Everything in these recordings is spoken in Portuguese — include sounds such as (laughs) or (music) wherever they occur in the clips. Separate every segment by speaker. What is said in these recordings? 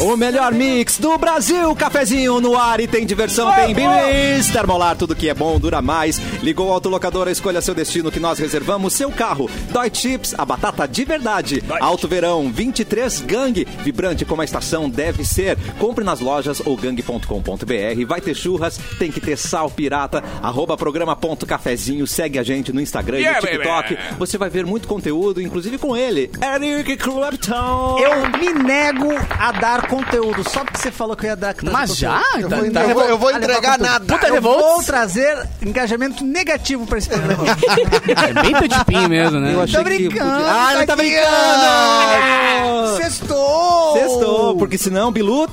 Speaker 1: O melhor mix do Brasil, cafezinho no ar e tem diversão, tem bibis, termolar, tudo que é bom dura mais. Ligou o autolocador, escolha seu destino que nós reservamos, seu carro. Dói Chips, a batata de verdade. Alto Verão, 23 Gangue, vibrante como a estação deve ser. Compre nas lojas ou gangue.com.br. Vai ter churras, tem que ter sal pirata, arroba programa.cafezinho, segue a gente no Instagram e
Speaker 2: Yeah,
Speaker 1: no TikTok.
Speaker 2: baby.
Speaker 1: Você vai ver muito conteúdo, inclusive com ele, Eric Clapton.
Speaker 3: Eu me nego a dar conteúdo, só porque você falou que eu ia dar.
Speaker 4: Mas já?
Speaker 3: Eu
Speaker 4: Tá-
Speaker 3: vou,
Speaker 4: tá-
Speaker 3: eu vou-
Speaker 5: eu vou entregar
Speaker 3: levar conteúdo.
Speaker 5: nada.
Speaker 4: Puta,
Speaker 3: eu
Speaker 4: revolta.
Speaker 3: vou trazer engajamento negativo pra esse programa.
Speaker 5: (laughs)
Speaker 4: É bem petipim mesmo, né?
Speaker 1: Eu achei
Speaker 3: Tô
Speaker 1: que
Speaker 3: brincando,
Speaker 1: podia- Ah, não tá
Speaker 3: Taquiano!
Speaker 1: brincando!
Speaker 3: Sextou!
Speaker 1: Sextou,
Speaker 5: Oh!
Speaker 1: porque senão o Bilu.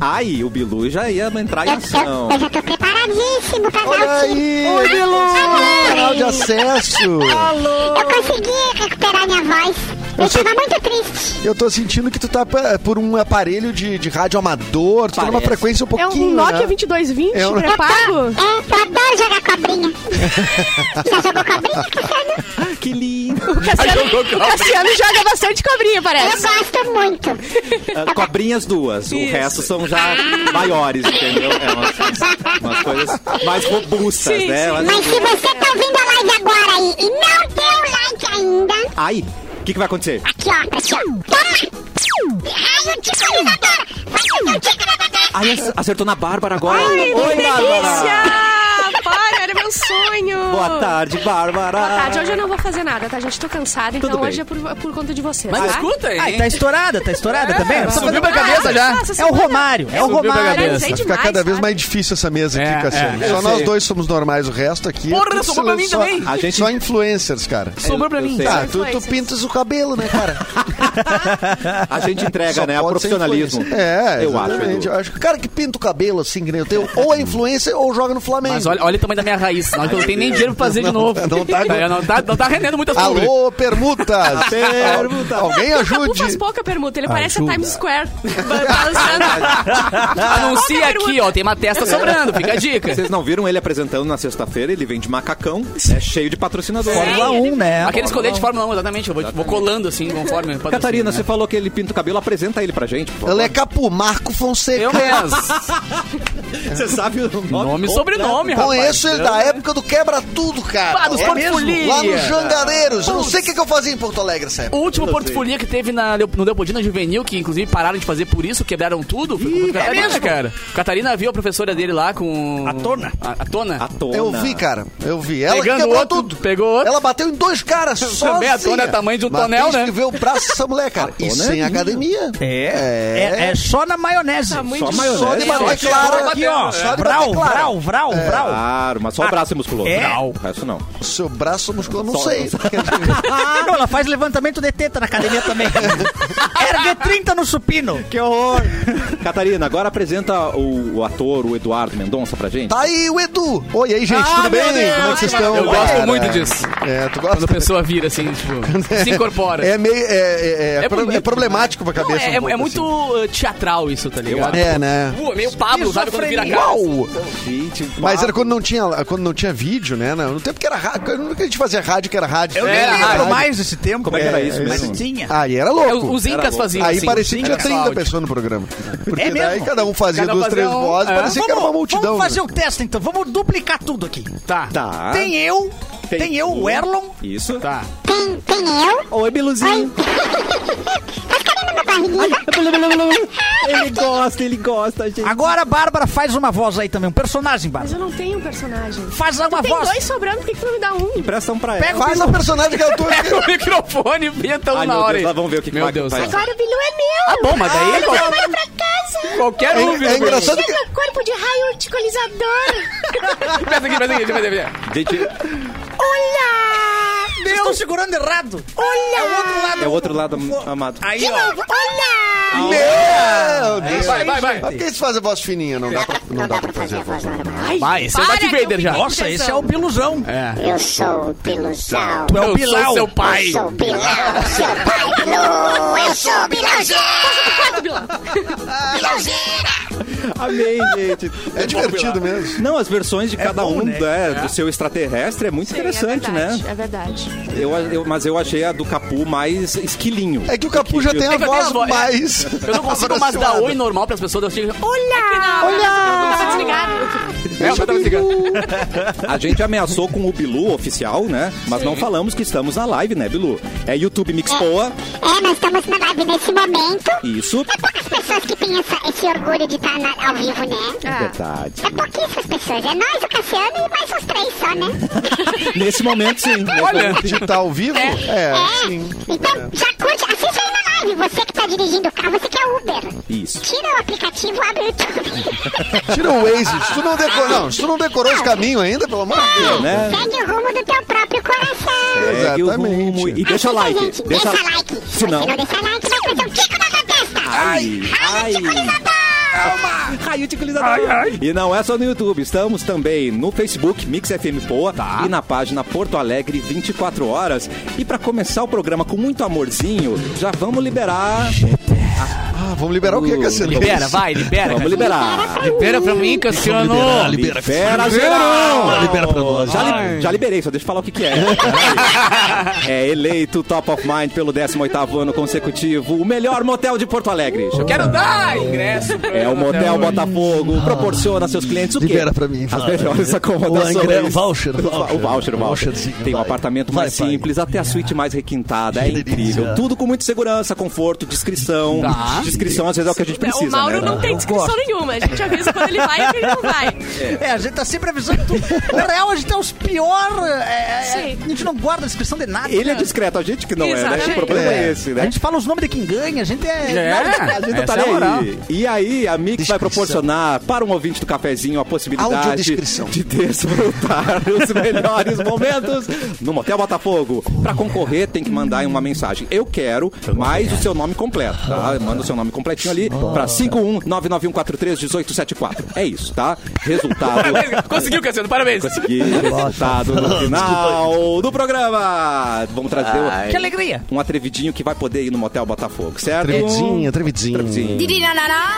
Speaker 1: Ai, o Bilu já ia entrar em ação.
Speaker 6: Eu, eu já tô preparadíssimo pra
Speaker 5: Olha
Speaker 6: dar o tiro.
Speaker 5: aí,
Speaker 6: Oi, Alô.
Speaker 5: canal de acesso.
Speaker 6: Eu consegui recuperar minha voz. Eu,
Speaker 5: Eu sou-
Speaker 6: tava muito triste.
Speaker 5: Eu tô sentindo que tu tá pa- por um aparelho de, de rádio amador, tu tá numa
Speaker 1: Parece.
Speaker 5: frequência um
Speaker 7: É
Speaker 5: pouquinho.
Speaker 7: um Nokia
Speaker 5: né?
Speaker 7: 2220
Speaker 5: É um-
Speaker 6: É,
Speaker 7: pré-pago?
Speaker 6: eu adoro jogar
Speaker 5: (laughs)
Speaker 6: cobrinha. já jogou cobrinha, Cassiano?
Speaker 1: Que lindo.
Speaker 7: O Cassiano, o (laughs) Cassiano joga bastante cobrinha,
Speaker 6: Eu
Speaker 7: parece.
Speaker 6: gosto muito.
Speaker 1: Ah, Cobrinhas duas. O resto são já maiores, entendeu? É umas, umas coisas mais robustas,
Speaker 7: Sim,
Speaker 1: né?
Speaker 7: sim.
Speaker 1: Mas-
Speaker 6: Mas se você tá ouvindo a live agora aí e não deu like ainda,
Speaker 1: Ai, o que, que vai acontecer?
Speaker 6: aqui ó, pra ti ó. Toma! Ai, o ticolizador! Vai fazer o tico na cabeça!
Speaker 1: Ai, ac- acertou na Bárbara agora. Oi, Bárbara.
Speaker 7: Delícia! Para, era meu sonho!
Speaker 1: Boa tarde, Bárbara.
Speaker 7: Boa tarde. Hoje eu não vou fazer nada, tá, gente? Tô cansada, então
Speaker 1: bem.
Speaker 7: hoje é por, é por conta de vocês,
Speaker 4: Mas
Speaker 7: tá? Ah,
Speaker 4: escuta
Speaker 8: Ah,
Speaker 4: aí.
Speaker 3: Ai, tá estourada, tá estourada também? Eu só
Speaker 4: subiu
Speaker 3: falei-
Speaker 4: pra cabeça já.
Speaker 7: nossa,
Speaker 3: É o
Speaker 7: semana-
Speaker 3: Romário, é o
Speaker 4: Subiu pra
Speaker 3: Romário.
Speaker 4: cabeça.
Speaker 7: Paralisei
Speaker 5: Vai ficar
Speaker 7: demais,
Speaker 5: cada vez
Speaker 7: sabe?
Speaker 5: mais difícil essa mesa
Speaker 4: É,
Speaker 5: aqui, Cassiano.
Speaker 4: é, eu
Speaker 5: só nós
Speaker 4: sei.
Speaker 5: dois somos normais, o resto aqui.
Speaker 4: Porra,
Speaker 5: só-
Speaker 4: sobrou pra mim
Speaker 5: só-
Speaker 4: também.
Speaker 1: A gente-
Speaker 5: Só influencers, cara.
Speaker 4: Sobrou pra
Speaker 1: Eu
Speaker 4: mim.
Speaker 1: sei.
Speaker 5: Ah, tu, tu
Speaker 7: influencers.
Speaker 5: pintas o cabelo, né, cara?
Speaker 1: A gente entrega,
Speaker 5: Só
Speaker 1: né? O
Speaker 5: pode ser
Speaker 1: profissionalismo.
Speaker 5: influencer. É,
Speaker 1: eu acho.
Speaker 5: exatamente.
Speaker 1: Edu.
Speaker 5: Eu acho que o cara que pinta o cabelo assim, que nem eu tenho, ou é influencer ou joga no Flamengo.
Speaker 4: Mas olha, olha o tamanho da minha raiz. Não, eu não tenho nem dinheiro pra fazer de novo.
Speaker 5: não tá-
Speaker 4: (laughs) Eu não, tá, não tá rendendo muitas compras.
Speaker 5: Alô, permutas!
Speaker 1: Permutas.
Speaker 5: Alguém ajude!
Speaker 7: Faz pouca permuta, ele parece
Speaker 4: Ajuda.
Speaker 7: a Times Square. balançando.
Speaker 4: Anuncia aqui, ó. Tem uma testa sobrando. Fica a dica.
Speaker 1: Vocês não viram ele apresentando na sexta-feira? Ele vem de macacão, é cheio de patrocinador.
Speaker 4: É,
Speaker 3: Fórmula 1,
Speaker 1: é
Speaker 3: né?
Speaker 4: Aqueles coletes de Fórmula 1, exatamente. Eu vou, vou colando assim, conforme. o patrocínio,
Speaker 1: Catarina,
Speaker 4: né?
Speaker 1: você falou que ele pinta o cabelo, apresenta ele pra gente. por favor.
Speaker 5: Ela é Capu, Marco Fonseca. (laughs)
Speaker 4: Eu mesmo.
Speaker 5: é-
Speaker 1: Você sabe o nome?
Speaker 4: Nome e sobrenome, rapaz.
Speaker 5: Conheço ele da época do Quebra Tudo, cara. É
Speaker 4: Pá, dos Portfolia.
Speaker 5: Lá no Jangareiros. Eu não sei o que, que eu fazia em Porto Alegre,
Speaker 4: O
Speaker 5: sério.
Speaker 4: último portfolia que teve na, Leo- no Leopoldina Juvenil, que inclusive pararam de fazer por isso, quebraram tudo, foi com Catarina, cara. Catarina viu a professora dele lá com.
Speaker 8: A Tona.
Speaker 4: A, a Tona.
Speaker 1: A tona.
Speaker 5: Eu vi, cara. Eu vi. Ela que
Speaker 4: Pegando
Speaker 5: quebrou
Speaker 4: outro,
Speaker 5: tudo.
Speaker 4: pegou outro.
Speaker 5: Ela bateu em
Speaker 4: (laughs)
Speaker 5: dois caras sozinha.
Speaker 4: Também a tona é tamanho de um
Speaker 5: Mas
Speaker 4: tonel,
Speaker 5: tem
Speaker 4: né?
Speaker 5: que ver o braço dessa
Speaker 4: (laughs)
Speaker 5: mulher, cara.
Speaker 1: A
Speaker 5: E
Speaker 1: tona é
Speaker 5: sem
Speaker 1: linda.
Speaker 5: academia.
Speaker 3: É, é, é só na maionese.
Speaker 7: Tá muito
Speaker 1: Só
Speaker 7: chique.
Speaker 1: maionese.
Speaker 5: Só de
Speaker 4: Só
Speaker 5: bater
Speaker 4: de
Speaker 5: clara.
Speaker 4: bater,
Speaker 3: Aqui, ó.
Speaker 5: Só de
Speaker 3: Vral,
Speaker 5: bater clara.
Speaker 3: vral, vral, vral.
Speaker 1: Claro, mas só
Speaker 4: Ah,
Speaker 1: o braço é musculoso.
Speaker 3: É.
Speaker 1: Não, o resto não.
Speaker 5: Seu braço muscular, não
Speaker 1: Só-
Speaker 5: sei.
Speaker 3: Ah, não, ela faz levantamento de teta na academia (laughs) também. Ergue 30 no supino.
Speaker 1: Que horror! (laughs) Catarina, agora apresenta o, o ator, o Eduardo Mendonça, pra gente.
Speaker 5: Tá aí o Edu. Oi, aí, gente,
Speaker 4: Ah,
Speaker 5: tudo bem?
Speaker 4: meu Deus.
Speaker 5: Como é que vocês
Speaker 4: Eu
Speaker 5: estão?
Speaker 4: gosto
Speaker 5: Cara,
Speaker 4: muito disso.
Speaker 5: É, tu
Speaker 4: Quando
Speaker 5: gosta?
Speaker 4: a pessoa vira assim, tipo, se incorpora.
Speaker 5: É meio. É, é, é,
Speaker 4: É
Speaker 5: pro-
Speaker 4: bonito,
Speaker 5: é problemático pra
Speaker 4: Não,
Speaker 5: cabeça.
Speaker 4: é,
Speaker 5: um pouco,
Speaker 4: é muito uh, teatral isso, tá ligado?
Speaker 5: assim. É, né?
Speaker 4: Uh, é meio Pablo, sabe? Quando vira a cara.
Speaker 1: um
Speaker 5: Uau!
Speaker 1: Gente,
Speaker 5: Mas era
Speaker 1: uau.
Speaker 5: quando não tinha, quando não tinha vídeo, né? No tempo que era rádio. Nunca a gente fazia rádio, que era rádio.
Speaker 3: Eu
Speaker 4: É,
Speaker 3: nem lembro
Speaker 4: rádio.
Speaker 3: mais desse tempo.
Speaker 1: Como é que era isso
Speaker 3: Mas
Speaker 1: mesmo?
Speaker 3: tinha.
Speaker 5: Aí era
Speaker 4: É,
Speaker 5: louco.
Speaker 4: os
Speaker 1: Era
Speaker 4: incas
Speaker 1: louco.
Speaker 4: faziam
Speaker 5: Aí
Speaker 4: assim,
Speaker 5: parecia que tinha
Speaker 4: era só
Speaker 5: 30
Speaker 4: áudio.
Speaker 5: pessoas no programa. Porque
Speaker 3: É mesmo?
Speaker 5: daí cada um fazia
Speaker 4: Cada um
Speaker 5: duas,
Speaker 4: fazia
Speaker 5: três
Speaker 4: um-
Speaker 5: vozes,
Speaker 4: é.
Speaker 5: parecia que era uma multidão.
Speaker 3: vamos fazer
Speaker 5: né?
Speaker 3: o teste então. Vamos duplicar tudo aqui.
Speaker 4: Tá.
Speaker 1: Tá.
Speaker 3: Tem eu, tem, eu,
Speaker 1: tu.
Speaker 3: o Erlon.
Speaker 1: Isso.
Speaker 4: Tá.
Speaker 6: Tem, tem eu.
Speaker 1: Oi, Biluzinho.
Speaker 6: Tá ficando meu barriguinha?
Speaker 1: Ele gosta, ele gosta, gente.
Speaker 3: Agora a Bárbara faz uma voz aí também, um personagem,
Speaker 7: Mas
Speaker 3: Bárbara.
Speaker 7: eu não tenho um personagem.
Speaker 3: Faz uma
Speaker 7: Tem
Speaker 3: voz.
Speaker 7: dois sobrando, por que, que tu não me dá um?
Speaker 1: Impressão pra
Speaker 3: Pega
Speaker 1: ela.
Speaker 5: Faz
Speaker 4: um
Speaker 5: a personagem
Speaker 4: (laughs)
Speaker 5: que eu tô
Speaker 4: Pega o microfone e pinta um
Speaker 1: Ai,
Speaker 4: na
Speaker 1: meu
Speaker 4: hora
Speaker 1: Deus,
Speaker 4: aí.
Speaker 1: lá vamos ver o que que
Speaker 4: Meu
Speaker 1: vai-
Speaker 4: Deus.
Speaker 1: vai-
Speaker 4: Agora-
Speaker 6: Agora o Bilu é meu.
Speaker 4: Ah, bom, mas daí
Speaker 6: Ele
Speaker 4: qual-
Speaker 6: trabalha pra casa.
Speaker 4: Qualquer um, viu?
Speaker 5: É, é engraçado que.
Speaker 6: Chega o corpo de raio ticolizador.
Speaker 4: Presta aqui, presta aqui, deixa eu ver, deixa eu ver.
Speaker 1: Gente,
Speaker 6: Olá!
Speaker 3: Vocês estão segurando errado.
Speaker 6: Olá!
Speaker 3: É o outro lado.
Speaker 1: é o outro lado am- amado.
Speaker 3: Aí,
Speaker 6: De
Speaker 3: ó.
Speaker 6: novo, olá!
Speaker 4: Ah, é.
Speaker 5: Meu Deus!
Speaker 4: Vai, vai, vai.
Speaker 5: Mas É, Por que eles fazem voz fininha? Não dá pra, não dá pra fazer voz normal.
Speaker 7: Ai,
Speaker 4: Vai, esse é o
Speaker 7: para,
Speaker 4: Darth
Speaker 7: que eu
Speaker 4: Vader já.
Speaker 7: fico
Speaker 3: Nossa, esse é o Biluzão.
Speaker 4: É.
Speaker 6: Eu sou o Biluzão.
Speaker 3: Tu é o
Speaker 4: Eu
Speaker 3: Bilal.
Speaker 4: sou seu pai.
Speaker 6: Eu sou o Bilal, seu
Speaker 7: é
Speaker 6: pai Bilu. Eu sou o Bilauzinho.
Speaker 7: Bilal.
Speaker 6: Bilauzinho.
Speaker 1: Amei, gente.
Speaker 5: É divertido mesmo.
Speaker 1: Não, as versões de
Speaker 5: É
Speaker 1: cada
Speaker 8: bom,
Speaker 1: um
Speaker 8: né?
Speaker 1: né, do seu extraterrestre é muito interessante,
Speaker 7: é
Speaker 1: né?
Speaker 7: verdade, É verdade.
Speaker 1: Eu, eu- mas eu achei a do Capu mais esquilinho.
Speaker 5: É que o Capu já tem a
Speaker 4: É que eu tenho
Speaker 5: voz
Speaker 4: a voz-
Speaker 5: mais.
Speaker 4: Eu não consigo mais dar oi normal pras pessoas. Eu chego. Oi,
Speaker 7: Olha! Tá desligado.
Speaker 4: é, eu tava ligando.
Speaker 1: A gente ameaçou com o Bilu oficial, né? Mas não falamos que estamos na live, né, Bilu? É YouTube Mixpoa,
Speaker 6: É, nós estamos na live nesse momento.
Speaker 1: isso.
Speaker 6: É poucas pessoas que têm essa- esse orgulho de estar na- ao vivo, né?
Speaker 7: Ah,
Speaker 1: Verdade.
Speaker 6: É pouquíssimas pessoas. É nós, o Cassiano e mais os três só, né?
Speaker 1: (laughs) Nesse momento, sim. Nesse
Speaker 4: Olha.
Speaker 1: momento,
Speaker 5: De tá ao vivo? É, sim.
Speaker 6: Então, já curte, assiste aí na live. Você que tá dirigindo o carro, você que é Uber.
Speaker 1: Isso.
Speaker 6: Tira o aplicativo, abre o YouTube.
Speaker 5: (laughs) Tira o Waze. Se tu não decorou, não, se tu não decorou os caminhos ainda, pelo amor de Deus.
Speaker 1: Né?
Speaker 6: Segue o rumo do teu próprio coração.
Speaker 1: Segue o
Speaker 5: Exatamente.
Speaker 1: rumo e deixa
Speaker 6: Assista,
Speaker 1: like.
Speaker 6: tá, gente,
Speaker 1: Deixa,
Speaker 6: deixa,
Speaker 1: Se
Speaker 6: like.
Speaker 1: não,
Speaker 6: Se não deixar like, vai fazer um tico na tua testa.
Speaker 1: Ai, ai. E não é só no YouTube, estamos também no Facebook Mix FM Poa e na página Porto Alegre 24 horas. E pra começar o programa com muito amorzinho, já vamos liberar.
Speaker 5: Ah, vamos liberar o que, Cassiano?
Speaker 4: Libera, vai, libera.
Speaker 1: Vamos
Speaker 4: cara.
Speaker 1: liberar.
Speaker 4: Libera pra mim, Cassiano.
Speaker 1: Libera, geral. Libera pra nós. Já, li- já liberei, só deixa eu falar o que, que é. é eleito Top of Mind pelo 18º ano consecutivo, o melhor motel de Porto Alegre.
Speaker 4: Quero dar ingresso. pra-
Speaker 1: É o Motel
Speaker 7: Ah.
Speaker 1: Botafogo, proporciona a seus clientes o quê?
Speaker 5: Libera pra mim,
Speaker 1: As
Speaker 5: fala.
Speaker 1: melhores acomodações.
Speaker 5: O ingresso, o voucher,
Speaker 1: O va- O voucher, o voucher.
Speaker 5: Voucherzinho,
Speaker 1: Tem um
Speaker 5: vai.
Speaker 1: apartamento
Speaker 5: Vai,
Speaker 1: mais
Speaker 5: pai.
Speaker 1: simples, até a suíte mais requintada. É
Speaker 5: Que delícia.
Speaker 1: incrível. Tudo com muita segurança, conforto, discrição.
Speaker 4: Tá.
Speaker 1: Discrição às vezes é o que a gente precisa,
Speaker 7: o Mauro
Speaker 1: né?
Speaker 7: não tem descrição nenhuma. A gente avisa quando ele vai e quando ele não vai.
Speaker 8: É, a gente tá sempre avisando tudo. Na real, a gente é os pior. é, é,
Speaker 7: Sim.
Speaker 8: a gente não guarda a descrição de nada.
Speaker 1: Ele é
Speaker 8: cara.
Speaker 1: discreto, a gente que não é, né? O
Speaker 7: Exatamente.
Speaker 1: problema é,
Speaker 5: É.
Speaker 1: esse,
Speaker 8: A
Speaker 1: né?
Speaker 8: gente fala os nomes de quem ganha, a gente é.
Speaker 4: É.
Speaker 1: A gente não tá
Speaker 4: Essa é a
Speaker 1: nem
Speaker 4: moral.
Speaker 1: aí. E aí, a Mix vai
Speaker 5: Descrição.
Speaker 1: proporcionar para um ouvinte do cafezinho a possibilidade
Speaker 5: Audiodescrição.
Speaker 1: de desfrutar os melhores momentos no Motel Botafogo. Para concorrer, tem que mandar aí uma mensagem. Eu quero mais o seu nome completo, tá? Manda o seu nome completinho ali um, para 51991431874. É isso, tá? Resultado.
Speaker 4: Parabéns, Conseguiu, Cassiano, parabéns.
Speaker 1: Consegui resultado no final do programa. Vamos trazer o-
Speaker 8: Que alegria!
Speaker 1: um atrevidinho que vai poder ir no Motel Botafogo, certo?
Speaker 5: Atrevidinho, atrevidinho.
Speaker 1: Atrevidinho.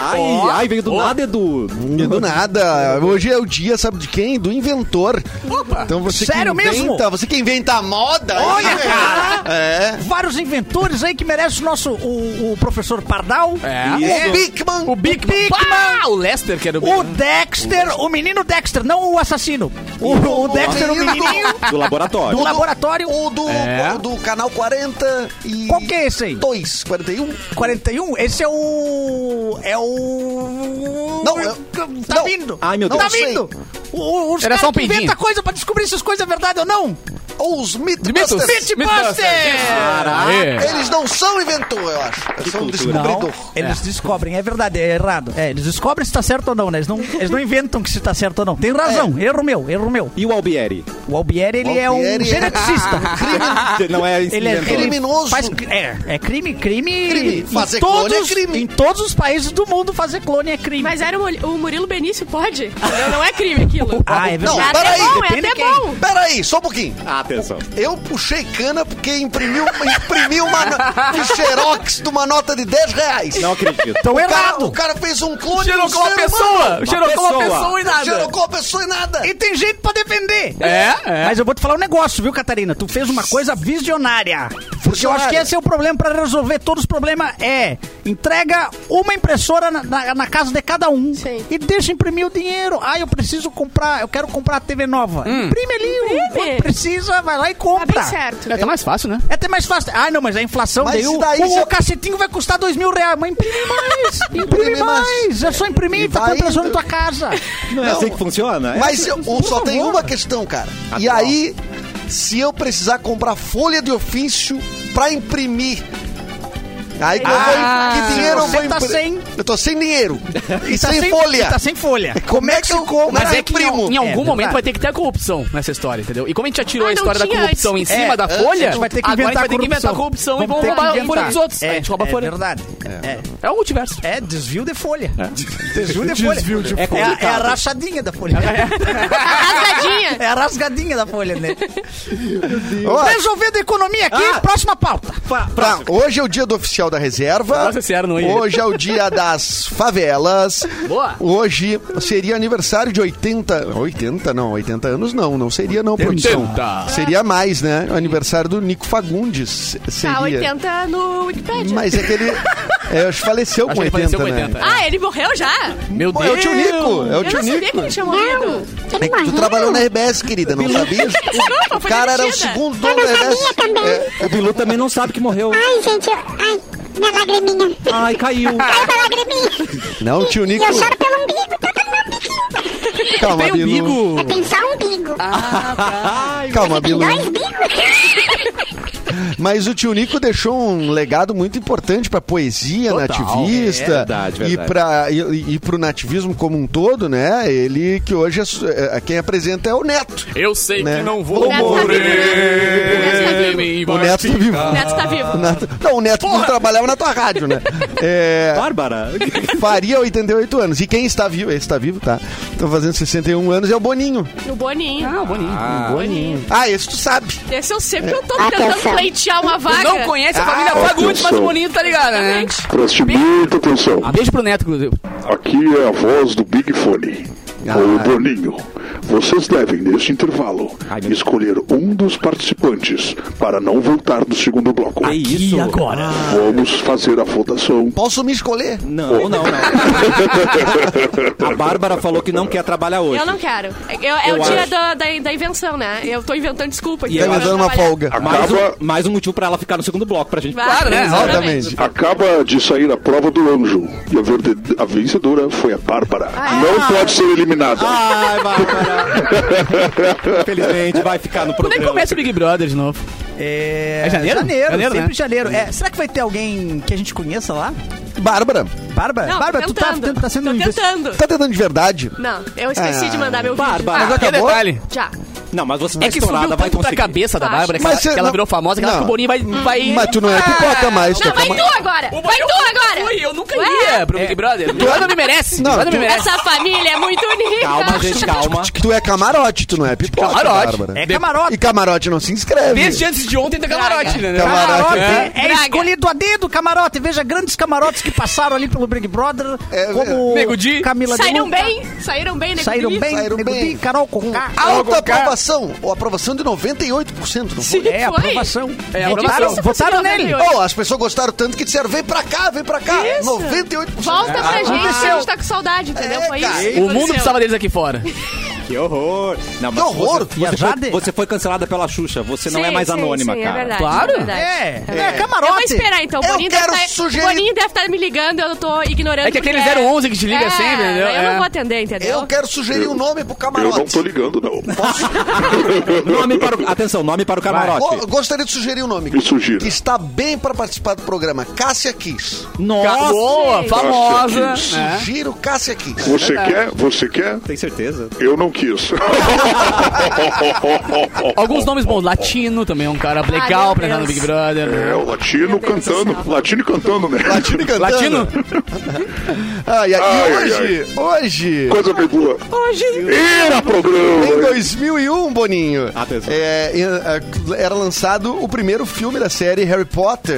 Speaker 1: Ai, ai, veio do nada, Edu.
Speaker 5: Do nada. Hoje é o dia, sabe de quem? Do inventor. Opa! Então você
Speaker 8: sério
Speaker 5: que
Speaker 8: mesmo?
Speaker 5: inventa, você que inventa a moda.
Speaker 8: Olha,
Speaker 5: né?
Speaker 8: cara!
Speaker 5: É.
Speaker 8: Vários inventores aí que merecem o nosso. O, o professor Pardal.
Speaker 4: É.
Speaker 5: O Bigman.
Speaker 4: O Big Big Man. O Lester, que era o
Speaker 8: O
Speaker 4: Big
Speaker 8: Dexter, o menino Dexter, não o assassino. O, o Dexter, é um o menininho
Speaker 1: Do laboratório.
Speaker 8: do laboratório.
Speaker 5: O do, o do canal 40 e...
Speaker 8: É. Qual que é esse aí?
Speaker 5: 2, 41.
Speaker 8: 41? Esse é o. É o.
Speaker 5: Não, eu-
Speaker 8: Tá
Speaker 5: não.
Speaker 8: vindo!
Speaker 1: Ai, meu
Speaker 8: Não
Speaker 1: Deus.
Speaker 8: Tá vindo! O- o- Os
Speaker 4: Era
Speaker 8: caras
Speaker 4: só um
Speaker 8: que inventam
Speaker 4: pinguinho.
Speaker 8: coisa pra descobrir se as coisas é verdade ou não!
Speaker 5: Ou os Mythbusters.
Speaker 4: Mythos.
Speaker 8: Pitbuster!
Speaker 4: Caraca.
Speaker 5: Eles não são inventor, eu acho. Eles são
Speaker 1: cultura.
Speaker 5: descobridor.
Speaker 8: Eles descobrem, é verdade, é errado. É, eles descobrem se tá certo ou não, né? Eles não, eles não inventam que se tá certo ou não. Tem razão, erro meu, erro meu.
Speaker 1: E o Albieri?
Speaker 8: O Albieri, ele é um
Speaker 5: Albieri é- (laughs)
Speaker 8: geneticista.
Speaker 1: Não é
Speaker 8: Ele é
Speaker 1: inventor.
Speaker 5: Criminoso.
Speaker 8: Faz, é, é crime, crime.
Speaker 5: Crime. Fazer
Speaker 8: em todos,
Speaker 5: clone é crime.
Speaker 8: Em todos os países do mundo, fazer clone é crime.
Speaker 7: (laughs) Mas era o, Mur- o Murilo Benício, pode? Entendeu? Não é crime (laughs) aquilo.
Speaker 8: Ah, é
Speaker 5: Não,
Speaker 8: verdade.
Speaker 7: até
Speaker 5: peraí,
Speaker 7: bom, é
Speaker 8: depende de
Speaker 7: até
Speaker 8: quem.
Speaker 7: bom.
Speaker 5: Peraí, só um pouquinho.
Speaker 1: Atenção.
Speaker 5: Eu puxei cana porque imprimiu, imprimiu uma, no- um xerox de uma nota de 10 reais.
Speaker 1: Não acredito.
Speaker 8: (laughs) Então
Speaker 5: o, cara,
Speaker 8: errado.
Speaker 5: o cara fez um clone
Speaker 4: Cheirou
Speaker 5: de
Speaker 4: com é uma pessoa. Cheirou com uma
Speaker 1: pessoa.
Speaker 4: pessoa e nada.
Speaker 5: Cheirou com a pessoa e nada.
Speaker 8: E tem jeito pra defender.
Speaker 4: É, é.
Speaker 8: Mas eu vou te falar um negócio, viu, Catarina? Tu fez uma coisa visionária. Porque eu
Speaker 5: Visionária.
Speaker 8: acho que esse é o problema pra resolver todos os problemas. É, entrega uma impressora na, na- na casa de cada um
Speaker 7: Sim.
Speaker 8: e deixa imprimir o dinheiro. Ah, eu preciso comprar, eu quero comprar a TV nova.
Speaker 5: Hum.
Speaker 8: Imprime ali o
Speaker 7: Imprime.
Speaker 8: quanto precisa, vai lá e
Speaker 7: Tá bem
Speaker 8: compra.
Speaker 7: certo. (laughs)
Speaker 4: É, tá mais fácil, né?
Speaker 8: É até mais fácil. Ah, não, mas a inflação
Speaker 5: Mas
Speaker 8: daí,
Speaker 5: se
Speaker 8: o,
Speaker 5: daí
Speaker 8: o
Speaker 5: você-
Speaker 8: cacetinho vai custar dois mil reais. Mas imprime mais, imprime
Speaker 5: (laughs) Imprime mais.
Speaker 8: mais. É só imprimir,
Speaker 5: E
Speaker 8: e tá com
Speaker 5: vai
Speaker 8: impressora na
Speaker 5: indo.
Speaker 8: tua casa.
Speaker 1: Não é assim que funciona? É?
Speaker 5: Mas eu- um,
Speaker 8: por
Speaker 5: só tem
Speaker 8: favor.
Speaker 5: uma questão, cara.
Speaker 1: Ah,
Speaker 5: E
Speaker 1: tá.
Speaker 5: aí, se eu precisar comprar folha de ofício pra imprimir. Aí que eu
Speaker 8: Ah,
Speaker 5: vou, que dinheiro eu
Speaker 8: você
Speaker 5: vou
Speaker 8: tá
Speaker 5: impri-
Speaker 8: sem.
Speaker 5: Eu tô sem dinheiro. E,
Speaker 8: E tá
Speaker 5: sem, folha.
Speaker 8: e Tá sem folha.
Speaker 5: Como é que eu compro?
Speaker 4: Mas é que em,
Speaker 5: primo.
Speaker 4: em
Speaker 8: É,
Speaker 4: algum
Speaker 8: verdade.
Speaker 4: momento vai ter que ter a corrupção nessa história, entendeu? E como a gente já tirou
Speaker 7: Ah,
Speaker 4: a
Speaker 7: não
Speaker 4: história da
Speaker 7: tinha
Speaker 4: corrupção em
Speaker 7: antes.
Speaker 4: cima
Speaker 5: É,
Speaker 4: da
Speaker 5: antes
Speaker 4: folha,
Speaker 8: a gente vai ter que
Speaker 4: agora a gente
Speaker 8: inventar
Speaker 4: vai ter que inventar a corrupção e vamos roubar a folha dos outros.
Speaker 8: É,
Speaker 4: a gente rouba a
Speaker 8: é
Speaker 4: folha.
Speaker 8: verdade. É.
Speaker 4: É o multiverso.
Speaker 8: É, desvio de folha. Desvio de folha.
Speaker 1: Desvio de
Speaker 8: é,
Speaker 1: folha.
Speaker 8: é a- É, a rachadinha da folha.
Speaker 4: É.
Speaker 7: Rasgadinha.
Speaker 8: É a rasgadinha da folha, né?
Speaker 5: Ó,
Speaker 8: Resolvendo a economia aqui,
Speaker 1: Ah.
Speaker 8: próxima pauta.
Speaker 1: Fa-
Speaker 5: tá,
Speaker 1: próximo.
Speaker 5: hoje é o dia do oficial Mundial da Reserva.
Speaker 4: Nossa Senhora, não ia.
Speaker 5: Hoje é o dia das favelas.
Speaker 4: Boa.
Speaker 5: Hoje seria aniversário de 80. 80 não, 80 anos não, não seria não, produção.
Speaker 4: 80.
Speaker 5: Seria mais, né? Aniversário do Nico Fagundes. Seria.
Speaker 7: Tá 80 no Wikipedia.
Speaker 5: Mas é que ele. é, acho que faleceu
Speaker 4: Acho
Speaker 5: com
Speaker 4: que ele
Speaker 5: 80,
Speaker 4: faleceu com
Speaker 5: né?
Speaker 4: 80.
Speaker 7: Ah, ele morreu já?
Speaker 4: Meu
Speaker 5: Pô,
Speaker 4: Deus.
Speaker 5: É o tio Nico, é o tio
Speaker 7: Eu não sabia que
Speaker 5: Nico.
Speaker 7: ele tinha morrido.
Speaker 5: É que Tu trabalhou na RBS, querida, não sabia?
Speaker 7: Desculpa,
Speaker 5: O
Speaker 7: foi
Speaker 5: cara era o
Speaker 7: demitida. Tá
Speaker 5: segundo dono da
Speaker 6: Eu não sabia
Speaker 5: RBS.
Speaker 6: também.
Speaker 5: É,
Speaker 1: O Bilu também não sabe que morreu.
Speaker 6: Ai, gente, eu... ai, minha lagriminha.
Speaker 1: Ai, caiu.
Speaker 6: Ai, minha lagriminha.
Speaker 5: não, o tio
Speaker 6: E
Speaker 5: Nico.
Speaker 6: eu choro pelo umbigo, tá todo mundo pequenininho.
Speaker 5: Calma,
Speaker 4: Tem um
Speaker 5: Bilu.
Speaker 4: bigo.
Speaker 6: Eu tenho só um umbigo.
Speaker 5: Calma, Bilu.
Speaker 6: Dois bigos.
Speaker 5: Mas o tio Nico deixou um legado muito importante pra poesia
Speaker 4: Total.
Speaker 5: nativista
Speaker 1: É verdade,
Speaker 5: e
Speaker 1: verdade.
Speaker 5: para e, e pro nativismo como um todo, né? Ele que hoje é su- é- quem apresenta é o Neto.
Speaker 4: Eu sei
Speaker 5: Né?
Speaker 4: que não vou
Speaker 5: O Neto tá
Speaker 4: morrer. Em
Speaker 7: vivo, né?
Speaker 5: O Neto tá vivo.
Speaker 7: O Neto tá vivo.
Speaker 5: O Neto- não, o Neto não trabalhava na tua rádio, né? É,
Speaker 1: Bárbara.
Speaker 5: faria 88 anos. E quem está vivo, esse está vivo, tá? Tô fazendo 61 anos, é o Boninho.
Speaker 7: No Boninho.
Speaker 4: Ah, bonito.
Speaker 7: Boninho.
Speaker 5: Ah, esse tu sabe.
Speaker 7: Esse eu sempre eu tô
Speaker 6: Atenção.
Speaker 7: tentando pleitear uma
Speaker 4: Tu
Speaker 7: vaga.
Speaker 4: não conhece a família Fagundes, mas o Boninho tá ligado, né?
Speaker 7: Exatamente.
Speaker 2: Preste muita atenção.
Speaker 4: Ah, Beijo pro Neto, inclusive.
Speaker 2: Aqui é a voz do Big Fone, ou Boninho. Vocês devem, neste intervalo, escolher um dos participantes para não voltar do segundo bloco.
Speaker 1: isso?
Speaker 3: E agora?
Speaker 2: Vamos fazer a votação.
Speaker 5: Posso me escolher?
Speaker 1: Não, não, não. A Bárbara falou que não quer trabalhar hoje.
Speaker 7: Eu não quero. Eu- é
Speaker 1: Eu
Speaker 7: o dia
Speaker 1: acho.
Speaker 7: da, da, da invenção, né? Eu tô inventando desculpa aqui.
Speaker 1: E
Speaker 5: Tá
Speaker 7: pra
Speaker 5: me
Speaker 1: eu-
Speaker 5: dando
Speaker 7: não
Speaker 5: uma
Speaker 7: trabalhar.
Speaker 5: folga.
Speaker 1: Mais
Speaker 2: Acaba-
Speaker 1: um, mais um motivo pra ela ficar no segundo bloco, pra gente.
Speaker 7: Vai,
Speaker 4: Claro, né?
Speaker 5: Exatamente.
Speaker 2: Acaba de sair a prova do anjo e a, verde- a vencedora foi a Bárbara.
Speaker 1: Ah.
Speaker 2: Não pode ser eliminada.
Speaker 1: Ai, Bárbara. Infelizmente, vai ficar no
Speaker 4: Quando é que
Speaker 1: programa.
Speaker 4: começa o Big Brother de novo?
Speaker 3: É,
Speaker 4: É janeiro?
Speaker 3: Janeiro,
Speaker 4: Janeiro,
Speaker 3: sempre
Speaker 4: né?
Speaker 3: janeiro. É, será que vai ter alguém que a gente conheça lá?
Speaker 5: Bárbara,
Speaker 3: Bárbara?
Speaker 7: Não,
Speaker 3: Bárbara,
Speaker 7: tô
Speaker 3: tu tá,
Speaker 7: tentando.
Speaker 3: tá, tá sendo
Speaker 7: Tô
Speaker 3: investi-
Speaker 7: tentando.
Speaker 5: tá tentando de verdade?
Speaker 7: Não, eu esqueci de mandar meu vídeo.
Speaker 1: Bárbara,
Speaker 7: Ah,
Speaker 5: já acabou?
Speaker 4: detalhe.
Speaker 7: já.
Speaker 1: Não, mas você tá
Speaker 4: É que
Speaker 1: estourada,
Speaker 4: subiu
Speaker 1: vai
Speaker 4: tanto pra
Speaker 1: conseguir.
Speaker 4: cabeça da
Speaker 7: Acho.
Speaker 4: Bárbara que,
Speaker 5: Mas
Speaker 4: ela-
Speaker 5: você
Speaker 4: que ela
Speaker 5: não-
Speaker 4: virou famosa, que
Speaker 5: não.
Speaker 4: ela acho que o Boninho vai...
Speaker 7: Hum.
Speaker 4: vai...
Speaker 5: Mas tu não é pipoca mais, tu é
Speaker 7: Não, vai
Speaker 5: cama-
Speaker 7: tu agora! Vai tu agora!
Speaker 4: Ui, eu nunca
Speaker 7: Ué,
Speaker 4: ia pro Big Brother. Big Brother me merece.
Speaker 5: Não,
Speaker 4: Não, Brother
Speaker 5: tu-
Speaker 4: me merece.
Speaker 7: Essa família é muito unida.
Speaker 1: Calma, gente, calma.
Speaker 5: Tu é camarote, tu não é pipoca,
Speaker 4: Camarote.
Speaker 5: Bárbara.
Speaker 3: É camarote.
Speaker 5: E camarote não se inscreve. É
Speaker 4: Desde antes de ontem tem camarote, né?
Speaker 5: (laughs) Camarote.
Speaker 4: É.
Speaker 3: É
Speaker 7: Braga.
Speaker 3: escolhido a dedo, camarote. Veja grandes camarotes que passaram ali pelo Big Brother.
Speaker 5: É,
Speaker 3: como
Speaker 4: Nego Di.
Speaker 3: Camila de
Speaker 7: Saíram
Speaker 3: Luca.
Speaker 7: bem, saíram bem, né?
Speaker 3: Saíram bem.
Speaker 5: Saíram
Speaker 3: Nego
Speaker 5: bem.
Speaker 3: Di, Carol Conká.
Speaker 5: Alta aprovação, ou aprovação de 98%, não foi?
Speaker 7: Sim.
Speaker 3: É,
Speaker 7: Foi.
Speaker 3: aprovação.
Speaker 4: É,
Speaker 3: votaram,
Speaker 4: aprovação.
Speaker 3: votaram nele.
Speaker 5: Oh, as pessoas gostaram tanto que disseram, vem pra cá, vem pra cá.
Speaker 7: Isso.
Speaker 5: 98%.
Speaker 7: Volta pra
Speaker 5: Ah,
Speaker 7: gente, que a
Speaker 3: aconteceu.
Speaker 7: gente tá com saudade, entendeu?
Speaker 5: É,
Speaker 7: Foi
Speaker 5: cara.
Speaker 7: isso.
Speaker 4: O mundo precisava deles aqui fora.
Speaker 1: Que horror. Não, mas
Speaker 5: Que horror.
Speaker 1: Você,
Speaker 3: E a
Speaker 1: você,
Speaker 3: Jade?
Speaker 1: foi, você foi cancelada pela Xuxa, você não é mais anônima, cara.
Speaker 7: É verdade,
Speaker 4: Claro.
Speaker 7: É verdade.
Speaker 3: É, é,
Speaker 7: Eu vou
Speaker 3: camarote.
Speaker 7: esperar então. O
Speaker 5: Eu
Speaker 7: Boninho,
Speaker 5: quero
Speaker 7: deve tá,
Speaker 5: sugerir-
Speaker 7: o Boninho deve estar me ligando, eu tô ignorando.
Speaker 4: É que aquele
Speaker 7: porque-
Speaker 4: 011 que te liga sempre, entendeu?
Speaker 7: Eu
Speaker 4: É.
Speaker 7: não vou atender, entendeu?
Speaker 5: Eu quero sugerir um nome pro
Speaker 2: Eu não tô
Speaker 5: camarote.
Speaker 2: ligando, não.
Speaker 1: (laughs) Nome para o, atenção, nome para o camarote.
Speaker 5: Go- gostaria de sugerir um nome.
Speaker 2: (laughs) Me sugira.
Speaker 5: Que está bem pra participar do programa. Cássia Kiss.
Speaker 1: Nossa!
Speaker 4: Boa, famosa.
Speaker 2: Acho que-
Speaker 4: né?
Speaker 5: Sugiro Cássia Kiss.
Speaker 2: Você quer? Você quer?
Speaker 1: Tem certeza?
Speaker 2: Eu não quis.
Speaker 4: É. Alguns nomes bons. Latino também é um cara legal
Speaker 7: meu
Speaker 4: pra entrar no
Speaker 7: Deus.
Speaker 4: Big Brother.
Speaker 2: É, o latino cantando. Latino cantando, né?
Speaker 5: Latino cantando.
Speaker 4: Latino?
Speaker 5: Ai, ai, e
Speaker 2: Ai, ai,
Speaker 5: hoje, hoje,
Speaker 2: Coisa bem boa. Era
Speaker 5: em
Speaker 2: programa.
Speaker 5: 2001, Boninho,
Speaker 1: Atenção.
Speaker 5: é, é, é, era lançado o primeiro filme da série Harry Potter.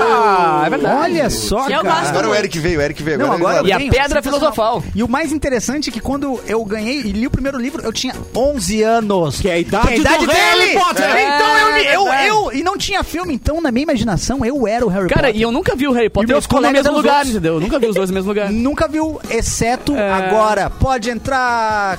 Speaker 4: Ah, é verdade.
Speaker 3: Olha só,
Speaker 7: Eu
Speaker 3: cara.
Speaker 7: gosto.
Speaker 5: Agora o Eric veio, o Eric veio.
Speaker 3: Não,
Speaker 5: ele
Speaker 3: agora
Speaker 5: vai-
Speaker 4: E a
Speaker 3: Sim,
Speaker 4: pedra
Speaker 3: sensacional.
Speaker 4: filosofal.
Speaker 3: E o mais interessante é que quando eu ganhei e li o primeiro livro, eu tinha 11 anos.
Speaker 1: Que é a idade
Speaker 4: Ah,
Speaker 3: Que é a idade
Speaker 1: do Harry
Speaker 3: dele!
Speaker 1: Potter.
Speaker 3: É, então eu, me-
Speaker 4: verdade.
Speaker 3: eu, eu. E não tinha filme, então na minha imaginação eu era o Harry
Speaker 4: Cara,
Speaker 3: Potter.
Speaker 4: e eu nunca vi o Harry Potter
Speaker 3: E
Speaker 4: e
Speaker 3: meus
Speaker 4: eu no
Speaker 3: colegas
Speaker 4: mesmo
Speaker 3: eram os
Speaker 4: lugar,
Speaker 3: outros.
Speaker 4: entendeu? Eu nunca vi os dois no mesmo
Speaker 8: (laughs)
Speaker 4: lugar.
Speaker 3: Nunca viu, exceto
Speaker 4: É.
Speaker 3: agora. Pode entrar.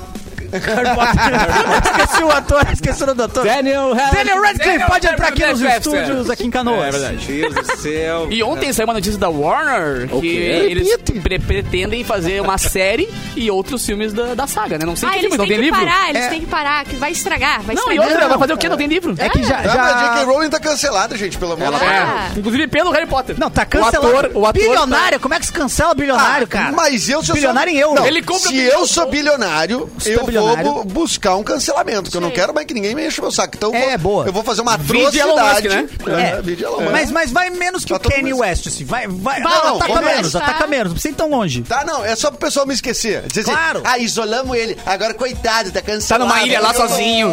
Speaker 3: Harry Potter. (laughs) esqueci o ator, esqueci o doutor.
Speaker 1: Daniel
Speaker 3: Daniel Radcliffe,
Speaker 4: Daniel
Speaker 3: pode entrar aqui nos
Speaker 4: Radcliffe,
Speaker 3: estúdios,
Speaker 4: é.
Speaker 3: aqui em Canoas.
Speaker 4: É verdade.
Speaker 1: Deus do céu.
Speaker 4: E ontem saiu uma notícia da Warner que
Speaker 1: É. O quê?
Speaker 4: eles pre- pretendem
Speaker 1: (laughs)
Speaker 4: fazer uma série e outros filmes da, da saga, né? Não sei
Speaker 7: Ah,
Speaker 4: que
Speaker 7: eles
Speaker 4: filme, não
Speaker 7: têm
Speaker 4: tem
Speaker 7: que
Speaker 4: livro.
Speaker 7: parar, eles
Speaker 3: É.
Speaker 7: têm que parar, que vai estragar, vai
Speaker 4: Não, e
Speaker 7: estragar.
Speaker 4: outra,
Speaker 3: Não,
Speaker 4: vai fazer o quê? Não tem livro.
Speaker 3: É que já.
Speaker 5: Ah, mas a J.K.
Speaker 3: já...
Speaker 5: Rowling tá cancelada, gente, pelo amor de Deus.
Speaker 7: Ah.
Speaker 4: É. Inclusive pelo Harry Potter.
Speaker 3: Não, tá
Speaker 4: O
Speaker 3: cancelado.
Speaker 4: ator, o ator
Speaker 3: bilionário, como é que se cancela bilionário, cara?
Speaker 5: Ah, Mas eu se eu
Speaker 3: Bilionário
Speaker 5: sou...
Speaker 3: em euro.
Speaker 5: Não,
Speaker 4: Ele compra
Speaker 5: se
Speaker 4: bilhão.
Speaker 5: eu sou bilionário,
Speaker 3: tá
Speaker 5: eu
Speaker 8: bilionário.
Speaker 5: Globo buscar um cancelamento, que eu não
Speaker 7: Sim.
Speaker 5: quero mais que ninguém me enche o meu saco. Então eu
Speaker 8: É,
Speaker 5: vou-
Speaker 8: boa.
Speaker 5: eu vou fazer uma
Speaker 4: Vide Elon
Speaker 5: atrocidade.
Speaker 4: Musk,
Speaker 5: É,
Speaker 8: É.
Speaker 5: vide Elon Musk.
Speaker 8: Mas, mas vai menos que
Speaker 5: Tá
Speaker 8: o
Speaker 5: todo
Speaker 8: Kanye
Speaker 5: mundo-
Speaker 8: West, assim. Vai, vai,
Speaker 7: Vai,
Speaker 8: não,
Speaker 5: não,
Speaker 8: ataca
Speaker 5: vamos
Speaker 8: menos,
Speaker 7: deixar.
Speaker 8: ataca menos. Não precisa ir tão longe.
Speaker 5: Tá, não, é só pro pessoal me esquecer. Dizer assim,
Speaker 8: Claro.
Speaker 5: ah, isolamos ele. Agora, coitado, tá
Speaker 4: Tá
Speaker 5: cancelado.
Speaker 4: numa ilha lá
Speaker 5: Eu É, não-
Speaker 4: sozinho.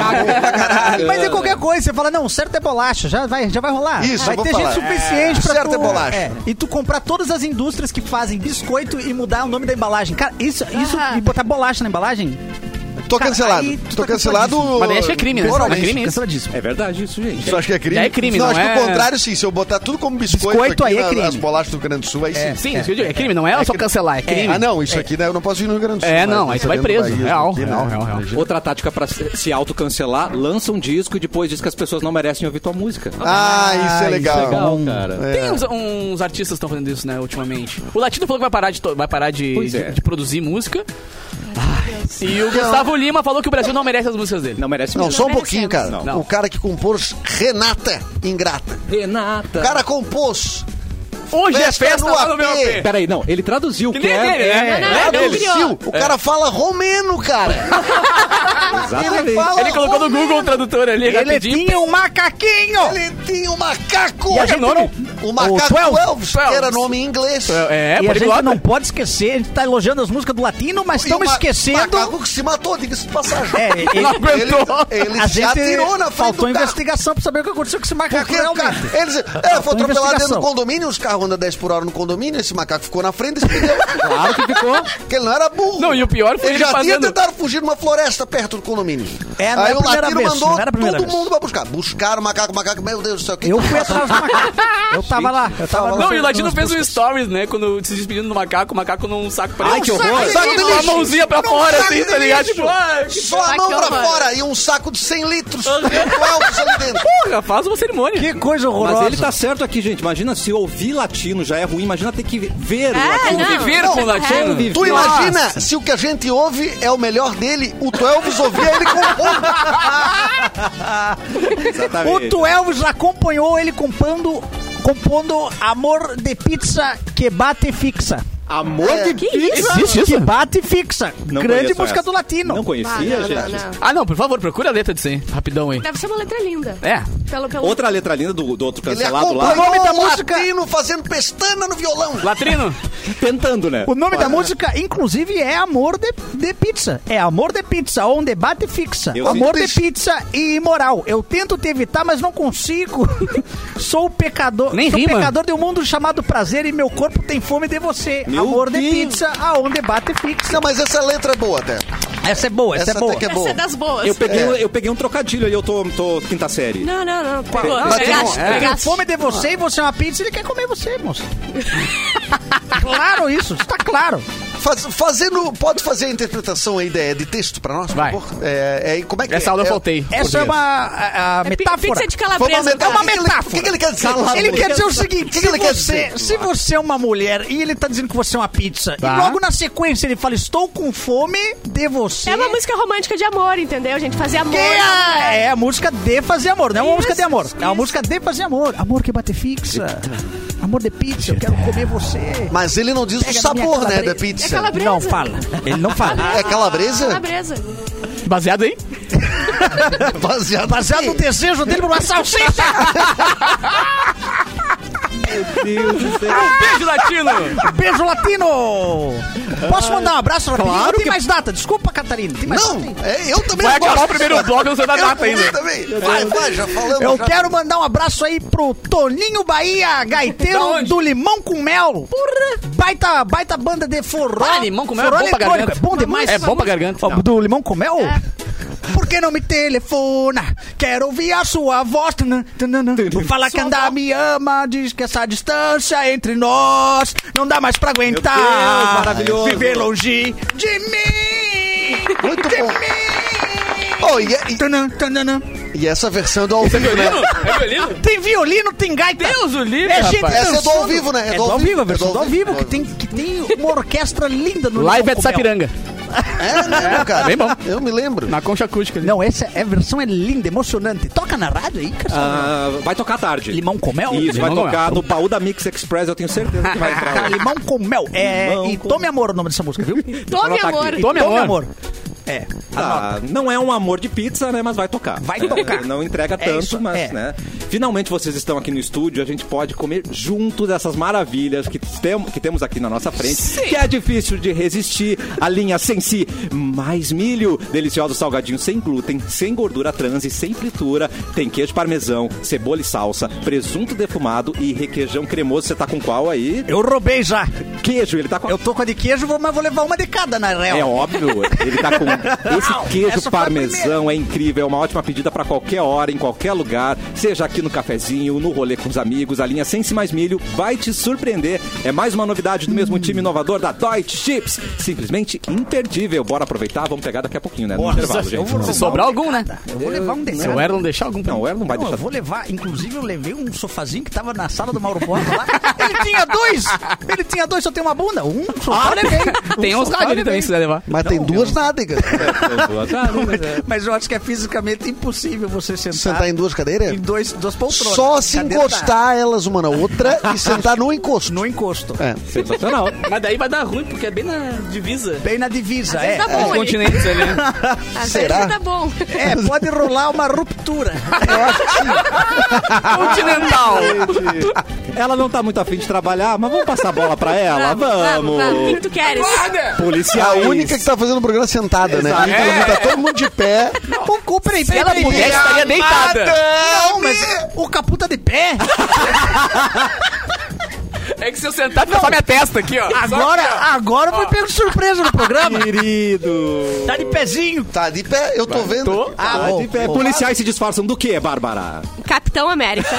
Speaker 8: (laughs) Mas é qualquer coisa, você fala, não, o certo é bolacha, já vai, já vai rolar.
Speaker 5: Isso,
Speaker 8: vai
Speaker 5: eu vou
Speaker 8: ter
Speaker 5: falar.
Speaker 8: gente suficiente
Speaker 5: É,
Speaker 8: pra
Speaker 5: certo
Speaker 8: tu,
Speaker 5: é bolacha.
Speaker 8: e tu comprar todas as indústrias que fazem biscoito e mudar o nome da embalagem. Cara, isso, isso e botar bolacha na embalagem?
Speaker 5: Tô
Speaker 8: Cara,
Speaker 5: cancelado.
Speaker 8: aí tu
Speaker 5: Tô
Speaker 8: tá
Speaker 5: cancelado.
Speaker 8: canceladíssimo.
Speaker 4: Mas daí acho que é crime, né?
Speaker 5: moralmente.
Speaker 4: É crime isso.
Speaker 8: Canceladíssimo.
Speaker 1: É verdade isso, gente.
Speaker 5: Tu acha que é crime?
Speaker 4: É crime, não
Speaker 5: acho que
Speaker 4: é-
Speaker 5: o contrário, sim. Se eu botar tudo como biscoito,
Speaker 8: Biscoito
Speaker 5: aqui
Speaker 8: aí é
Speaker 5: na-
Speaker 8: crime.
Speaker 5: as bolachas do Rio Grande do Sul, aí sim.
Speaker 4: Sim, isso que eu digo, é crime, não é, só cancelar, é crime.
Speaker 5: Ah, não, isso aqui né, eu não posso ir no Rio Grande do Sul.
Speaker 4: É,
Speaker 5: mas
Speaker 4: não, aí
Speaker 5: isso
Speaker 4: tu vai
Speaker 5: dentro
Speaker 4: preso.
Speaker 5: do país,
Speaker 4: Real,
Speaker 5: aqui, né?
Speaker 4: real, real, real.
Speaker 1: Outra tática pra se se autocancelar, lança um disco e depois diz que as pessoas não merecem ouvir tua música.
Speaker 5: Ah, isso é legal.
Speaker 1: legal,
Speaker 5: É.
Speaker 1: cara.
Speaker 4: Tem uns, uns artistas que estão fazendo isso, né, ultimamente. O Latino falou que vai parar de, to- vai parar de,
Speaker 1: Pois
Speaker 4: de-
Speaker 1: é.
Speaker 4: de produzir música. Ai, e o Gustavo Lima falou que o Brasil não merece as músicas dele.
Speaker 1: Não merece
Speaker 5: Não,
Speaker 1: mesmo.
Speaker 5: só um pouquinho, cara.
Speaker 1: Não.
Speaker 5: O cara que compôs Renata Ingrata.
Speaker 1: Renata.
Speaker 5: O cara compôs.
Speaker 4: Hoje
Speaker 5: Festa
Speaker 4: é festa
Speaker 5: no
Speaker 4: lá no meu
Speaker 5: AP.
Speaker 4: AP.
Speaker 1: Peraí, não, ele traduziu o
Speaker 4: Que
Speaker 1: que
Speaker 4: nem
Speaker 1: é.
Speaker 4: dele, né?
Speaker 1: é,
Speaker 7: Não, não, ele não criou.
Speaker 5: Traduziu. O
Speaker 4: É.
Speaker 5: cara fala
Speaker 4: (laughs)
Speaker 5: romeno, cara. Ele
Speaker 1: Exatamente.
Speaker 5: fala
Speaker 4: Ele colocou no
Speaker 5: romeno.
Speaker 4: Google o tradutor ali,
Speaker 8: Ele
Speaker 4: rapidinho.
Speaker 8: tinha um macaquinho!
Speaker 5: Ele tinha um macaco.
Speaker 8: E
Speaker 4: é
Speaker 8: a gente não-
Speaker 5: O macaco
Speaker 8: O 12,
Speaker 5: Elvis, que era nome em inglês.
Speaker 4: É,
Speaker 8: e a gente
Speaker 4: poliglota.
Speaker 8: não pode esquecer, a gente tá elogiando as músicas do latino, mas
Speaker 5: né? E o
Speaker 8: estamos
Speaker 5: ma-
Speaker 8: esquecendo.
Speaker 5: macaco que se matou, diga-se de passagem. (laughs)
Speaker 8: É, ele-
Speaker 4: Não
Speaker 5: Ele,
Speaker 4: aguentou.
Speaker 5: ele
Speaker 8: a
Speaker 5: se
Speaker 8: gente
Speaker 5: atirou na frente
Speaker 8: faltou
Speaker 5: do carro.
Speaker 8: investigação pra saber o que aconteceu com esse macaco
Speaker 5: Porque o cara,
Speaker 8: realmente.
Speaker 5: eles, é, foi atropelado dentro
Speaker 8: investigação.
Speaker 5: do condomínio, os carros andam 10 por hora no condomínio, esse macaco ficou na frente e se
Speaker 8: (laughs)
Speaker 5: perdeu. Claro que ficou. Porque ele não era
Speaker 4: (laughs)
Speaker 5: burro.
Speaker 4: Não, e o pior foi
Speaker 5: ele
Speaker 4: ele
Speaker 5: já tinha
Speaker 4: fazendo-
Speaker 5: tentado fugir numa floresta perto do condomínio.
Speaker 8: É, não
Speaker 5: Aí
Speaker 8: é a
Speaker 5: o
Speaker 8: primeira
Speaker 5: Latino
Speaker 8: vez,
Speaker 5: mandou
Speaker 8: não era a primeira
Speaker 5: todo
Speaker 8: vez.
Speaker 5: mundo pra buscar. Buscaram o macaco, o macaco, meu Deus do céu. que
Speaker 8: Eu
Speaker 5: tá
Speaker 8: fui
Speaker 5: passando?
Speaker 8: atrás do macaco. Eu tava lá. Eu tava
Speaker 5: Não,
Speaker 8: lá
Speaker 4: Não, e o
Speaker 8: nas
Speaker 4: Latino fez um
Speaker 8: buscas.
Speaker 4: stories, né? Quando se despedindo do macaco, o macaco num saco pra
Speaker 1: Ai, que horror.
Speaker 5: Saco de
Speaker 4: Com a
Speaker 5: lixo.
Speaker 4: mãozinha pra
Speaker 5: Não,
Speaker 4: fora,
Speaker 5: saco
Speaker 4: assim,
Speaker 5: de
Speaker 4: tá ligado?
Speaker 5: lixo.
Speaker 4: Tipo, ah, que
Speaker 5: Só a mão pra
Speaker 4: bacana.
Speaker 5: fora e um saco de 100 litros. altos ali
Speaker 8: Uh!
Speaker 5: dentro.
Speaker 4: Porra, faz uma cerimônia.
Speaker 8: Que coisa horrorosa.
Speaker 1: Mas ele tá certo aqui, gente. Imagina se ouvir latino já é ruim, imagina ter que ver o
Speaker 7: É,
Speaker 1: latino.
Speaker 7: não.
Speaker 4: Viver
Speaker 5: Não,
Speaker 4: com o Latino.
Speaker 1: conviver.
Speaker 5: Tu é
Speaker 1: Nossa.
Speaker 5: imagina se o que a gente ouve é o melhor dele, o tu Elvis ouvia ele com o
Speaker 8: O Tu é Elvis acompanhou ele comprando, compondo Amor de Pizza que bate e fixa.
Speaker 1: Amor
Speaker 5: É.
Speaker 1: de
Speaker 7: Que isso?
Speaker 4: Existe
Speaker 8: Que bate e fixa.
Speaker 1: Não
Speaker 8: Grande
Speaker 1: conheço
Speaker 8: música
Speaker 1: essa.
Speaker 8: do latino.
Speaker 1: Não conhecia,
Speaker 7: não,
Speaker 1: gente.
Speaker 7: não, não.
Speaker 4: Ah, não, por favor, procura a letra disso aí. Rapidão aí.
Speaker 7: Deve ser uma letra linda.
Speaker 4: É.
Speaker 7: Pelo, pelo...
Speaker 1: Outra letra linda do, do outro
Speaker 5: Ele
Speaker 1: cancelado é lá.
Speaker 5: acompanhou
Speaker 8: nome da
Speaker 5: o
Speaker 8: música-
Speaker 5: latino fazendo pestana no violão.
Speaker 4: Latrino.
Speaker 1: Tentando, né?
Speaker 8: O nome da música, inclusive, é Amor de, de Pizza. É Amor de Pizza, onde bate e fixa.
Speaker 1: Eu
Speaker 8: Amor
Speaker 5: vi.
Speaker 8: de Pizza e imoral. Eu tento te evitar, mas não consigo. (laughs) Sou o pecador.
Speaker 4: Nem
Speaker 8: sou
Speaker 4: rima.
Speaker 8: pecador de um mundo chamado prazer e meu corpo tem fome de você.
Speaker 1: Meu
Speaker 8: Amor de
Speaker 1: Deus.
Speaker 8: Pizza, aonde bate e fixa.
Speaker 5: Não, mas essa letra é boa até.
Speaker 8: Essa é boa, essa,
Speaker 5: Essa
Speaker 8: é boa.
Speaker 5: até que é
Speaker 7: Essa
Speaker 5: boa.
Speaker 7: é das boas.
Speaker 1: Eu peguei,
Speaker 8: é-
Speaker 1: eu peguei um trocadilho aí, eu tô, tô quinta série.
Speaker 7: Não, não, não. Pegou.
Speaker 4: Mas
Speaker 5: tem
Speaker 7: Pegaste,
Speaker 5: um- é.
Speaker 8: Tem
Speaker 7: pegaste.
Speaker 8: fome de você e você é uma pizza, ele quer comer você,
Speaker 5: (laughs)
Speaker 8: moça. claro isso, está claro.
Speaker 5: Faz- fazendo, pode fazer a interpretação aí de, de texto pra nós? por
Speaker 4: Vai.
Speaker 5: favor? É, é, como é que
Speaker 4: Essa
Speaker 5: é?
Speaker 4: aula eu
Speaker 5: É-
Speaker 4: faltei.
Speaker 8: Essa é uma a- a
Speaker 7: É pi-
Speaker 8: metáfora.
Speaker 7: Pizza de
Speaker 5: Foi uma
Speaker 7: calabresa.
Speaker 5: metáfora.
Speaker 7: cara.
Speaker 8: É uma
Speaker 5: O que que ele-
Speaker 8: metáfora.
Speaker 5: O que, que ele quer dizer?
Speaker 8: Ele quer dizer o seguinte:
Speaker 5: O que, que ele
Speaker 8: se,
Speaker 5: quer
Speaker 8: você,
Speaker 5: dizer?
Speaker 8: se você é uma mulher e ele tá dizendo que você é uma pizza,
Speaker 4: Tá.
Speaker 8: e logo na sequência ele fala: Estou com fome de você.
Speaker 7: É uma música romântica de amor, entendeu? A gente fazia amor.
Speaker 8: Que é, é a música de fazer amor, não é uma
Speaker 7: Isso,
Speaker 8: música de amor. É uma
Speaker 7: isso.
Speaker 8: música de fazer amor. Amor que bate fixa. Amor de pizza, eu quero comer você.
Speaker 5: Mas ele não diz o
Speaker 8: Pega
Speaker 5: sabor,
Speaker 8: minha
Speaker 5: né, da
Speaker 8: calabresa.
Speaker 7: É
Speaker 5: pizza.
Speaker 7: calabresa.
Speaker 8: Não, fala. Ele não fala.
Speaker 5: É calabresa?
Speaker 7: Calabresa.
Speaker 4: Baseado aí?
Speaker 5: (laughs) Baseado,
Speaker 8: Baseado no desejo dele por uma salsicha.
Speaker 4: Beijo, Latino.
Speaker 8: (laughs) Beijo latino! Posso mandar um abraço rapidinho? Não tem mais data. Desculpa, Catarina. Tem mais data.
Speaker 5: Não, é, eu também
Speaker 4: Vai
Speaker 5: não
Speaker 4: acabar
Speaker 5: gosto.
Speaker 4: o primeiro bloco, não sei da
Speaker 5: Eu
Speaker 4: data ainda.
Speaker 5: também. Vai, vai, já falamos.
Speaker 8: Eu
Speaker 5: já.
Speaker 8: quero mandar um abraço aí pro Toninho Bahia,
Speaker 4: (laughs) Da
Speaker 8: gaiteiro
Speaker 4: onde?
Speaker 8: do Limão com Mel. Porra! Baita, baita banda de forró.
Speaker 4: Ah, limão com mel é
Speaker 8: Forró
Speaker 4: bom pra
Speaker 8: eletrônico,
Speaker 4: garganta.
Speaker 8: É bom demais.
Speaker 4: É bom pra garganta. É.
Speaker 8: Ó, Do Limão com Mel? Por que não me telefona? Quero ouvir a sua voz. Tanã, tanã. Fala que andar me ama, diz que essa distância entre nós não dá mais pra aguentar.
Speaker 1: Deus, maravilhoso.
Speaker 8: Viver longe de mim.
Speaker 5: Muito
Speaker 8: de
Speaker 5: bom.
Speaker 8: mim.
Speaker 5: Oh, e, e-
Speaker 8: Tanã, tanã.
Speaker 5: e essa versão é do ao vivo, né?
Speaker 4: Violino? É violino?
Speaker 8: Tem violino, tem gaita.
Speaker 4: Deus, o livro,
Speaker 8: É gente
Speaker 4: rapaz.
Speaker 5: Essa é do
Speaker 8: dançando.
Speaker 5: ao vivo, né?
Speaker 8: É do ao vivo, a versão
Speaker 5: é
Speaker 8: do ao vivo, que tem, que tem uma orquestra linda no
Speaker 4: Live é
Speaker 8: Limão
Speaker 4: de
Speaker 8: com Mel.
Speaker 4: Sapiranga.
Speaker 5: É, né, cara?
Speaker 4: Bem bom.
Speaker 5: Eu me lembro.
Speaker 4: Na concha acústica ali.
Speaker 8: Não, essa é, a versão é linda, emocionante. Toca na rádio aí, cara.
Speaker 1: Ah, vai tocar tarde.
Speaker 8: Limão com mel?
Speaker 1: Isso, vai
Speaker 4: Limão com
Speaker 1: tocar no
Speaker 4: mel.
Speaker 1: baú da Mix Express, eu tenho certeza que vai
Speaker 8: (laughs)
Speaker 1: entrar.
Speaker 8: Tá, limão com mel. É,
Speaker 1: Limão
Speaker 8: e
Speaker 1: com-
Speaker 8: tome amor o nome dessa música, viu?
Speaker 7: Tome
Speaker 1: Ela tá
Speaker 7: amor.
Speaker 1: aqui.
Speaker 8: (laughs) Tome
Speaker 4: amor.
Speaker 8: amor. É.
Speaker 1: Tá, não é um amor de pizza, né? Mas vai tocar.
Speaker 8: Vai
Speaker 1: Né?
Speaker 8: tocar.
Speaker 1: Não entrega
Speaker 8: É
Speaker 1: tanto,
Speaker 8: isso,
Speaker 1: mas,
Speaker 8: é.
Speaker 1: né? Finalmente vocês estão aqui no estúdio, a gente pode comer junto dessas maravilhas que, tem, que temos aqui na nossa frente. Que é difícil de resistir. A linha sem si, mais milho. Delicioso salgadinho sem glúten, sem gordura trans e sem fritura. Tem queijo parmesão, cebola e salsa, presunto defumado e requeijão cremoso. Você tá com qual aí?
Speaker 8: Eu roubei já.
Speaker 1: Queijo, ele tá com
Speaker 8: Eu tô com a de queijo, vou- mas vou levar uma de cada, na real.
Speaker 1: é óbvio, ele tá com esse
Speaker 8: essa
Speaker 1: queijo
Speaker 8: foi a
Speaker 1: parmesão, é incrível, é uma ótima pedida pra qualquer hora, em qualquer lugar, seja aqui no cafezinho, no rolê com os amigos, a linha Sem Si Mais Milho vai te surpreender. É mais uma novidade do mesmo time inovador da Deutsche Chips, simplesmente imperdível. Bora aproveitar, vamos pegar daqui a pouquinho, né? No intervalo,
Speaker 8: eu
Speaker 1: gente.
Speaker 8: vou
Speaker 4: Se
Speaker 8: levar
Speaker 4: sobrar
Speaker 8: um
Speaker 4: algum, né?
Speaker 8: Eu vou levar um de
Speaker 4: Se o
Speaker 8: cada.
Speaker 4: Erlon deixar algum pra
Speaker 1: Não,
Speaker 4: mim.
Speaker 1: o Erlon não vai
Speaker 8: Não, eu
Speaker 1: deixar
Speaker 8: vou levar. Inclusive, eu levei um sofazinho que tava na sala do Mauro Borba lá. Ele tinha dois! Ele tinha dois, só tem uma bunda. Um sofá eu levei.
Speaker 4: Tem
Speaker 8: Um
Speaker 4: uns rádios
Speaker 8: sofá eu
Speaker 4: ali também,
Speaker 8: levei.
Speaker 4: se quiser levar.
Speaker 5: Mas tem duas nádegas.
Speaker 4: Ah, (laughs)
Speaker 8: Mas eu acho que é fisicamente impossível você sentar,
Speaker 5: Sentar em duas cadeiras?
Speaker 8: em dois, duas tá. poltronas.
Speaker 5: Só se
Speaker 8: Cadeira dá.
Speaker 5: encostar elas uma na outra e sentar no encosto.
Speaker 8: No encosto.
Speaker 5: É.
Speaker 1: Sensacional.
Speaker 4: Mas daí vai dar ruim, porque é bem na divisa.
Speaker 8: Bem na divisa, é.
Speaker 7: Tá bom,
Speaker 4: Os
Speaker 7: ali.
Speaker 4: continentes ali.
Speaker 8: (laughs)
Speaker 7: Às
Speaker 5: Será?
Speaker 7: vezes tá bom.
Speaker 8: É, pode rolar uma ruptura. (laughs)
Speaker 4: Continental.
Speaker 1: Ela não tá muito afim de trabalhar, mas vamos passar a bola pra ela,
Speaker 7: vamos. vamos. O que, que
Speaker 1: Ah, vamos.
Speaker 7: tu queres?
Speaker 1: Policial.
Speaker 5: A única que tá fazendo o programa sentada, né?
Speaker 1: É Exato.
Speaker 5: Inclusive, tá todo mundo de pé.
Speaker 8: Pô, cu, peraí,
Speaker 4: Se
Speaker 8: peraí,
Speaker 4: ela
Speaker 8: peraí.
Speaker 4: pudesse, estaria deitada.
Speaker 8: Não, mas o capu tá de pé.
Speaker 4: É que se eu sentar, fica só minha testa aqui, ó.
Speaker 8: Agora, agora eu fui pego de surpresa no programa.
Speaker 1: Querido.
Speaker 8: Tá de pezinho.
Speaker 5: Tá de pé, eu tô vendo.
Speaker 4: Tô.
Speaker 5: Ah, bom.
Speaker 1: Tá De pé. Policiais se disfarçam do que, Bárbara?
Speaker 7: Capitão (laughs) América,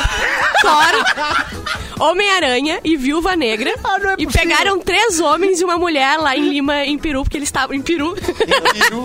Speaker 7: Thor, Homem-Aranha e Viúva Negra.
Speaker 8: Ah, não é
Speaker 7: e
Speaker 8: possível.
Speaker 7: pegaram três homens e uma mulher lá em Lima, em Peru, porque eles estavam. Em (laughs) Peru.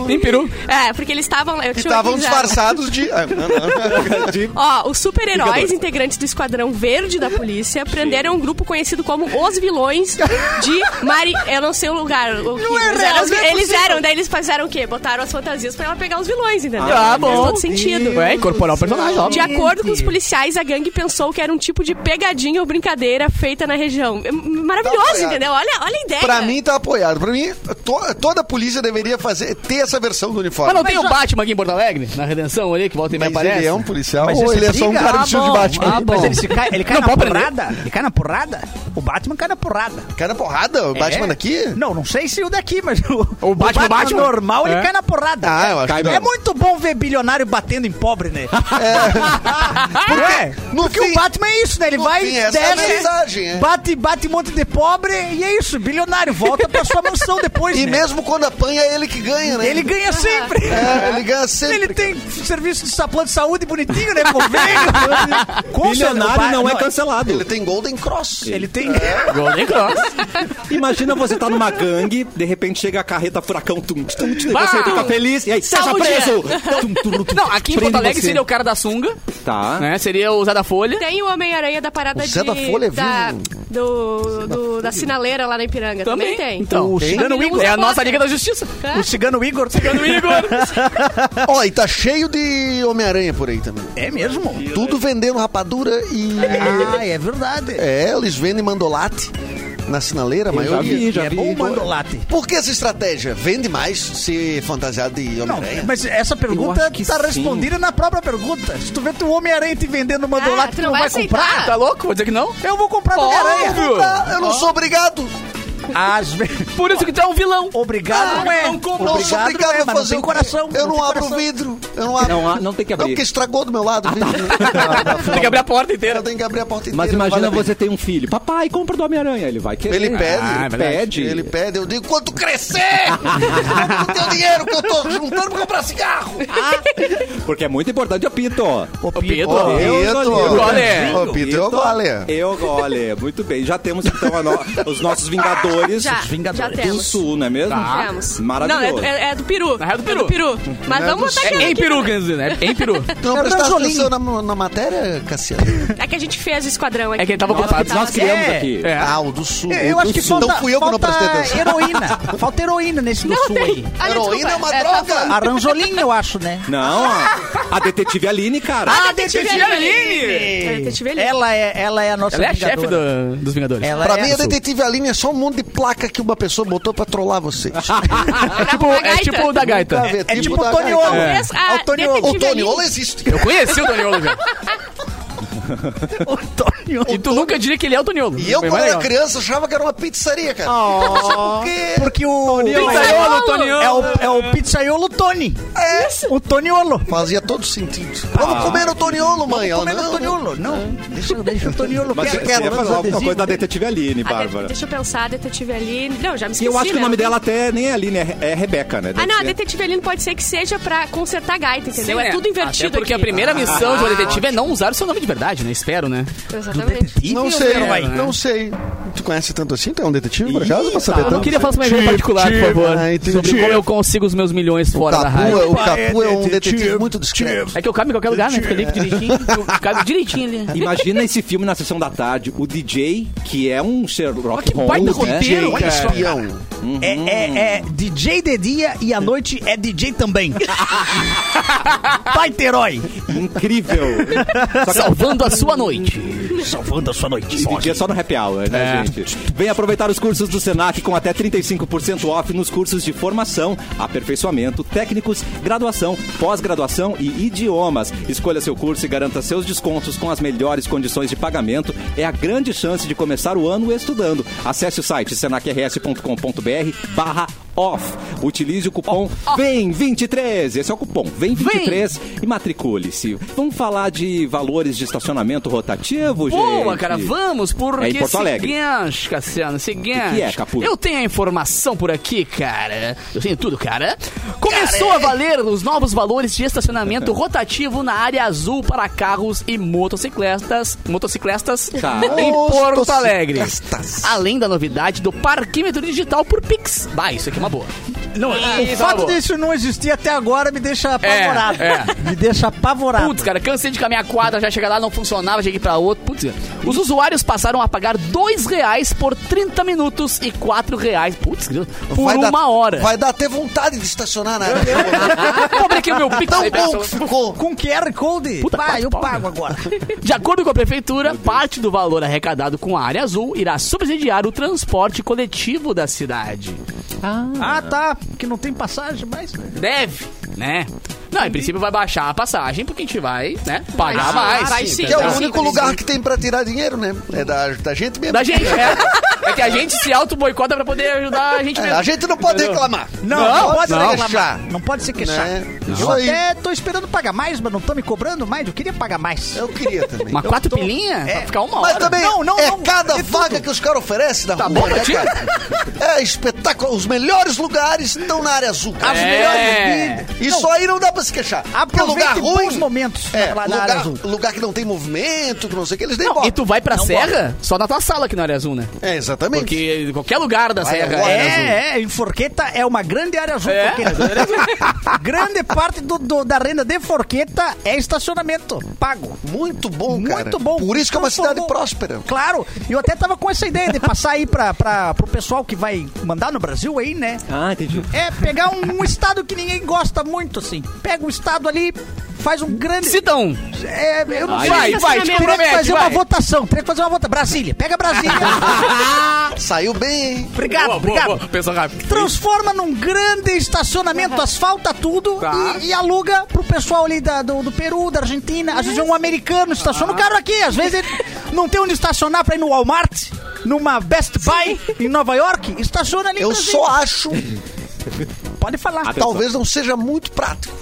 Speaker 4: Em peru.
Speaker 7: é, porque eles estavam lá. eu
Speaker 5: Que
Speaker 7: tinha
Speaker 5: estavam
Speaker 7: aqui já.
Speaker 5: disfarçados de. Ah, não, não.
Speaker 7: Ó, os super-heróis, integrantes do Esquadrão Verde da polícia, prenderam um grupo conhecido como Os Vilões de Mari... Eu não sei o lugar. o que-
Speaker 8: é
Speaker 7: eles
Speaker 8: real,
Speaker 7: eram, os
Speaker 8: não
Speaker 7: vi-
Speaker 8: é
Speaker 7: eles
Speaker 8: possível.
Speaker 7: eram, daí eles fizeram o quê? Botaram as fantasias pra ela pegar os vilões, entendeu?
Speaker 4: tá
Speaker 1: Ah,
Speaker 7: Faz
Speaker 1: bom.
Speaker 7: todo sentido.
Speaker 4: É, incorporar o personagem, ó.
Speaker 7: De acordo com os policiais, a gangue pensou que era um tipo de pegadinha ou brincadeira feita na região. É m-
Speaker 5: Tá
Speaker 7: Maravilhoso,
Speaker 5: apoiado.
Speaker 7: entendeu? Olha, olha a ideia.
Speaker 5: Pra mim tá apoiado. Pra mim, to- toda a polícia deveria fazer, ter essa versão do
Speaker 4: Mas
Speaker 5: uniforme.
Speaker 4: não tem o Batman aqui em Porto Alegre? Na Redenção ali, que volta e meia
Speaker 5: Mas ele
Speaker 4: aparece?
Speaker 5: é um policial
Speaker 8: Mas
Speaker 5: ou
Speaker 8: esse
Speaker 5: ele é só um
Speaker 8: briga?
Speaker 5: cara
Speaker 4: Ah,
Speaker 5: vestido de
Speaker 4: bom.
Speaker 5: Batman?
Speaker 4: Ah, bom.
Speaker 8: Mas ele se cai, ele cai
Speaker 4: Não
Speaker 8: na
Speaker 4: pode prender.
Speaker 8: porrada? Ele cai na porrada? O Batman cai na porrada.
Speaker 5: Cai na porrada, o Batman
Speaker 8: É?
Speaker 5: daqui?
Speaker 8: Não, não sei se o daqui, mas o,
Speaker 4: O Batman, Batman?
Speaker 8: normal,
Speaker 4: É.
Speaker 8: ele cai na porrada.
Speaker 5: Ah, eu acho
Speaker 1: Cai
Speaker 5: que
Speaker 1: mesmo.
Speaker 8: É muito bom ver bilionário batendo em pobre, né? (laughs) É. Porque,
Speaker 5: no
Speaker 8: porque
Speaker 5: fim-
Speaker 8: o Batman é isso, né? Ele
Speaker 5: no
Speaker 8: vai,
Speaker 5: fim, essa é a mensagem, é.
Speaker 8: bate, bate um monte de pobre e é isso. Bilionário, volta pra sua mansão depois,
Speaker 5: E
Speaker 8: né?
Speaker 5: mesmo quando apanha, é ele que ganha, né?
Speaker 8: Ele ganha sempre.
Speaker 5: É, ele ganha sempre.
Speaker 8: Ele tem serviço de sapão de saúde bonitinho, né? Convênio. Com
Speaker 1: Bilionário
Speaker 8: celular-
Speaker 1: não é cancelado.
Speaker 5: Ele tem Golden Cross.
Speaker 8: é, Ele tem...
Speaker 4: Golden Cross.
Speaker 1: Imagina você tá numa gangue, de repente chega a carreta furacão, tum, tum, tum,
Speaker 4: Bah!
Speaker 1: você fica feliz, e aí, seja
Speaker 7: Saúde!
Speaker 1: preso! Tum, tum, tum,
Speaker 4: Não, aqui em
Speaker 1: prende
Speaker 4: Porto Alegre
Speaker 1: você.
Speaker 4: seria o cara da sunga,
Speaker 1: Tá.
Speaker 4: né? Seria o Zé da Folha.
Speaker 7: Tem o Homem-Aranha da parada
Speaker 5: O Zé
Speaker 7: de...
Speaker 5: da Folha é
Speaker 7: da,
Speaker 5: vivo.
Speaker 7: do, do- da sinaleira lá na Ipiranga. Também,
Speaker 4: Também.
Speaker 7: tem.
Speaker 4: Então,
Speaker 8: O Cigano
Speaker 7: Ele não
Speaker 8: Igor.
Speaker 7: usa
Speaker 4: é a nossa
Speaker 7: bota.
Speaker 4: Liga da Justiça.
Speaker 7: É.
Speaker 8: O Cigano Igor.
Speaker 4: Cigano Igor.
Speaker 5: Ó, e tá cheio de Homem-Aranha por aí também.
Speaker 8: É mesmo?
Speaker 5: Tudo vendendo rapadura
Speaker 8: (laughs)
Speaker 5: e.
Speaker 8: Ah, é verdade.
Speaker 5: É, eles vendem mandolate na sinaleira, a
Speaker 1: Já
Speaker 5: maioria.
Speaker 1: vi, já
Speaker 8: é
Speaker 1: vi.
Speaker 8: bom o mandolate.
Speaker 5: Por que essa estratégia? Vende mais se fantasiado de
Speaker 8: Não,
Speaker 5: Homem-Aranha?
Speaker 8: mas essa
Speaker 1: Eu
Speaker 8: pergunta
Speaker 1: acho que
Speaker 8: tá
Speaker 1: sim.
Speaker 8: respondida na própria pergunta. Se tu vê teu Homem-Aranha te vendendo mandolate,
Speaker 7: Ah,
Speaker 8: tu não vai, comprar?
Speaker 7: aceitar?
Speaker 4: Tá louco? Vou dizer que não?
Speaker 8: Eu vou comprar do
Speaker 4: Óbvio.
Speaker 8: Homem-Aranha.
Speaker 5: Ah, eu não sou obrigado.
Speaker 8: Às vezes...
Speaker 4: Por isso que tu é um vilão.
Speaker 8: Obrigado, não é.
Speaker 4: não compro,
Speaker 5: não sou
Speaker 8: Obrigado, não
Speaker 5: obrigado
Speaker 8: é,
Speaker 5: a
Speaker 8: mas não
Speaker 5: fazer
Speaker 8: tem
Speaker 5: o quê?
Speaker 8: coração.
Speaker 5: Eu não,
Speaker 8: tem
Speaker 5: abro o
Speaker 8: coração. Ah,
Speaker 5: vidro. Eu não abro.
Speaker 1: Não, ah, não tem que
Speaker 5: Não,
Speaker 1: abrir.
Speaker 5: porque estragou do meu lado
Speaker 8: tá.
Speaker 5: o vidro. né?
Speaker 8: (laughs)
Speaker 4: Tem que abrir a porta inteira.
Speaker 5: Eu tenho que abrir a porta inteira.
Speaker 1: Mas
Speaker 5: não
Speaker 1: imagina
Speaker 5: vale a
Speaker 1: você ter um filho. Papai, compra do Homem-Aranha. Ele vai querer.
Speaker 5: Ele pede.
Speaker 1: Ah,
Speaker 5: ele
Speaker 1: pede.
Speaker 5: Ele pede. Eu digo, quanto crescer! quanto o teu dinheiro que eu tô juntando pra comprar cigarro!
Speaker 1: Porque é muito importante o Pito.
Speaker 8: Ô,
Speaker 4: Pedro.
Speaker 5: Ô,
Speaker 1: Deus
Speaker 5: Pito!
Speaker 1: do
Speaker 4: livro.
Speaker 5: Ô, Pito, é eu vale.
Speaker 1: Eu é gole. Muito bem. Já temos então a no- os nossos Vingadores
Speaker 7: Já, já
Speaker 1: do
Speaker 7: temos.
Speaker 1: Sul, não é mesmo?
Speaker 7: Temos.
Speaker 5: Ah,
Speaker 1: Maravilhoso.
Speaker 7: Não, é do- é, é do Peru.
Speaker 4: Na real, do
Speaker 7: É do Peru. Mas vamos botar aquela
Speaker 4: É, Em
Speaker 7: aqui.
Speaker 4: peru, quer dizer, né? Em peru.
Speaker 5: Tu não prestaste atenção na, na matéria, Cassiano?
Speaker 7: É que a gente fez o esquadrão aqui.
Speaker 4: É que ele tava ocupado.
Speaker 7: Tava
Speaker 1: Nós criamos
Speaker 8: É.
Speaker 1: aqui.
Speaker 4: É.
Speaker 5: Ah, o do sul.
Speaker 8: É, Eu
Speaker 5: O
Speaker 8: acho
Speaker 5: do
Speaker 8: que
Speaker 5: sul.
Speaker 8: falta,
Speaker 5: Não Então fui eu que não prestei
Speaker 8: falta
Speaker 5: atenção.
Speaker 8: heroína. Falta heroína nesse do
Speaker 7: Não
Speaker 8: sul
Speaker 7: tem.
Speaker 8: aí.
Speaker 7: Ah,
Speaker 5: Heroína
Speaker 7: desculpa.
Speaker 5: é uma
Speaker 7: tá
Speaker 5: droga.
Speaker 7: fora.
Speaker 8: Aranjolinha, eu acho, né?
Speaker 1: Não, ó. A detetive Aline, cara.
Speaker 8: Ah,
Speaker 7: Detetive É a Detetive Aline.
Speaker 8: Ela é, ela é a nossa
Speaker 4: Ela é a
Speaker 8: vingadora.
Speaker 4: chefe do- dos Vingadores.
Speaker 8: Ela
Speaker 5: Pra
Speaker 8: é
Speaker 5: mim, a
Speaker 8: azul.
Speaker 5: detetive Aline é só um monte de placa que uma pessoa botou pra trollar vocês.
Speaker 4: (laughs) é, tipo,
Speaker 7: da
Speaker 4: é
Speaker 7: gaita.
Speaker 4: tipo o da gaita.
Speaker 5: Nunca vi,
Speaker 8: É tipo
Speaker 5: da-
Speaker 8: o Tony Olo.
Speaker 7: É.
Speaker 8: É o Tony Olo.
Speaker 5: O Tony
Speaker 7: Aline.
Speaker 5: Olo existe.
Speaker 4: Eu conheci o Toniolo, velho.
Speaker 8: O Tony Olo.
Speaker 4: E tu nunca diria que ele é o Toniolo.
Speaker 5: E eu,
Speaker 4: Bem
Speaker 5: quando
Speaker 4: mais
Speaker 5: era
Speaker 4: legal.
Speaker 5: criança, achava que era uma pizzaria, cara.
Speaker 8: Oh.
Speaker 5: Porque...
Speaker 8: Porque o...
Speaker 4: Pizzaiolo, Toniolo.
Speaker 8: É o, é o pizzaiolo Tony. É. O Toniolo.
Speaker 5: Fazia todo sentido.
Speaker 4: Ah.
Speaker 5: Vamos comer o Toniolo, mãe. Ela,
Speaker 8: Comendo o
Speaker 5: não,
Speaker 8: Toniolo. Não, deixa, deixa o Toniolo.
Speaker 1: Mas
Speaker 8: quero,
Speaker 1: eu
Speaker 8: quero,
Speaker 1: queria
Speaker 8: mas
Speaker 1: fazer
Speaker 8: o
Speaker 1: alguma
Speaker 8: adesivo
Speaker 1: coisa da
Speaker 8: dele.
Speaker 1: detetive Aline,
Speaker 7: A Ah, de-
Speaker 1: Bárbara.
Speaker 7: Deixa eu pensar, a Detetive Aline. Não, já me esqueci.
Speaker 1: Eu acho que o
Speaker 7: né?
Speaker 1: nome dela até nem é Aline, é, é Rebeca, né?
Speaker 7: Ah, não,
Speaker 1: Deve
Speaker 7: a
Speaker 1: ser.
Speaker 7: Detetive Aline pode ser que seja pra consertar gaita, entendeu?
Speaker 4: Sim,
Speaker 7: é
Speaker 4: né?
Speaker 7: tudo invertido
Speaker 4: Até porque
Speaker 7: aqui.
Speaker 4: a primeira missão de uma detetive é não usar o seu nome de verdade, né? Espero, né?
Speaker 7: Exatamente.
Speaker 5: não sei, é,
Speaker 4: Zero, né?
Speaker 5: não sei. Tu conhece tanto assim? Tu é um detetive, por
Speaker 1: Ih,
Speaker 5: acaso? pra saber
Speaker 4: Eu não
Speaker 5: tanto?
Speaker 4: tá, queria falar sobre minha vida particular, por favor.
Speaker 5: Ah, entendi.
Speaker 4: sobre como eu consigo os meus milhões
Speaker 5: O
Speaker 4: fora da
Speaker 5: Capu, é,
Speaker 4: rádio.
Speaker 5: o Capu é um detetive muito discreto.
Speaker 4: É que eu caio em qualquer lugar, né? Fica ali
Speaker 1: (laughs)
Speaker 4: direitinho. Eu caio direitinho ali.
Speaker 1: Imagina esse filme na sessão da tarde, o DJ, que é um Sherlock
Speaker 4: que baita
Speaker 1: Holmes, né?
Speaker 4: roteiro.
Speaker 5: Olha
Speaker 4: cara.
Speaker 5: é um espião.
Speaker 8: É, é, é DJ de dia e à noite é DJ também. Vai ter herói.
Speaker 1: é Incrível. Só que ela
Speaker 4: Salvando a sua noite.
Speaker 8: Salvando a sua noite.
Speaker 1: Esse dia é só no happy hour, né,
Speaker 4: É.
Speaker 1: gente? Vem aproveitar os cursos do Senac com até 35% off nos cursos de formação, aperfeiçoamento, técnicos, graduação, pós-graduação e idiomas. Escolha seu curso e garanta seus descontos com as melhores condições de pagamento. É a grande chance de começar o ano estudando. Acesse o site senacrs.com.br barra off. Utilize o cupom VEM23. Esse é o cupom VEM23 e matricule-se. Vamos falar de valores de estacionamento rotativo, gente?
Speaker 4: Boa, cara, vamos, porque
Speaker 1: É em Porto Alegre.
Speaker 4: seguinte, Cassiano, seguinte.
Speaker 1: O que é, Capu?
Speaker 4: Eu tenho a informação por aqui, cara. Eu tenho tudo, cara. Começou
Speaker 1: é.
Speaker 4: a valer os novos valores de
Speaker 1: (laughs)
Speaker 4: estacionamento rotativo na área azul para carros e motocicletas, motocicletas
Speaker 1: Tá.
Speaker 4: em Porto Alegre. Ah,
Speaker 5: Motocicletas.
Speaker 4: Além da novidade do parquímetro digital por Pix. Bah, isso aqui é uma boa. Não,
Speaker 8: O
Speaker 1: Tá
Speaker 8: fato disso não existir até agora me deixa apavorado.
Speaker 4: é.
Speaker 8: Me deixa apavorado.
Speaker 4: Putz, cara, cansei de caminhar a quadra, já chegar lá, não funcionava, cheguei pra outro. Putz, os usuários passaram a pagar dois reais por 30 minutos e quatro reais, putz, grilo, por
Speaker 5: Vai
Speaker 4: uma
Speaker 5: dar-
Speaker 4: hora.
Speaker 5: Vai dar até vontade de estacionar na área.
Speaker 4: (laughs) Vou abrir aqui é o meu pix
Speaker 5: Tão
Speaker 4: aí,
Speaker 5: bom
Speaker 4: pessoal.
Speaker 5: que ficou.
Speaker 8: Com QR Code?
Speaker 4: Puta,
Speaker 8: Vai,
Speaker 4: quatro
Speaker 8: eu
Speaker 4: pau,
Speaker 8: pago
Speaker 4: né?
Speaker 5: (laughs)
Speaker 8: agora.
Speaker 4: De acordo com a prefeitura, parte do valor arrecadado com a área azul irá subsidiar o transporte coletivo da cidade.
Speaker 8: Ah, tá. Porque não tem passagem mais.
Speaker 4: Deve, né? Não, em princípio vai baixar a passagem, porque a gente vai, né, pagar
Speaker 7: sim,
Speaker 4: mais.
Speaker 7: vai sim.
Speaker 5: Que é o
Speaker 4: um
Speaker 7: Sim,
Speaker 5: único
Speaker 7: sim.
Speaker 5: lugar que tem pra tirar dinheiro, né? É da, da gente mesmo.
Speaker 4: Da gente, é. É que a gente se auto-boicota pra poder ajudar a gente
Speaker 5: É,
Speaker 4: mesmo.
Speaker 5: a gente não pode reclamar.
Speaker 8: Não,
Speaker 5: não
Speaker 8: pode
Speaker 5: não.
Speaker 8: reclamar. Não pode se queixar.
Speaker 5: Né?
Speaker 8: Eu
Speaker 5: Isso aí.
Speaker 8: até tô esperando pagar mais, mas não tô me cobrando mais. Eu queria pagar mais.
Speaker 5: Eu queria também.
Speaker 4: Uma quatro
Speaker 8: tô-
Speaker 4: pilinha?
Speaker 8: É.
Speaker 4: Pra ficar uma
Speaker 5: Mas
Speaker 4: hora. Tá
Speaker 5: também
Speaker 8: Não, não,
Speaker 5: é
Speaker 8: não.
Speaker 5: cada
Speaker 8: É tudo.
Speaker 5: vaga que os caras oferecem da rua,
Speaker 4: bom,
Speaker 5: né,
Speaker 4: tira.
Speaker 5: cara? É espetáculo. Os melhores lugares estão na área azul, cara.
Speaker 4: As
Speaker 5: É.
Speaker 4: melhores
Speaker 5: Isso aí não dá pra se queixar. Porque é um lugar
Speaker 8: Aproveite
Speaker 5: ruim...
Speaker 8: bons momentos
Speaker 5: É,
Speaker 8: lá na área
Speaker 5: lugar,
Speaker 8: azul.
Speaker 5: lugar que não tem movimento, que não sei o que, eles nem
Speaker 4: Não,
Speaker 5: botam.
Speaker 4: e tu vai pra serra só na tua sala aqui na área azul, né?
Speaker 5: É, exatamente.
Speaker 4: Porque em qualquer lugar da
Speaker 5: Vai
Speaker 4: serra
Speaker 5: agora,
Speaker 4: é.
Speaker 5: né?
Speaker 8: É, é, em Forqueta é uma grande área azul.
Speaker 4: É?
Speaker 5: (laughs)
Speaker 8: Forqueta.
Speaker 4: (laughs)
Speaker 8: grande parte do, do- da renda de Forqueta é estacionamento pago.
Speaker 5: Muito bom, cara.
Speaker 8: Muito bom.
Speaker 5: Por isso que é uma cidade
Speaker 8: Transformou-
Speaker 5: próspera.
Speaker 8: Claro, eu até tava com essa ideia de passar aí pra, pra, pro pessoal que vai mandar no Brasil aí, né?
Speaker 1: Ah, (laughs) entendi.
Speaker 8: É pegar um, um estado que ninguém gosta muito, assim. Pega um estado ali, faz um grande.
Speaker 4: Cita um.
Speaker 8: É, eu não
Speaker 4: Vai,
Speaker 8: sei.
Speaker 4: vai, vai, te
Speaker 8: Teria que
Speaker 4: promete,
Speaker 8: fazer
Speaker 4: vai.
Speaker 8: uma votação. Teria que fazer uma votação. Brasília, pega
Speaker 4: (laughs)
Speaker 8: Brasília. Ah.
Speaker 5: Saiu bem, hein?
Speaker 8: obrigado,
Speaker 4: Boa, boa,
Speaker 8: obrigado.
Speaker 4: boa. Pensa rápido.
Speaker 8: Transforma num grande estacionamento, asfalta tudo
Speaker 4: Tá.
Speaker 8: e, e aluga pro pessoal ali da- do, do Peru, da Argentina. Às vezes é um americano estaciona o carro aqui, às vezes ele não tem onde estacionar pra ir no Walmart, numa Best Buy em Nova York, estaciona ali. em
Speaker 5: Eu
Speaker 8: Brasília.
Speaker 5: só acho,
Speaker 8: Pode falar.
Speaker 5: talvez não seja muito prático.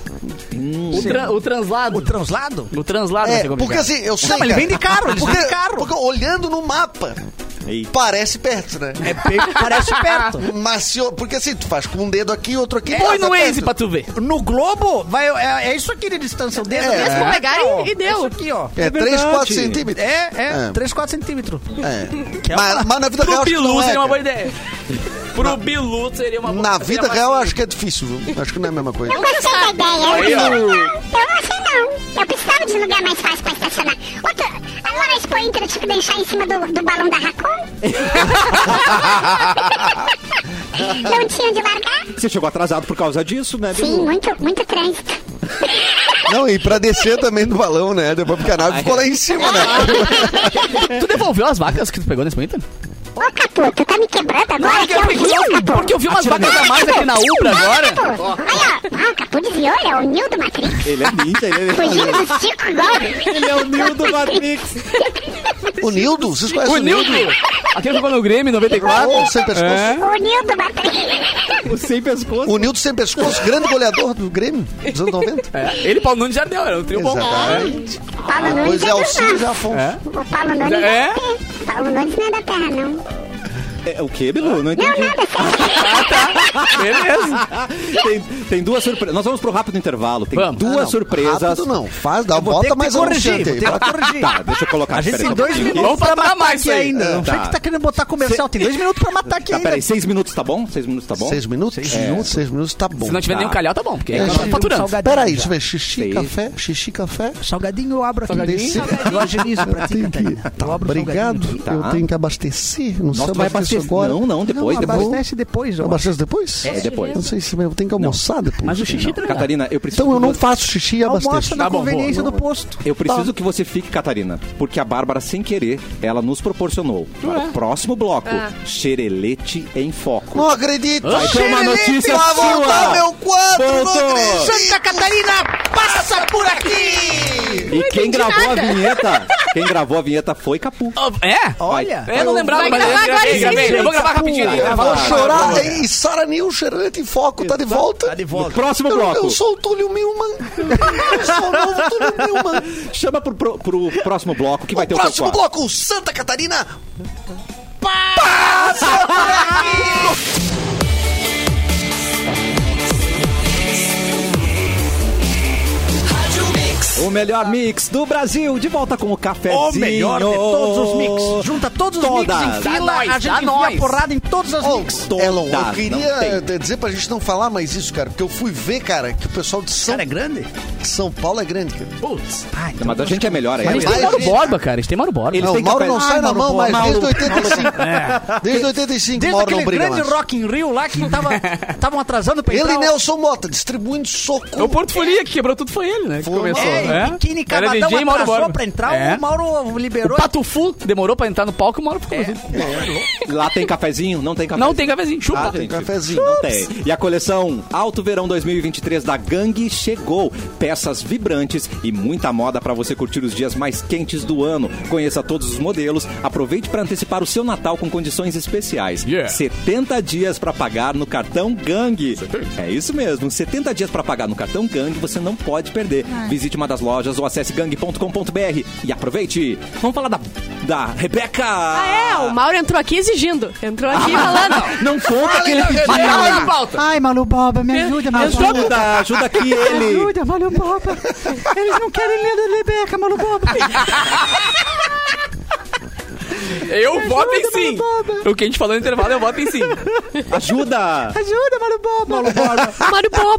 Speaker 4: O, tra- o translado.
Speaker 8: O translado?
Speaker 4: O translado vai
Speaker 5: É,
Speaker 4: ser complicado.
Speaker 5: porque assim, eu sei.
Speaker 8: mas ele
Speaker 5: cara.
Speaker 8: vem de carro, eles
Speaker 5: porque,
Speaker 8: vêm de carro.
Speaker 5: Porque olhando no mapa,
Speaker 1: Eita.
Speaker 5: parece perto, né?
Speaker 8: É bem, parece perto.
Speaker 5: Mas se eu- porque assim, tu faz com um dedo aqui, outro
Speaker 8: É,
Speaker 5: aqui.
Speaker 4: Põe
Speaker 5: tá
Speaker 4: no
Speaker 5: perto.
Speaker 4: Waze pra tu ver.
Speaker 8: No Globo, vai, é, é isso aqui de distância, o dedo
Speaker 5: É.
Speaker 8: mesmo,
Speaker 7: É. Pegar
Speaker 8: ó.
Speaker 7: e- e deu.
Speaker 8: É isso aqui, ó.
Speaker 5: É, 3,
Speaker 1: verdade.
Speaker 5: 4 centímetros.
Speaker 8: É, é,
Speaker 5: É.
Speaker 8: 3, 4 centímetros.
Speaker 5: É.
Speaker 8: Que é uma-
Speaker 5: Mas, mas na vida real.
Speaker 4: Pro
Speaker 5: acho que
Speaker 4: Bilu
Speaker 5: não é,
Speaker 4: seria uma boa
Speaker 5: cara.
Speaker 4: ideia. Pro Bilu seria uma boa
Speaker 5: Na
Speaker 4: seria
Speaker 5: vida
Speaker 4: uma-
Speaker 5: real, acho que é difícil, viu? Acho que não é a mesma coisa.
Speaker 6: Eu gostei da ideia. Eu não, eu não sei não. Eu precisava de um lugar mais fácil pra estacionar. Outra, agora a Expo Inter eu tive que deixar em cima do, do balão da Racon. não tinha onde largar.
Speaker 1: Você chegou atrasado por causa disso, né,
Speaker 6: Sim,
Speaker 1: Bilu?
Speaker 6: muito, muito trânsito.
Speaker 5: Não, e pra descer também do balão, né? Depois porque a nave ficou lá em
Speaker 8: Ah,
Speaker 5: cima, né?
Speaker 4: Tu devolveu as vacas que tu pegou nesse momento?
Speaker 6: Ô, Capu, tu tá me quebrando agora? Que é o Nil, Capu.
Speaker 4: Porque eu vi umas vacas a mais aqui na Ubra agora.
Speaker 6: Capu, olha, ó. Ah, o Capu desviou, ele é o Nil do Matrix.
Speaker 1: Ele é ninja,
Speaker 6: (laughs)
Speaker 1: ele é...
Speaker 6: Fugindo do Chico agora.
Speaker 1: Ele é o Nil do Matrix.
Speaker 5: O Nildo, vocês conhecem o Nildo?
Speaker 4: Aquele que jogou no Grêmio em
Speaker 5: Ou
Speaker 4: 94.
Speaker 5: sem pescoço.
Speaker 8: É.
Speaker 6: O Nil do Matrix.
Speaker 1: O sem pescoço.
Speaker 5: O Nildo sem pescoço, grande goleador do Grêmio dos anos 90.
Speaker 4: É, ele e Paulo Nunes já deu, era um trio bom.
Speaker 5: Exatamente.
Speaker 6: Paulo Nunes
Speaker 5: Pois é,
Speaker 6: é do
Speaker 5: Alcino e
Speaker 6: Norte.
Speaker 5: Afonso. Ah,
Speaker 4: É.
Speaker 6: O Paulo Nunes é
Speaker 4: É?
Speaker 6: da Terra. Paulo Nunes não é da Terra, não.
Speaker 1: É, o quê, Bilu? Não
Speaker 6: Não,
Speaker 1: entendi.
Speaker 6: nada, sério.
Speaker 4: É, Beleza.
Speaker 1: (laughs) tem, tem duas surpresas. Nós vamos pro rápido intervalo. Tem
Speaker 4: Vamos.
Speaker 1: duas
Speaker 5: Ah, não,
Speaker 1: surpresas.
Speaker 5: Rápido não, faz, dá,
Speaker 8: Eu vou ter
Speaker 5: bota
Speaker 8: que
Speaker 5: mais
Speaker 8: te corrigir,
Speaker 5: anunciante aí.
Speaker 8: vou ter que
Speaker 5: Bota-
Speaker 8: corrigir.
Speaker 1: Tá, deixa eu colocar.
Speaker 8: A gente
Speaker 1: pera
Speaker 8: tem
Speaker 1: aí um
Speaker 8: dois
Speaker 1: pouquinho.
Speaker 8: minutos
Speaker 4: Vamos
Speaker 8: pra
Speaker 4: pra
Speaker 8: matar
Speaker 4: mais
Speaker 8: aqui
Speaker 4: aí.
Speaker 8: ainda. Não
Speaker 1: Tá.
Speaker 8: sei que tá querendo botar comercial, tem dois minutos pra matar aqui
Speaker 1: Tá,
Speaker 8: ainda.
Speaker 1: peraí, seis minutos tá bom? Seis minutos tá bom?
Speaker 5: Seis minutos? Seis minutos, seis minutos tá bom.
Speaker 4: Se não tiver
Speaker 1: Tá.
Speaker 4: nenhum calhau, tá bom, porque
Speaker 5: É,
Speaker 4: aí tá
Speaker 5: gente,
Speaker 4: faturando.
Speaker 8: salgadinho
Speaker 5: Peraí,
Speaker 8: já.
Speaker 5: deixa eu ver. Xixi,
Speaker 1: Sei.
Speaker 5: café, xixi, café.
Speaker 8: Salgadinho eu abro aqui.
Speaker 4: Salgadinho?
Speaker 8: Desse- Eu agilizo pra ti,
Speaker 5: Tem que...
Speaker 8: Catarina.
Speaker 5: Tá,
Speaker 8: Eu abro né? o
Speaker 5: obrigado.
Speaker 8: salgadinho aqui.
Speaker 1: Tá.
Speaker 5: Eu tenho que abastecer. Não sei
Speaker 1: Nossa, tu vai abastecer.
Speaker 5: abastecer agora.
Speaker 1: Não, não, depois,
Speaker 8: Não,
Speaker 1: depois.
Speaker 8: abastece depois,
Speaker 5: Eu
Speaker 8: eu
Speaker 5: abasteço depois?
Speaker 1: É, depois.
Speaker 5: Não sei se eu tenho que almoçar depois.
Speaker 4: Mas o xixi tá ligado.
Speaker 1: Catarina, eu tá. preciso.
Speaker 5: Então eu
Speaker 1: que
Speaker 5: não
Speaker 1: você-
Speaker 5: faço xixi e
Speaker 8: Almoça
Speaker 5: abasteço.
Speaker 8: na
Speaker 4: Tá bom,
Speaker 8: conveniência
Speaker 4: vou,
Speaker 8: do posto.
Speaker 1: Eu preciso que você fique, Catarina, porque a Bárbara, sem querer, ela nos proporcionou para
Speaker 8: é.
Speaker 1: o próximo bloco: Xerelete em Foco.
Speaker 5: Tá. Não acredito!
Speaker 1: Vai ter uma
Speaker 5: Xerelete,
Speaker 1: notícia
Speaker 5: vai
Speaker 1: sua.
Speaker 5: voltar meu quadro,
Speaker 1: Voltou.
Speaker 5: não acredito.
Speaker 8: Santa Catarina, passa por aqui!
Speaker 1: E quem gravou a vinheta? Quem gravou a vinheta foi Capu.
Speaker 4: Oh, É?
Speaker 8: Olha,
Speaker 4: Eu não lembrava,
Speaker 7: Vai
Speaker 4: mas eu
Speaker 7: gravar agora
Speaker 4: gravei,
Speaker 7: esse
Speaker 4: gravei. Eu vou gravar rapidinho.
Speaker 1: Vai
Speaker 4: ali.
Speaker 1: gravar.
Speaker 5: Vou
Speaker 1: Ah,
Speaker 5: né? chorar. E Sara Nil, Xerelete em Foco, tá de volta?
Speaker 8: tá de volta.
Speaker 1: Próximo
Speaker 5: Eu,
Speaker 1: bloco.
Speaker 5: eu sou o Túlio Milman. Eu sou o novo Túlio Milman.
Speaker 1: Chama pro, pro, pro próximo bloco que vai ter
Speaker 5: o
Speaker 1: o teu
Speaker 5: próximo
Speaker 1: quadro.
Speaker 5: bloco, Santa Catarina.
Speaker 1: O melhor mix do Brasil, de volta com o cafezinho.
Speaker 8: O melhor de todos os mix. Junta todos os mix em
Speaker 1: Todas.
Speaker 8: fila,
Speaker 4: Dá nós,
Speaker 8: a
Speaker 4: dá
Speaker 8: gente
Speaker 4: nós.
Speaker 8: enfia porrada em todas as
Speaker 5: Ô,
Speaker 8: mix.
Speaker 5: Oh, Elon,
Speaker 1: Dá,
Speaker 5: eu
Speaker 1: não
Speaker 5: queria
Speaker 1: tem.
Speaker 5: eh, dizer pra gente não falar mais isso, cara, porque eu fui ver, cara, que o pessoal de São,
Speaker 8: Cara, é grande?
Speaker 5: São Paulo é grande, cara.
Speaker 4: Putz.
Speaker 8: Ai, então
Speaker 1: Mas a gente é melhor aí.
Speaker 4: A gente
Speaker 5: Vai,
Speaker 4: tem Mauro
Speaker 5: gente.
Speaker 4: Borba, cara. A gente tem Mauro Borba.
Speaker 1: Eles
Speaker 5: Não,
Speaker 1: têm
Speaker 5: o Mauro
Speaker 1: café-
Speaker 5: não sai
Speaker 1: Ai,
Speaker 5: na
Speaker 1: Mauro,
Speaker 5: mão, mas
Speaker 1: Mauro.
Speaker 5: desde 85. Desde 85,
Speaker 8: Desde
Speaker 5: Mauro
Speaker 8: aquele
Speaker 5: não briga
Speaker 8: grande
Speaker 5: mais.
Speaker 8: Rock in Rio lá que tava, estavam atrasando pra
Speaker 5: Ele
Speaker 1: então.
Speaker 8: entrar.
Speaker 5: e Nelson Mota, distribuindo
Speaker 4: É o
Speaker 5: soco.
Speaker 4: portfolio que quebrou tudo foi ele, né? Que
Speaker 5: Foi,
Speaker 4: começou.
Speaker 5: mano.
Speaker 8: É, e Biquíni
Speaker 4: Era
Speaker 8: Cavadão
Speaker 4: DJ e Mauro
Speaker 8: atrasou
Speaker 4: Borba.
Speaker 8: pra entrar,
Speaker 4: É.
Speaker 8: o Mauro
Speaker 4: O
Speaker 8: liberou.
Speaker 4: Patufu demorou pra entrar no palco e o Mauro ficou. assim,
Speaker 1: Lá tem cafezinho? Não tem cafezinho.
Speaker 4: Não tem cafezinho,
Speaker 1: Ah,
Speaker 4: chupa.
Speaker 1: gente,
Speaker 5: cafezinho.
Speaker 1: Não tem. E a coleção Alto Verão 2023 da Gangue chegou. Peças vibrantes e muita moda para você curtir os dias mais quentes do ano. Conheça todos os modelos. Aproveite para antecipar o seu Natal com condições especiais.
Speaker 4: Yeah.
Speaker 1: 70 dias para pagar no cartão Gangue. É isso mesmo. 70 dias para pagar no cartão Gangue, você não pode perder. Visite uma das lojas ou acesse gangue.com.br e aproveite. Vamos falar da, da Rebeca.
Speaker 7: Ah, é, o Mauro entrou aqui exigindo. Entrou
Speaker 1: (laughs)
Speaker 7: aqui falando.
Speaker 1: Não conta que ele pediu.
Speaker 4: Matheus de pauta.
Speaker 8: Ai, Malu Boba, me ajuda, Malu Boba.
Speaker 1: Ajuda, ajuda aqui ele.
Speaker 8: Ajuda, Malu Boba. Eles não querem ler da Rebeca, Malu Boba.
Speaker 4: Eu voto em sim. O que a gente falou no intervalo, eu voto em sim.
Speaker 1: Ajuda.
Speaker 8: Ajuda, Malu Boba. Malu
Speaker 7: Mário Boba.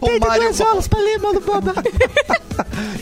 Speaker 5: O Mário Boba.
Speaker 8: horas pra ler, Malu Boba.
Speaker 5: (laughs)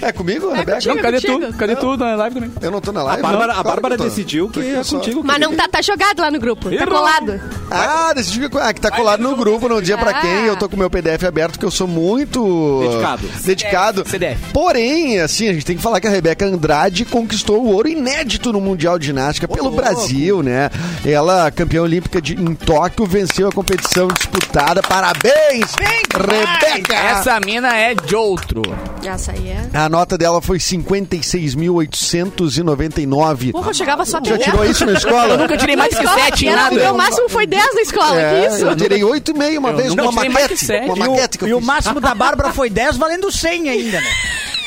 Speaker 5: É comigo, Rebeca?
Speaker 4: Não, cadê tu?
Speaker 7: contigo.
Speaker 4: Cadê tu na live também?
Speaker 5: Eu não tô na live.
Speaker 1: A Bárbara,
Speaker 5: não.
Speaker 1: a Bárbara
Speaker 5: Claro que eu tô.
Speaker 1: decidiu que é
Speaker 5: só.
Speaker 1: contigo.
Speaker 7: Mas não tá, tá jogado lá no grupo. Tá
Speaker 4: Errou.
Speaker 7: colado.
Speaker 5: Ah, decidi que, ah, que tá colado no grupo, não dia pra
Speaker 7: Ah.
Speaker 5: quem. Eu tô com o meu PDF aberto, que eu sou muito... uh,
Speaker 1: Dedicado.
Speaker 5: Dedicado.
Speaker 4: CDF.
Speaker 5: Porém, assim, a gente tem que falar que a Rebeca Andrade conquistou o ouro inédito no Mundial de Ginástica pelo Brasil, né? Ela, campeã olímpica de, em Tóquio, venceu a competição disputada. Parabéns, Rebeca!
Speaker 4: Essa mina é de outro.
Speaker 7: Essa aí é.
Speaker 5: A nota dela foi 56.899.
Speaker 7: Porra, eu chegava só até
Speaker 5: Já tirou isso na
Speaker 4: Eu
Speaker 7: (laughs)
Speaker 5: escola?
Speaker 4: nunca tirei mais que sete em
Speaker 7: O meu
Speaker 4: nada.
Speaker 7: máximo foi 10 na escola,
Speaker 5: É,
Speaker 7: que isso?
Speaker 5: Eu tirei 8,5 uma
Speaker 4: Eu
Speaker 5: vez,
Speaker 4: nunca
Speaker 5: uma
Speaker 4: tirei mais que
Speaker 5: maquete.
Speaker 4: sete.
Speaker 5: Uma
Speaker 8: E o-
Speaker 5: maquete que
Speaker 8: e
Speaker 5: eu
Speaker 8: o
Speaker 5: fiz.
Speaker 8: máximo da Bárbara foi 10, valendo 100 ainda, né?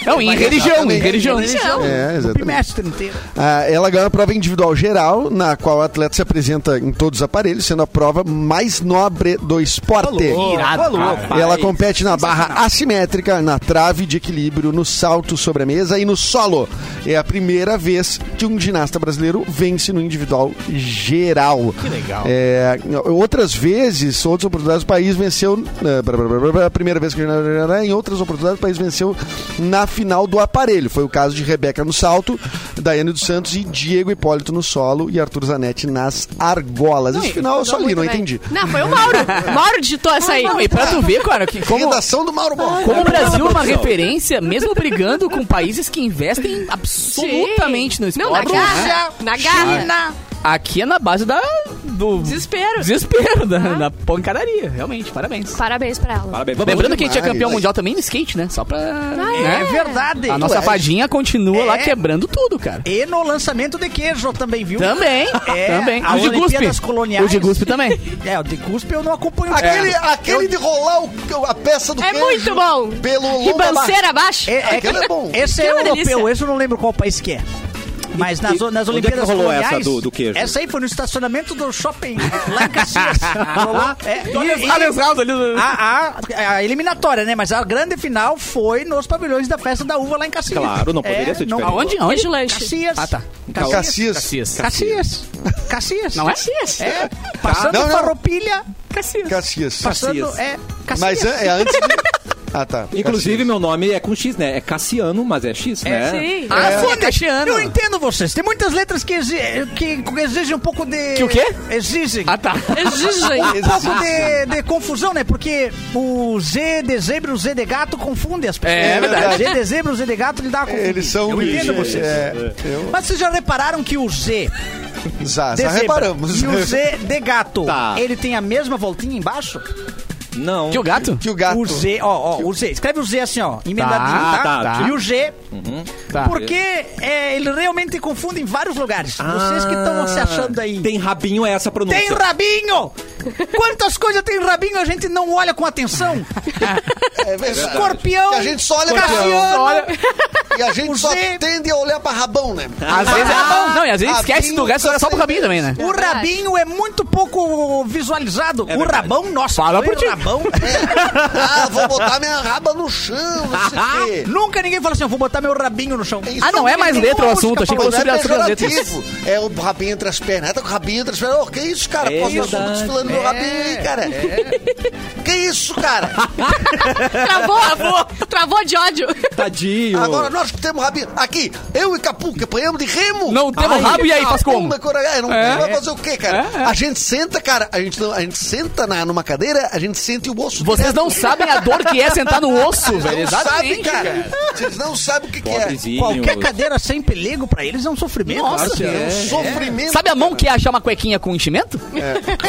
Speaker 4: Não, em religião, em
Speaker 5: Exatamente.
Speaker 4: religião.
Speaker 7: Religião.
Speaker 5: É,
Speaker 8: O
Speaker 5: exatamente.
Speaker 8: trimestre inteiro.
Speaker 5: Ah, ela ganha a prova individual geral, na qual o atleta se apresenta em todos os aparelhos, sendo a prova mais nobre do esporte.
Speaker 4: Irado.
Speaker 5: E Ela compete na barra assimétrica, na trave de equilíbrio, no salto sobre a mesa e no solo. É a primeira vez que um ginasta brasileiro vence no individual geral. Que legal. outras vezes, outras oportunidades, o país venceu. eh, brá, brá, brá, brá, brá, A primeira vez que. Em outras oportunidades, o país venceu na final do aparelho. Foi o caso de Rebeca no salto, Daiane dos Santos e Diego Hipólito no solo e Arthur Zanetti nas argolas. Esse final eu só li, não entendi.
Speaker 7: Não, foi o
Speaker 4: (laughs)
Speaker 7: Mauro. Mauro digitou essa aí.
Speaker 4: Ah, Não, e pra tu ver, cara, que como,
Speaker 5: Redação do Mauro Borba.
Speaker 4: como o Brasil é uma referência, mesmo brigando com países que investem absolutamente no
Speaker 7: Não, na
Speaker 4: esporte, né?
Speaker 7: garra. Na garra.
Speaker 4: aqui é na base da, do
Speaker 7: Desespero.
Speaker 4: desespero, da,
Speaker 8: Ah.
Speaker 4: da pancadaria. Realmente, parabéns.
Speaker 7: Parabéns pra ela.
Speaker 1: Parabéns. Vamos
Speaker 4: Lembrando que a gente é campeão
Speaker 5: demais.
Speaker 4: mundial também no skate, né? Só pra. né?
Speaker 8: É verdade.
Speaker 4: A nossa fadinha continua lá
Speaker 8: É.
Speaker 4: quebrando tudo, cara.
Speaker 8: E no lançamento de queijo também, viu?
Speaker 4: Também,
Speaker 8: É,
Speaker 4: também.
Speaker 8: a
Speaker 4: O de
Speaker 8: Olimpíadas
Speaker 4: Guspe.
Speaker 8: coloniais.
Speaker 4: O de Guspe
Speaker 8: (laughs)
Speaker 4: também.
Speaker 8: É, o de cuspe eu não acompanho. É,
Speaker 5: Aquele,
Speaker 1: É.
Speaker 5: aquele de rolar o- a peça do
Speaker 7: É
Speaker 5: queijo
Speaker 7: muito bom.
Speaker 5: Pelo lombo
Speaker 7: Ribanceira abaixo.
Speaker 8: É, é,
Speaker 5: Aquele é bom.
Speaker 8: Esse é
Speaker 7: Aquele é uma
Speaker 8: europeu,
Speaker 7: delícia.
Speaker 8: esse eu não lembro qual país que é. Mas nas,
Speaker 1: e-
Speaker 8: nas
Speaker 1: onde é que
Speaker 8: Olimpíadas
Speaker 1: rolou essa
Speaker 8: Coloniais,
Speaker 1: do- do queijo?
Speaker 8: Essa aí foi no estacionamento do shopping lá em
Speaker 1: (laughs)
Speaker 8: Caxias.
Speaker 1: Ah,
Speaker 8: Rolou, é, e- e- a, a- a eliminatória, né? Mas a grande final foi nos pavilhões da festa da uva lá em Caxias.
Speaker 1: Claro, não poderia ser
Speaker 8: não-
Speaker 1: diferente.
Speaker 4: Aonde?
Speaker 7: Queijo
Speaker 4: Aonde?
Speaker 7: lanche.
Speaker 8: Caxias.
Speaker 4: Ah, tá.
Speaker 5: Cacias.
Speaker 4: Cacias.
Speaker 8: Caxias. Caxias.
Speaker 4: Não é?
Speaker 8: É, passando
Speaker 5: Não, não.
Speaker 8: farroupilha,
Speaker 7: Cacias.
Speaker 5: Cacias.
Speaker 8: passando...
Speaker 1: Caxias.
Speaker 8: É, Caxias.
Speaker 5: Mas é, é antes de... Ah, tá.
Speaker 1: Inclusive,
Speaker 5: Cacias.
Speaker 1: meu nome é com X, né? É Cassiano, mas é X, né?
Speaker 7: Sim.
Speaker 4: Ah,
Speaker 8: É.
Speaker 4: sim, é Caxiano.
Speaker 8: Eu entendo vocês. Tem muitas letras que, exi que exigem um pouco de.
Speaker 4: Que o quê?
Speaker 8: Exigem.
Speaker 4: Ah, tá.
Speaker 7: É Exigem.
Speaker 8: Um pouco de, de confusão, né? Porque o Z de zebra e o Z de gato confunde as pessoas.
Speaker 4: É
Speaker 5: verdade.
Speaker 8: Z de zebra e o Z de gato lhe dá uma confusão.
Speaker 5: Eles são...
Speaker 8: Eu entendo vocês.
Speaker 5: É, eu...
Speaker 8: Mas vocês já repararam que o Z
Speaker 5: Já,
Speaker 9: Ah,
Speaker 8: de
Speaker 5: já
Speaker 8: zebra
Speaker 5: reparamos.
Speaker 8: e o Z de gato,
Speaker 1: Tá.
Speaker 8: ele tem a mesma voltinha embaixo?
Speaker 1: Não.
Speaker 4: Que o gato?
Speaker 5: Que o gato...
Speaker 8: O Z, ó, ó, o Z. Escreve o Z assim, ó, emendadinho,
Speaker 4: Tá,
Speaker 8: tá?
Speaker 4: tá, tá.
Speaker 8: E o G,
Speaker 4: Tá.
Speaker 8: porque é, ele realmente confunde em vários lugares. Vocês que estão se achando aí.
Speaker 1: Tem rabinho é essa pronúncia.
Speaker 8: Tem rabinho! Quantas coisas tem rabinho a gente não olha com atenção?
Speaker 5: É verdade.
Speaker 8: Escorpião!
Speaker 5: Que a gente só olha pra-
Speaker 8: Cassiano!
Speaker 5: E a gente
Speaker 8: O
Speaker 5: só
Speaker 8: Z-
Speaker 5: tende a olhar pra rabão, né?
Speaker 4: Às vezes é. Não, e às vezes
Speaker 5: Rabinho,
Speaker 4: esquece do resto, era só pro rabinho também, né?
Speaker 8: O
Speaker 7: verdade.
Speaker 8: rabinho é muito pouco visualizado. o
Speaker 1: verdade.
Speaker 8: rabão, nossa,
Speaker 4: Fala
Speaker 8: foi
Speaker 4: por ti.
Speaker 8: rabão.
Speaker 5: É. Ah, vou botar minha raba no chão, não
Speaker 1: Ah.
Speaker 5: sei o quê.
Speaker 8: Nunca ninguém fala assim, eu vou botar meu rabinho no chão.
Speaker 5: Isso
Speaker 4: Ah, não é mais letra o
Speaker 8: Música,
Speaker 4: assunto, achei que
Speaker 5: Não
Speaker 4: fosse sobre
Speaker 5: é
Speaker 4: as outras letras.
Speaker 5: pejorativo. É o rabinho entre as pernas. Tá com o rabinho entre as pernas. Ô, que isso, cara?
Speaker 1: É
Speaker 5: Pô, eu
Speaker 1: verdade. É.
Speaker 5: tô desfilando meu rabinho aí, cara. Que isso, cara?
Speaker 7: Travou. Travou. de ódio.
Speaker 1: Tadinho.
Speaker 5: Agora nós que temos rabinho. Aqui, eu e Capu, que apanhamos de remo.
Speaker 4: Não temos
Speaker 5: Ai,
Speaker 4: rabo, e aí, faz
Speaker 5: Capu,
Speaker 4: como?
Speaker 5: da Cora- É, não
Speaker 4: É.
Speaker 5: vai fazer o quê, cara?
Speaker 4: É, é.
Speaker 5: A gente senta, cara, a gente, não- a gente senta na, numa cadeira, a gente sente o osso.
Speaker 4: Vocês
Speaker 5: direto.
Speaker 4: não sabem a dor que é sentar (laughs) no osso,
Speaker 5: Vocês
Speaker 4: velho.
Speaker 5: não sabem,
Speaker 4: Exatamente,
Speaker 5: cara. Vocês não sabem o que, que é.
Speaker 1: Pobrezinho.
Speaker 8: Ah, Qualquer cadeira sem pelego pra eles é um sofrimento. um
Speaker 4: Nossa,
Speaker 1: Claro que é.
Speaker 5: Sofrimento.
Speaker 4: Sabe a mão que é achar uma cuequinha com enchimento?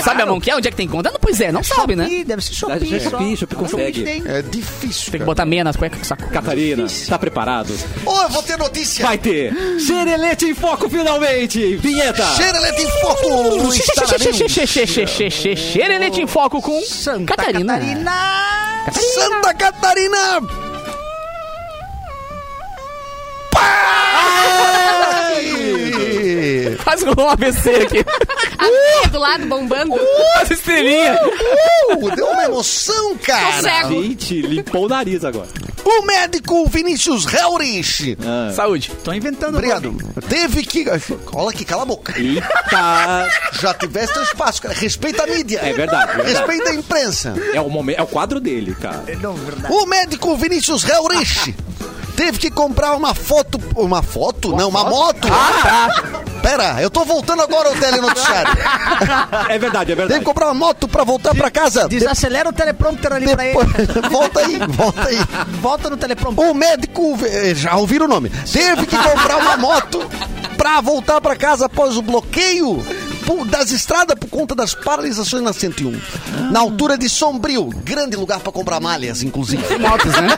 Speaker 4: Sabe a mão que é? Onde é que tem conta? Não, pois é, não sabe, né?
Speaker 8: Shopee, Deve ser Shopee.
Speaker 1: Deve ser
Speaker 8: só. um
Speaker 1: Shopee, Shopee consegue.
Speaker 8: tem.
Speaker 5: É difícil.
Speaker 4: Tem que
Speaker 5: cara.
Speaker 4: botar meia nas cuecas, que saco.
Speaker 1: Catarina, tá preparado?
Speaker 5: Ô, eu vou ter notícia.
Speaker 1: Vai ter. Xerelete em foco finalmente. Vinheta.
Speaker 5: Xerelete em foco. Luiz
Speaker 4: tá
Speaker 5: Taramim.
Speaker 4: Xerelete em foco com
Speaker 8: Santa
Speaker 4: Catarina.
Speaker 8: Catarina.
Speaker 5: Santa Catarina. Pai!
Speaker 4: Quase rolou um ABC (laughs) aqui. Uh!
Speaker 7: A do lado bombando.
Speaker 4: As estrelinhas.
Speaker 5: Uh, deu uma emoção,
Speaker 7: Tô
Speaker 5: cara.
Speaker 7: É cego.
Speaker 1: Gente, limpou o nariz agora.
Speaker 5: O médico Vinícius Helrich.
Speaker 4: Saúde.
Speaker 8: Tô inventando.
Speaker 5: Ah. Obrigado. Teve que. Cola aqui, cala a boca.
Speaker 1: Eita.
Speaker 5: Já tivesse teu espaço, cara. Respeita a mídia.
Speaker 1: É verdade, é verdade.
Speaker 5: Respeita a imprensa.
Speaker 1: É o momento, é o quadro dele, cara.
Speaker 8: Não, verdade.
Speaker 5: O médico Vinícius Helrich teve que comprar uma foto. Uma foto? Ah, tá. não, uma moto. Pera, eu tô voltando agora ao telenoticiário.
Speaker 1: É verdade, é
Speaker 5: Teve que
Speaker 1: verdade.
Speaker 5: comprar uma moto pra voltar pra casa.
Speaker 8: Desacelera o teleprompter ali pra ele.
Speaker 5: Depois- volta aí, volta aí.
Speaker 8: Volta no teleprompter.
Speaker 5: O médico. eh, Já ouviram o nome? Teve que comprar uma moto pra voltar pra casa após o bloqueio por- das estradas por conta das paralisações na 101. Na altura de Sombrio. Grande lugar pra comprar malhas, inclusive.
Speaker 4: Motos, né?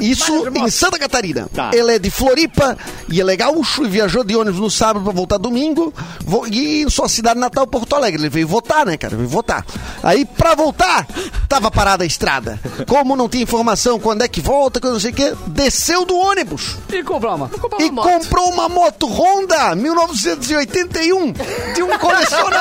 Speaker 5: Isso em Santa Catarina.
Speaker 1: Tá.
Speaker 5: Ele é de Floripa e é gaúcho e viajou de ônibus no sábado pra voltar domingo. Vo- E em sua cidade natal, Porto Alegre. Ele veio votar, né, cara? Veio votar. Aí, pra voltar, tava parada a estrada. Como não tinha informação quando é que volta, quando não sei o quê, desceu do ônibus
Speaker 4: E comprou uma. Comprou
Speaker 5: e
Speaker 4: uma moto.
Speaker 5: comprou uma moto Honda 1981 de um colecionador.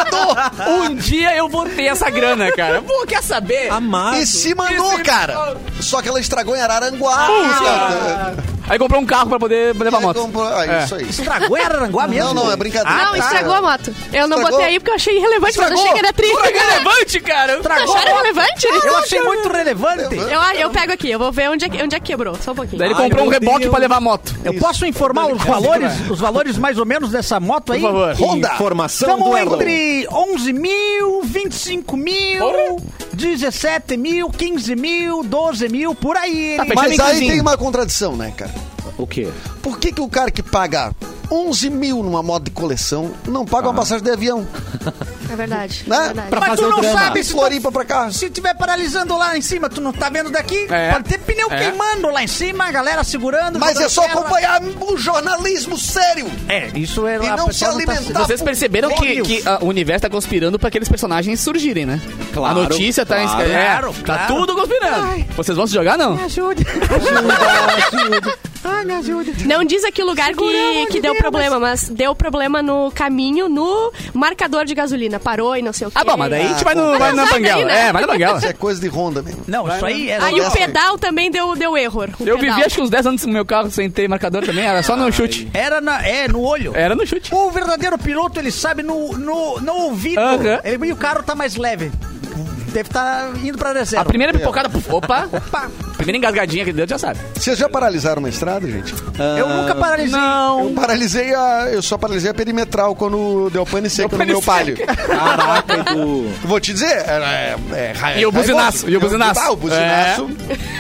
Speaker 4: Um dia eu vou ter essa grana, cara. Pô, quer saber?
Speaker 1: Amado.
Speaker 5: E se mandou, cara. Só que ela estragou em Araranguá.
Speaker 4: Puta. Aí comprou um carro pra poder levar a moto.
Speaker 5: Comprou- Ah, isso aí.
Speaker 8: Estragou em Araranguá mesmo?
Speaker 5: Não, não, é brincadeira.
Speaker 4: Ah, tá.
Speaker 7: não, estragou a moto. Eu não
Speaker 5: Estragou.
Speaker 7: botei aí porque eu achei irrelevante, mas eu achei que era triste.
Speaker 4: é Relevante, cara.
Speaker 7: Vocês
Speaker 8: Estragou.
Speaker 7: acharam relevante?
Speaker 8: Eu achei É muito relevante.
Speaker 7: Eu, eu pego aqui, eu vou ver onde é, que- onde é que quebrou. Só um pouquinho.
Speaker 4: Daí ele comprou um reboque pra levar a moto.
Speaker 8: Eu posso informar os valores, os valores mais ou menos dessa moto aí?
Speaker 4: Por favor.
Speaker 5: Honda.
Speaker 1: Informação do
Speaker 8: Estamos
Speaker 1: Erlon.
Speaker 8: entre 11 mil, 25 mil, 17 mil, 15 mil, 12 mil, por aí.
Speaker 4: Tá,
Speaker 5: Mas
Speaker 4: Fechando em
Speaker 5: aí
Speaker 4: cozinha.
Speaker 5: tem uma contradição, né, cara?
Speaker 1: O quê?
Speaker 5: Por que, que o cara que paga 11 mil numa moto de coleção não paga uma passagem de avião?
Speaker 7: É verdade.
Speaker 5: Né?
Speaker 7: É verdade.
Speaker 1: Pra
Speaker 8: Mas
Speaker 1: fazer
Speaker 8: tu
Speaker 1: o
Speaker 8: não
Speaker 1: drama.
Speaker 8: sabe
Speaker 5: De
Speaker 8: se,
Speaker 5: Floripa pra cá.
Speaker 8: se tiver paralisando lá em cima, tu não tá vendo daqui?
Speaker 4: É.
Speaker 8: Pode ter pneu
Speaker 4: É.
Speaker 8: queimando lá em cima, a galera segurando.
Speaker 5: Mas
Speaker 8: jogando
Speaker 5: é só
Speaker 8: terra.
Speaker 5: acompanhar o jornalismo sério.
Speaker 8: É, isso é
Speaker 5: E
Speaker 8: lá,
Speaker 5: não
Speaker 8: pessoal
Speaker 5: se
Speaker 8: tá-
Speaker 5: alimentar.
Speaker 4: Vocês perceberam que,
Speaker 8: Óbvio.
Speaker 4: que, ah, o universo tá conspirando pra aqueles personagens surgirem, né?
Speaker 1: Claro,
Speaker 4: A notícia tá...
Speaker 1: claro.
Speaker 4: é,
Speaker 8: Claro,
Speaker 4: tá
Speaker 8: claro.
Speaker 4: tudo conspirando. Vocês vão se jogar, não?
Speaker 7: Não diz aqui o lugar que, que deu problema, mas deu problema no caminho, no marcador de gasolina. Parou e não sei o quê.
Speaker 4: Ah, bom, mas daí a gente vai, no,
Speaker 5: Ah,
Speaker 4: vai na
Speaker 7: vai
Speaker 4: banguela.
Speaker 7: daí, né?
Speaker 4: É, vai na banguela.
Speaker 5: Isso é coisa de Honda mesmo.
Speaker 8: Não, isso aí é...
Speaker 7: Aí Ah, o pedal também deu, deu erro. o
Speaker 4: Eu
Speaker 7: pedal.
Speaker 4: vivi acho que uns 10 anos no meu carro sem ter marcador também, era só no chute.
Speaker 8: Era na, é, no olho.
Speaker 4: Era no chute.
Speaker 8: O verdadeiro piloto, ele sabe no, no, no ouvido.
Speaker 4: Aham.
Speaker 8: Ele, e o carro tá mais leve. Deve estar tá indo pra
Speaker 4: A
Speaker 8: reserva.
Speaker 4: primeira pipocada, puf, opa, opa. Primeira engasgadinha que deu, já sabe.
Speaker 5: Vocês já paralisaram uma estrada, gente?
Speaker 8: Eu nunca paralisei.
Speaker 4: Não.
Speaker 5: Eu paralisei a. Eu só paralisei a perimetral quando deu pane seca no
Speaker 4: pane
Speaker 5: meu palio.
Speaker 1: Caraca, Edu.
Speaker 5: Vou te dizer, é, é, é,
Speaker 4: E o buzinaço, e o
Speaker 5: Eu-
Speaker 4: buzinaço. É.
Speaker 5: Ah, o buzinaço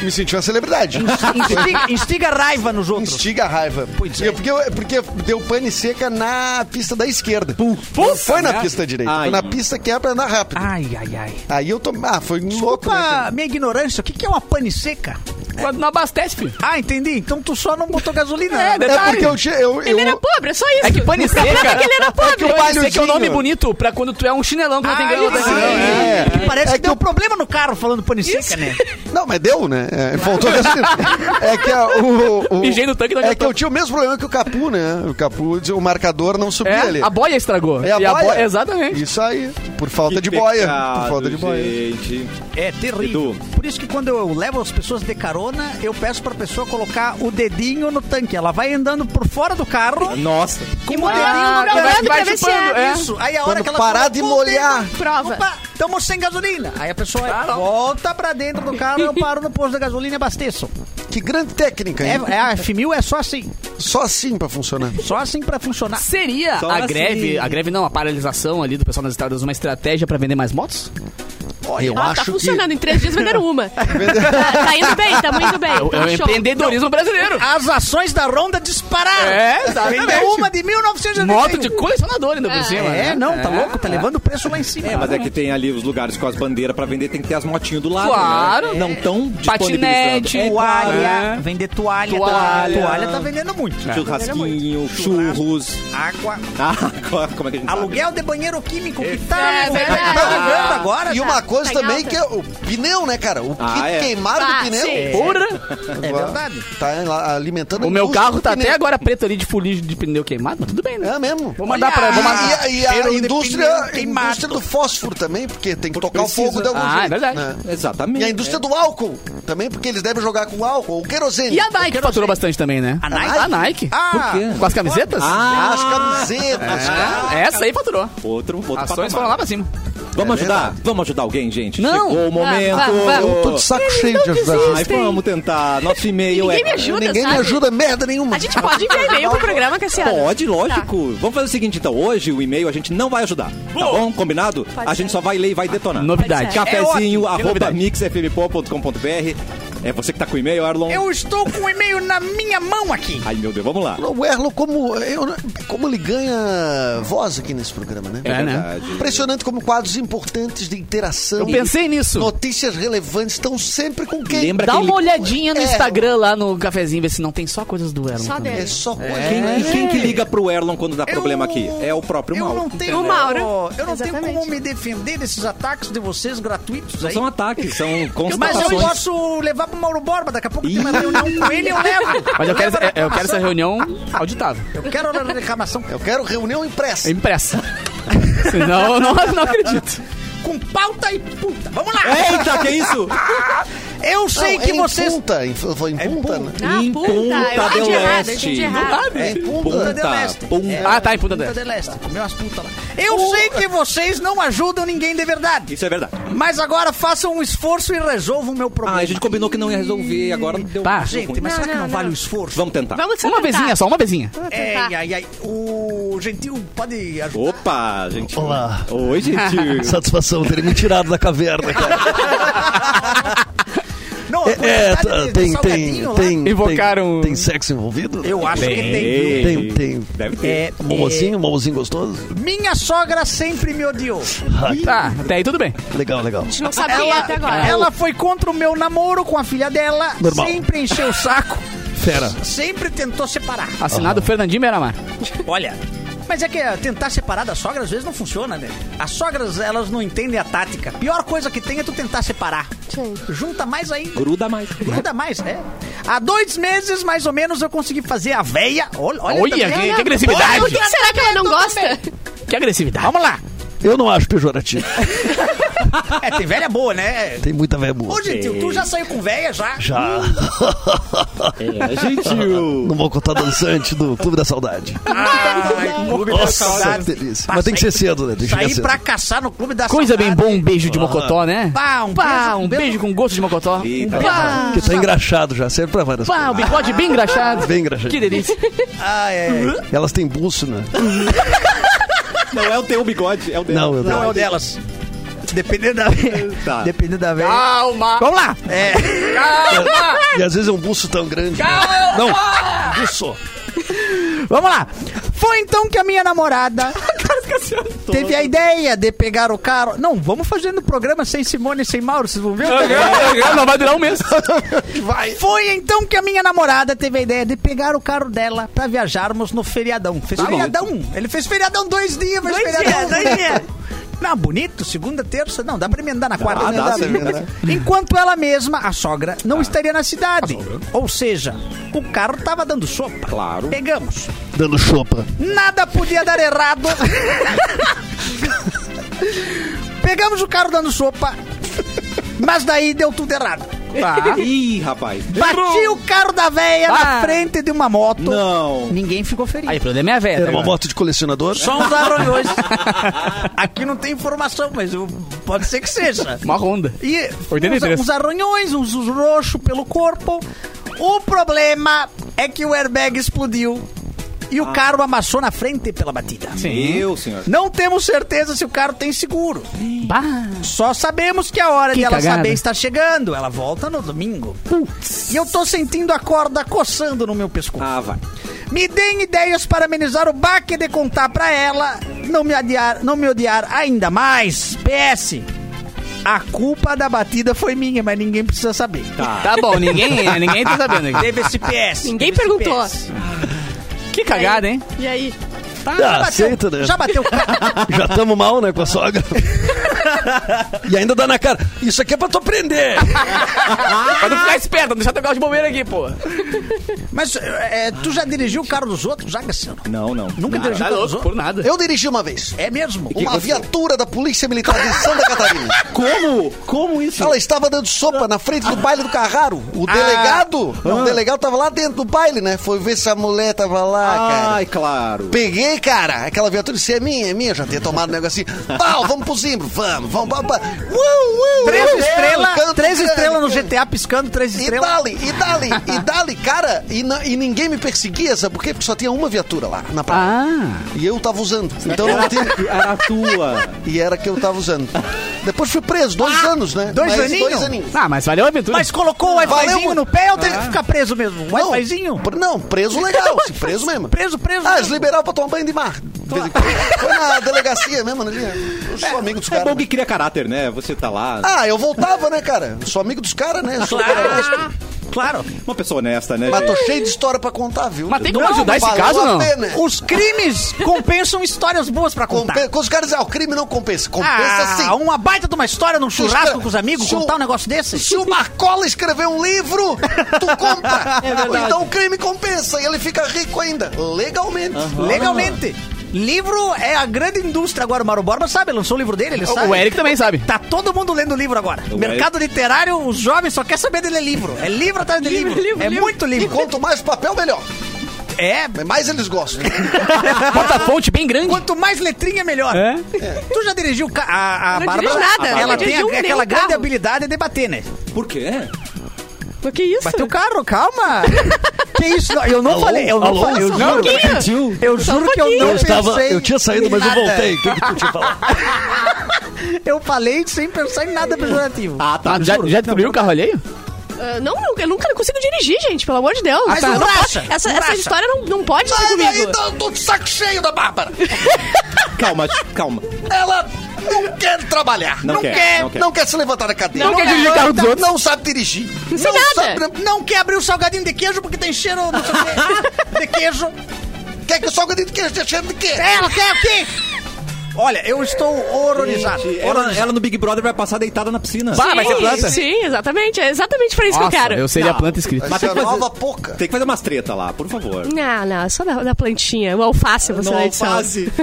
Speaker 5: me sentiu uma celebridade.
Speaker 8: Instiga, instiga raiva nos outros.
Speaker 5: Instiga a raiva.
Speaker 8: Pois é.
Speaker 5: E porque, eu- porque deu pane seca na pista da esquerda. não
Speaker 4: Puxa,
Speaker 5: foi na
Speaker 4: né?
Speaker 5: pista direita.
Speaker 1: Ai.
Speaker 5: Foi na pista que é pra andar rápido.
Speaker 8: Ai, ai, ai.
Speaker 5: Aí eu tomei. Ah, foi um louco, né?
Speaker 8: Opa,
Speaker 5: cara?
Speaker 8: minha ignorância, o que, que é uma pane seca?
Speaker 4: Quando não abastece, filho.
Speaker 8: Ah, entendi. Então tu só não botou gasolina.
Speaker 4: É,
Speaker 8: né?
Speaker 5: É porque eu tinha. Eu,
Speaker 7: Ele era
Speaker 5: eu,
Speaker 7: pobre, é só isso.
Speaker 4: É que pane
Speaker 7: O problema
Speaker 4: seca-
Speaker 7: é que ele era
Speaker 5: É que o
Speaker 7: pobre.
Speaker 5: pai-
Speaker 4: Pane seca é um
Speaker 5: Palhozinho.
Speaker 4: nome bonito pra quando tu é um chinelão que não tem
Speaker 8: Ah,
Speaker 4: grana.
Speaker 8: isso
Speaker 4: né?
Speaker 5: é.
Speaker 8: Parece
Speaker 5: É
Speaker 8: que,
Speaker 5: que
Speaker 8: deu
Speaker 5: eu-
Speaker 8: problema no carro falando pane seca, né?
Speaker 5: Não, mas deu, né? É, faltou gasolina. É que a- o. o
Speaker 4: Mijei no tanque, não
Speaker 5: É que
Speaker 4: adiantou.
Speaker 5: eu tinha o mesmo problema que o Capu, né? O Capu, o marcador não subia ali.
Speaker 4: É, a boia estragou.
Speaker 5: É a
Speaker 4: E
Speaker 5: boia?
Speaker 4: Exatamente.
Speaker 5: Isso aí. Por falta de
Speaker 1: Que
Speaker 5: boia. Por
Speaker 1: pecado,
Speaker 5: falta de boia.
Speaker 1: Gente.
Speaker 8: É terrível.
Speaker 1: Edu.
Speaker 8: Por isso que quando eu levo as pessoas de carona, eu peço pra pessoa colocar o dedinho no tanque. Ela vai andando por fora do carro.
Speaker 1: Nossa.
Speaker 8: Com
Speaker 5: Ah,
Speaker 7: molhando, molhando pra ver se é.
Speaker 8: Isso. Aí a
Speaker 5: Quando
Speaker 8: hora que ela
Speaker 5: parar de
Speaker 8: colocou o dedo,
Speaker 5: molhar.
Speaker 7: Prova.
Speaker 8: Opa, tamo sem gasolina. Aí a pessoa volta pra dentro do carro, eu paro no posto da gasolina e abasteço.
Speaker 5: Que grande técnica,
Speaker 8: É,
Speaker 5: hein?
Speaker 8: é, a F1000 é só assim.
Speaker 5: Só assim pra funcionar.
Speaker 8: Só assim pra funcionar.
Speaker 4: Seria
Speaker 1: Só
Speaker 4: a
Speaker 1: assim.
Speaker 4: greve, a greve não, a paralisação ali do pessoal nas estradas uma estratégia pra vender mais motos?
Speaker 5: eu
Speaker 7: Ah, tá
Speaker 5: acho que.
Speaker 7: funcionando. Em três dias venderam uma. tá, tá indo bem, tá muito bem.
Speaker 4: É o- é
Speaker 7: Tá
Speaker 4: o
Speaker 7: show.
Speaker 4: empreendedorismo brasileiro.
Speaker 8: As ações da Ronda dispararam.
Speaker 4: É, exatamente.
Speaker 8: Vendeu uma de 1991.
Speaker 4: Moto de colecionador ainda por
Speaker 7: É.
Speaker 4: cima.
Speaker 8: É,
Speaker 4: né?
Speaker 8: não, tá
Speaker 4: É.
Speaker 8: louco? Tá levando o preço lá em cima.
Speaker 1: É, mas é que tem ali os lugares com as bandeiras pra vender, tem que ter as motinhas do lado.
Speaker 4: Claro.
Speaker 1: Né? Não tão
Speaker 4: Patinete,
Speaker 1: disponibilizando.
Speaker 8: Toalha. Vender toalha.
Speaker 4: Toalha.
Speaker 8: Toalha. Toalha tá vendendo muito.
Speaker 1: É, churrasquinho, churros. (laughs)
Speaker 8: Água.
Speaker 1: Água. Como é que a gente sabe?
Speaker 8: Aluguel de banheiro químico que tá,
Speaker 7: É verdade.
Speaker 8: tá jogando agora.
Speaker 5: E
Speaker 8: tá?
Speaker 5: uma coisa
Speaker 7: Tá em
Speaker 5: também
Speaker 7: alta.
Speaker 5: que é o pneu, né, cara? O que
Speaker 1: Ah, é.
Speaker 5: queimaram
Speaker 7: Ah,
Speaker 5: o pneu.
Speaker 7: sim.
Speaker 4: Porra!
Speaker 5: É
Speaker 8: verdade.
Speaker 5: Tá lá alimentando
Speaker 4: O meu
Speaker 5: indústria
Speaker 4: carro
Speaker 5: do
Speaker 4: tá
Speaker 5: pneu.
Speaker 4: até agora preto ali de fuligem de pneu queimado, mas tudo bem, né?
Speaker 5: É mesmo.
Speaker 4: Vou mandar pra. Vou mandar...
Speaker 5: E, a- e a
Speaker 8: Cheiro de
Speaker 5: indústria,
Speaker 8: pneu queimado.
Speaker 5: indústria do fósforo também, porque tem que
Speaker 1: Porque
Speaker 5: tocar o fogo
Speaker 1: precisa.
Speaker 5: de algum
Speaker 4: Ah, é
Speaker 5: jeito.
Speaker 4: verdade.
Speaker 5: né?
Speaker 1: Exatamente.
Speaker 5: E a indústria do álcool também, porque eles devem jogar com álcool, ou querosene.
Speaker 4: E a Nike faturou bastante também, né? A
Speaker 8: Nike?
Speaker 4: A Nike.
Speaker 8: Ah,
Speaker 1: Por quê?
Speaker 4: Com as camisetas?
Speaker 1: Ah,
Speaker 5: As camisetas, cara.
Speaker 4: É, Essa aí faturou.
Speaker 1: outro, outro
Speaker 4: Ações
Speaker 1: patamar.
Speaker 4: foram lá pra cima.
Speaker 1: Vamos
Speaker 5: É
Speaker 1: ajudar?
Speaker 5: verdade.
Speaker 1: Vamos ajudar alguém, gente?
Speaker 4: Não.
Speaker 1: Chegou o
Speaker 4: Vamos,
Speaker 1: momento.
Speaker 7: vamos, vamos.
Speaker 5: Tô de saco Tá cheio de ajudar.
Speaker 1: Ai, vamos tentar. Nosso e-mail é...
Speaker 7: Ninguém me ajuda,
Speaker 5: Ninguém
Speaker 7: sabe?
Speaker 5: me ajuda merda nenhuma.
Speaker 7: A gente pode enviar e-mail pro programa, Cassiano?
Speaker 1: Pode, lógico. Vamos fazer o seguinte, então. Hoje o e-mail a gente não vai ajudar. Tá bom? Combinado? a gente só vai ler e vai detonar.
Speaker 4: Novidade.
Speaker 7: Pode
Speaker 1: Cafezinho,
Speaker 4: É ótimo.
Speaker 1: arroba
Speaker 4: Novidade.
Speaker 1: mixfmpo.com.br. É você que tá com o e-mail, Arlon?
Speaker 8: Eu estou com o e-mail na minha mão aqui.
Speaker 1: Ai, meu Deus, vamos lá.
Speaker 5: O Erlo, como, eu- como ele ganha voz aqui nesse programa, né?
Speaker 4: É, né?
Speaker 1: Verdade.
Speaker 5: Impressionante como quadros importantes de interação.
Speaker 4: Eu pensei nisso.
Speaker 5: Notícias relevantes estão sempre com quem?
Speaker 1: Lembra
Speaker 4: Dá
Speaker 1: quem
Speaker 4: uma
Speaker 1: li-
Speaker 4: olhadinha no
Speaker 5: É.
Speaker 4: Instagram lá no cafezinho, ver se não tem só coisas do Elon.
Speaker 7: Só
Speaker 4: também.
Speaker 5: É
Speaker 7: dele.
Speaker 5: só coisa.
Speaker 1: Quem, e É. quem que liga pro Erlon quando dá problema aqui? É o próprio
Speaker 8: eu
Speaker 1: Mauro.
Speaker 8: não tenho,
Speaker 7: O Mauro.
Speaker 8: Eu não tenho
Speaker 7: Exatamente.
Speaker 8: como me defender desses ataques de vocês gratuitos
Speaker 1: Não
Speaker 8: aí.
Speaker 1: são ataques, são
Speaker 8: Mas eu
Speaker 1: constatações.
Speaker 8: posso levar pro Mauro Borba, daqui a pouco tem uma reunião com ele eu levo.
Speaker 4: Mas eu quero,
Speaker 8: Levo a
Speaker 4: eu quero essa
Speaker 8: reclamação.
Speaker 4: reunião auditável.
Speaker 8: Eu quero a reclamação
Speaker 5: Eu quero reunião
Speaker 4: (laughs)
Speaker 5: impressa.
Speaker 4: Impressa. Senão eu não, não acredito.
Speaker 8: com pauta e puta. Vamos lá!
Speaker 1: Eita, que isso?
Speaker 8: Eu sei
Speaker 5: Não,
Speaker 8: que
Speaker 5: é
Speaker 8: vocês.
Speaker 5: Em punta, em, em punta, né?
Speaker 7: Ah,
Speaker 1: Em
Speaker 7: puta,
Speaker 1: Punta
Speaker 7: eu
Speaker 1: del
Speaker 7: entendi errado, eu
Speaker 1: Este.
Speaker 7: entendi
Speaker 4: Tá?
Speaker 7: errado.
Speaker 5: É em punta.
Speaker 1: Punta, punta.
Speaker 4: Ah, tá, em Punta
Speaker 8: Punta
Speaker 4: Del.
Speaker 8: del Este. Comeu as putas lá. É, Eu sei que vocês não ajudam ninguém de verdade.
Speaker 1: Isso é verdade.
Speaker 8: Mas agora façam um esforço e resolvam o meu
Speaker 1: Ah,
Speaker 8: problema.
Speaker 1: a gente combinou que não ia resolver, agora deu
Speaker 4: Tá.
Speaker 8: Gente, tá. mas
Speaker 7: Não,
Speaker 8: será que
Speaker 7: não,
Speaker 8: não, vale
Speaker 7: não.
Speaker 8: o esforço?
Speaker 1: Vamos tentar.
Speaker 7: Vamos só
Speaker 4: Uma
Speaker 7: tentar.
Speaker 4: vezinha só, uma vezinha.
Speaker 7: Vamos
Speaker 8: É,
Speaker 7: tentar.
Speaker 8: ai, ai, ai. O Gentil pode ajudar.
Speaker 1: Opa, gente.
Speaker 9: Olá.
Speaker 1: Oi, gente.
Speaker 9: Satisfação ter me tirado da
Speaker 8: Ah,
Speaker 9: caverna, cara.
Speaker 8: Não, a
Speaker 9: É, é,
Speaker 8: quantidade
Speaker 9: tá,
Speaker 8: de- de
Speaker 9: tem,
Speaker 8: salgadinho né?
Speaker 9: tem,
Speaker 8: lá.
Speaker 9: tem.
Speaker 4: Invocaram-
Speaker 9: Tem, tem sexo envolvido?
Speaker 8: (laughs)
Speaker 9: Um
Speaker 8: Eu acho que tem. viu?
Speaker 1: Ei,
Speaker 9: Tem, tem.
Speaker 1: Deve ter.
Speaker 8: É,
Speaker 5: tá assim?
Speaker 9: Momozinho, momozinho gostoso?
Speaker 8: Minha sogra sempre me odiou.
Speaker 4: Tá, até aí tudo bem.
Speaker 9: Legal, legal.
Speaker 7: A gente não sabia até agora.
Speaker 8: ela foi contra o meu namoro com a filha dela.
Speaker 9: Normal.
Speaker 8: Sempre encheu o saco.
Speaker 9: Fera.
Speaker 8: Sempre tentou separar.
Speaker 4: Assinado Fernandinho Beiramar.
Speaker 8: Olha. Mas é que eh, tentar separar da sogra às vezes não funciona, né? As sogras, elas não entendem a tática. Pior coisa que tem é tu tentar separar.
Speaker 7: Sim.
Speaker 8: Junta mais ainda.
Speaker 1: Gruda mais.
Speaker 8: Gruda mais, né? Há dois meses, mais ou menos, eu consegui fazer a véia. Olha, olha,
Speaker 4: Olha,
Speaker 8: também.
Speaker 4: que, que
Speaker 7: Por
Speaker 4: agressividade.
Speaker 7: que será que ela não gosta?
Speaker 4: Que agressividade.
Speaker 8: Vamos lá.
Speaker 9: Eu não acho pejorativo.
Speaker 8: É, tem velha boa, né?
Speaker 9: Tem muita véia boa.
Speaker 8: Ô, gentil, tu já saiu com véia já?
Speaker 9: Já.
Speaker 1: É, gentil.
Speaker 9: Não vou contar dançante do Clube da Saudade.
Speaker 8: Ah, Ai, clube da
Speaker 9: Nossa,
Speaker 8: saudade.
Speaker 9: que delícia.
Speaker 8: Pá,
Speaker 9: Mas tem que ser
Speaker 8: sair-
Speaker 9: cedo, né? Tem que chegar
Speaker 8: Sair
Speaker 9: cedo.
Speaker 8: pra caçar no clube da
Speaker 4: assim. Coisa bem
Speaker 8: saudade.
Speaker 4: bom, um beijo de mocotó, né?
Speaker 8: Pá, um
Speaker 4: Pá,
Speaker 8: beijo-
Speaker 4: um beijo com gosto de mocotó.
Speaker 1: Eita.
Speaker 4: Pá,
Speaker 9: Que tá engraxado já, serve pra várias
Speaker 4: pá, o bigode bem engraxado.
Speaker 9: Bem engraxado.
Speaker 4: Que delícia.
Speaker 8: Ah, é.
Speaker 9: coisas. Elas têm né? bússola.
Speaker 1: Não é o teu bigode, é o dele.
Speaker 9: Não, eu
Speaker 8: Não é o delas. Dependendo da véia.
Speaker 1: Tá.
Speaker 8: (laughs) Dependendo da
Speaker 4: Ah,
Speaker 8: véia.
Speaker 4: Calma.
Speaker 8: Vamos lá. É.
Speaker 9: E às vezes é um buço tão grande. Não, um buço.
Speaker 8: (laughs) Vamos lá. Foi então que a minha namorada teve a ideia de pegar o carro. Não, vamos fazendo programa sem Simone e sem Mauro, vocês vão ver.
Speaker 4: Não vai durar um mês.
Speaker 8: Foi então que a minha namorada teve a ideia de pegar o carro dela pra viajarmos no feriadão. Fez feriadão. Ele fez feriadão Tá dois dias, mas feriadão. dois dias. Não, bonito, segunda, terça. Não, dá né? Ah. pra emendar na
Speaker 1: Dá,
Speaker 8: quarta.
Speaker 1: dá,
Speaker 8: emendar.
Speaker 1: dá, emenda.
Speaker 8: Enquanto ela mesma, a sogra, não estaria na cidade. Ou seja, o carro tava dando sopa.
Speaker 1: Claro.
Speaker 8: Pegamos.
Speaker 9: Dando chopa.
Speaker 8: Nada podia dar errado. Pegamos o carro dando sopa, mas daí deu tudo errado. Ah.
Speaker 1: Ih, rapaz.
Speaker 8: Bati o carro da véia na
Speaker 4: Ah.
Speaker 8: frente de uma moto.
Speaker 1: Não.
Speaker 8: Ninguém ficou ferido.
Speaker 4: Aí, o problema é a velha.
Speaker 9: Era uma moto de colecionador.
Speaker 8: Só uns (laughs) arranhões. Aqui não tem informação, mas eu- pode ser que seja.
Speaker 4: Uma ronda.
Speaker 8: E
Speaker 4: 83.
Speaker 8: uns, uns arranhões, uns, uns roxos pelo corpo. O problema é que o airbag explodiu e o carro amassou na frente pela batida.
Speaker 1: Meu senhor.
Speaker 8: Não temos certeza se o carro tem seguro.
Speaker 4: Bah.
Speaker 8: Só sabemos que a hora
Speaker 4: Que
Speaker 8: de ela
Speaker 4: cagada.
Speaker 8: saber está chegando. Ela volta no domingo. E eu tô sentindo a corda coçando no meu pescoço.
Speaker 1: Ah, vai.
Speaker 8: Me deem ideias para amenizar o baque de contar pra ela não me adiar, não me odiar ainda mais. PS. A culpa da batida foi minha, mas ninguém precisa saber.
Speaker 4: Tá bom, ninguém, ninguém tá sabendo. aqui.
Speaker 8: Teve esse PS.
Speaker 7: (laughs) Ninguém
Speaker 8: teve esse
Speaker 7: perguntou.
Speaker 8: PS.
Speaker 4: Que cagada, hein?
Speaker 7: E aí?
Speaker 9: Ah,
Speaker 8: Bateu-
Speaker 9: aceita, né? (laughs)
Speaker 8: Já bateu. (laughs)
Speaker 9: Já tamo mal, né, com a sogra. e ainda dá na cara. Isso aqui é pra tu aprender.
Speaker 4: Pra não Ah! ficar esperto, não deixar teu carro de bombeiro aqui, pô.
Speaker 8: Mas é, tu já dirigiu o carro dos outros, já, Cassiano?
Speaker 1: Não, não.
Speaker 8: Nunca dirigiu
Speaker 4: Tá
Speaker 8: o carro dos
Speaker 4: louco,
Speaker 8: outros?
Speaker 4: por nada.
Speaker 5: Eu dirigi uma vez.
Speaker 8: É mesmo?
Speaker 5: Uma viatura da Polícia Militar de Santa Catarina.
Speaker 1: Como? Como isso?
Speaker 5: Ela estava dando sopa na frente do baile do Carraro. O
Speaker 9: Ah.
Speaker 5: delegado, não, o delegado tava lá dentro do baile, né? Foi ver se a mulher tava lá, cara.
Speaker 1: Ai, claro.
Speaker 5: Peguei, cara, aquela viatura disse, é minha, é minha, já tinha tomado um negocinho. Pau, vamos pro zimbro, vamos, vamos, vamos. vamos. Uou, uou,
Speaker 8: Três
Speaker 5: uou,
Speaker 8: estrelas,
Speaker 5: canto,
Speaker 8: três
Speaker 5: canto,
Speaker 8: estrelas no
Speaker 5: canto.
Speaker 8: GTA piscando, três
Speaker 5: E
Speaker 8: estrelas.
Speaker 5: dali, e
Speaker 4: (laughs)
Speaker 5: dali, e dali, cara, e, na- e ninguém me perseguia, sabe por quê? Porque só tinha uma viatura lá na praia.
Speaker 4: Ah.
Speaker 5: E eu tava usando. Então não tinha.
Speaker 1: Era é a
Speaker 5: (laughs)
Speaker 1: tua.
Speaker 5: E era que eu tava usando. Depois fui preso, dois anos, né?
Speaker 8: dois
Speaker 5: Mas
Speaker 8: aninho?
Speaker 5: Dois aninhos.
Speaker 4: Ah, mas valeu a aventura.
Speaker 8: Mas colocou o Wi-Fizinho
Speaker 5: Valeu.
Speaker 8: no pé ou teve que ficar preso mesmo? O
Speaker 5: Não,
Speaker 4: um?
Speaker 8: Wi-Fizinho?
Speaker 5: pre- Não, preso legal,
Speaker 4: (laughs)
Speaker 5: sim, preso mesmo.
Speaker 8: Preso, preso.
Speaker 5: Ah, eles
Speaker 8: mesmo.
Speaker 5: liberaram pra tomar banho de mar. De vez em quando. Foi na delegacia mesmo, ali. Eu sou amigo dos
Speaker 1: É
Speaker 5: caras.
Speaker 1: bom
Speaker 5: né?
Speaker 1: que cria caráter, né? Você tá lá.
Speaker 5: Ah, eu voltava, né, cara? Eu sou amigo dos caras, né? Eu
Speaker 4: Ah.
Speaker 5: sou honesto.
Speaker 8: Claro.
Speaker 1: Uma pessoa honesta, né?
Speaker 5: Mas tô
Speaker 1: gente?
Speaker 5: cheio de história pra contar, viu?
Speaker 4: Mas tem como
Speaker 5: Não,
Speaker 4: ajudar esse
Speaker 5: valeu
Speaker 4: caso,
Speaker 5: a
Speaker 4: não?
Speaker 5: pena.
Speaker 8: Os crimes compensam histórias boas pra contar.
Speaker 5: Compe- Quando os caras dizem, ah, o crime não compensa. Compensa sim.
Speaker 8: Ah, uma baita de uma história num churrasco
Speaker 5: Espe-
Speaker 8: com os amigos,
Speaker 5: se o-
Speaker 8: contar um negócio desse?
Speaker 5: Se o Marcola escrever um livro,
Speaker 8: (laughs)
Speaker 5: tu
Speaker 8: É
Speaker 5: compra. então o crime compensa e ele fica rico ainda. Legalmente.
Speaker 8: Ah. Legalmente. Livro é a grande indústria agora. O Mauro Borba sabe, lançou o livro dele, ele sabe.
Speaker 4: O Eric também sabe.
Speaker 8: Tá todo mundo lendo livro agora. Mercado literário, os jovens só quer saber de ler livro. É livro atrás de livro. é muito
Speaker 5: E
Speaker 8: livro.
Speaker 5: quanto mais papel, melhor.
Speaker 8: É,
Speaker 5: Mais eles gostam.
Speaker 4: Bota a fonte bem grande.
Speaker 8: quanto mais letrinha, melhor.
Speaker 9: É?
Speaker 8: Tu já dirigiu ca- a, a
Speaker 7: Não
Speaker 8: Bárbara?
Speaker 7: dirijo nada,
Speaker 8: Ela
Speaker 7: não
Speaker 8: tem
Speaker 7: dirijo
Speaker 8: a-
Speaker 7: nenhum
Speaker 8: aquela grande
Speaker 7: carro.
Speaker 8: habilidade de bater, né?
Speaker 1: Por quê?
Speaker 7: Mas que isso?
Speaker 8: Bateu um o carro, calma. (laughs) que isso? Não, eu não falei, eu não
Speaker 9: alô,
Speaker 8: falei. Eu
Speaker 9: só um
Speaker 8: juro,
Speaker 7: pouquinho.
Speaker 9: Repetiu?
Speaker 8: eu juro que eu não
Speaker 9: Eu, estava,
Speaker 8: pensei
Speaker 9: eu tinha saído,
Speaker 8: em
Speaker 9: mas eu
Speaker 8: nada.
Speaker 9: voltei. O que, que tu tinha falado?
Speaker 8: Eu falei sem pensar em nada pejorativo.
Speaker 1: Ah, tá.
Speaker 4: Ah, já,
Speaker 1: juro.
Speaker 4: já descobriu o carro alheio?
Speaker 7: Ah, não, não, eu nunca consigo dirigir, gente, pelo amor de Deus.
Speaker 8: Mas
Speaker 7: não
Speaker 8: não
Speaker 7: pode-
Speaker 8: racha,
Speaker 7: essa,
Speaker 8: não
Speaker 7: essa
Speaker 8: racha.
Speaker 7: história não, não
Speaker 1: Tá
Speaker 7: pode ser comigo.
Speaker 5: Aí, então, tô de saco cheio da Bárbara.
Speaker 1: (laughs) Calma, calma.
Speaker 5: Ela não quer trabalhar.
Speaker 1: Não
Speaker 5: Não,
Speaker 1: quer,
Speaker 5: quer,
Speaker 1: não
Speaker 5: não
Speaker 1: quer.
Speaker 5: quer. se levantar da cadeira.
Speaker 4: Não quer dirigir o carro dos
Speaker 5: não-
Speaker 4: outros.
Speaker 5: Não sabe dirigir.
Speaker 7: Não sei nada.
Speaker 5: sabe-
Speaker 8: Não quer abrir o salgadinho de queijo porque tem cheiro não sei o
Speaker 4: (laughs)
Speaker 8: quê, de queijo.
Speaker 5: Quer que eu salga de queijo, deixando de
Speaker 4: É.
Speaker 5: quê?
Speaker 8: Ela quer o quê? Olha, eu estou horrorizado.
Speaker 1: Gente, ela, ela no Big Brother vai passar deitada na piscina.
Speaker 4: Vai. Ah, vai ser planta?
Speaker 7: Sim, exatamente. É exatamente pra isso que eu quero.
Speaker 4: eu seria a planta escrita.
Speaker 5: Vai
Speaker 1: Mas tem
Speaker 5: ser é a
Speaker 1: que fazer-
Speaker 5: nova pouca.
Speaker 1: Tem que fazer umas treta lá, por favor.
Speaker 7: Não, não, é só da, da plantinha. O alface você
Speaker 1: Não,
Speaker 7: na edição.
Speaker 1: alface.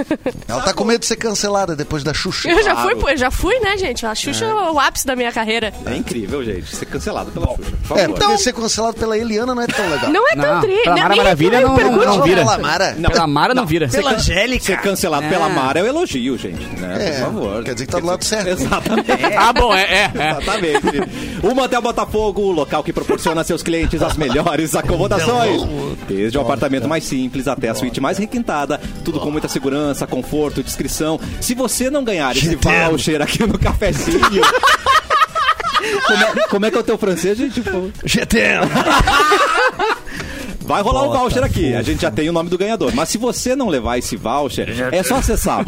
Speaker 5: Ela tá com medo de ser cancelada depois da Xuxa. É,
Speaker 7: Eu já
Speaker 1: Claro.
Speaker 7: fui, pô, eu já fui, né, gente? A Xuxa é o ápice da minha carreira.
Speaker 1: É incrível, gente. Ser cancelado pela Xuxa. Por
Speaker 5: É,
Speaker 1: favor.
Speaker 5: porque ser cancelado pela Eliana não é tão legal.
Speaker 7: Não é tão
Speaker 4: Então- Não,
Speaker 7: triste.
Speaker 4: pela Mara Maravilha não- não
Speaker 5: Não,
Speaker 4: vira.
Speaker 5: pela Mara.
Speaker 1: Não.
Speaker 4: Pela Mara não vira.
Speaker 8: Pela Angélica.
Speaker 1: Ser cancelado
Speaker 4: É.
Speaker 1: pela Mara é um elogio, gente. Né?
Speaker 5: É,
Speaker 1: Por favor.
Speaker 5: quer dizer que tá do lado certo.
Speaker 1: Exatamente.
Speaker 4: Ah, bom, é, é. é.
Speaker 1: Exatamente. O Motel Botafogo, o local que proporciona a seus clientes as melhores acomodações. Desde o apartamento mais simples até a suíte mais requintada. Tudo com muita segurança, conforto, discrição. Se você não ganhar esse voucher aqui no cafezinho. Como é, como é que é o teu francês, gente? Pô,
Speaker 9: GTM.
Speaker 1: Vai rolar o voucher aqui. A gente já tem o nome do ganhador. Mas se você não levar esse voucher, é só acessar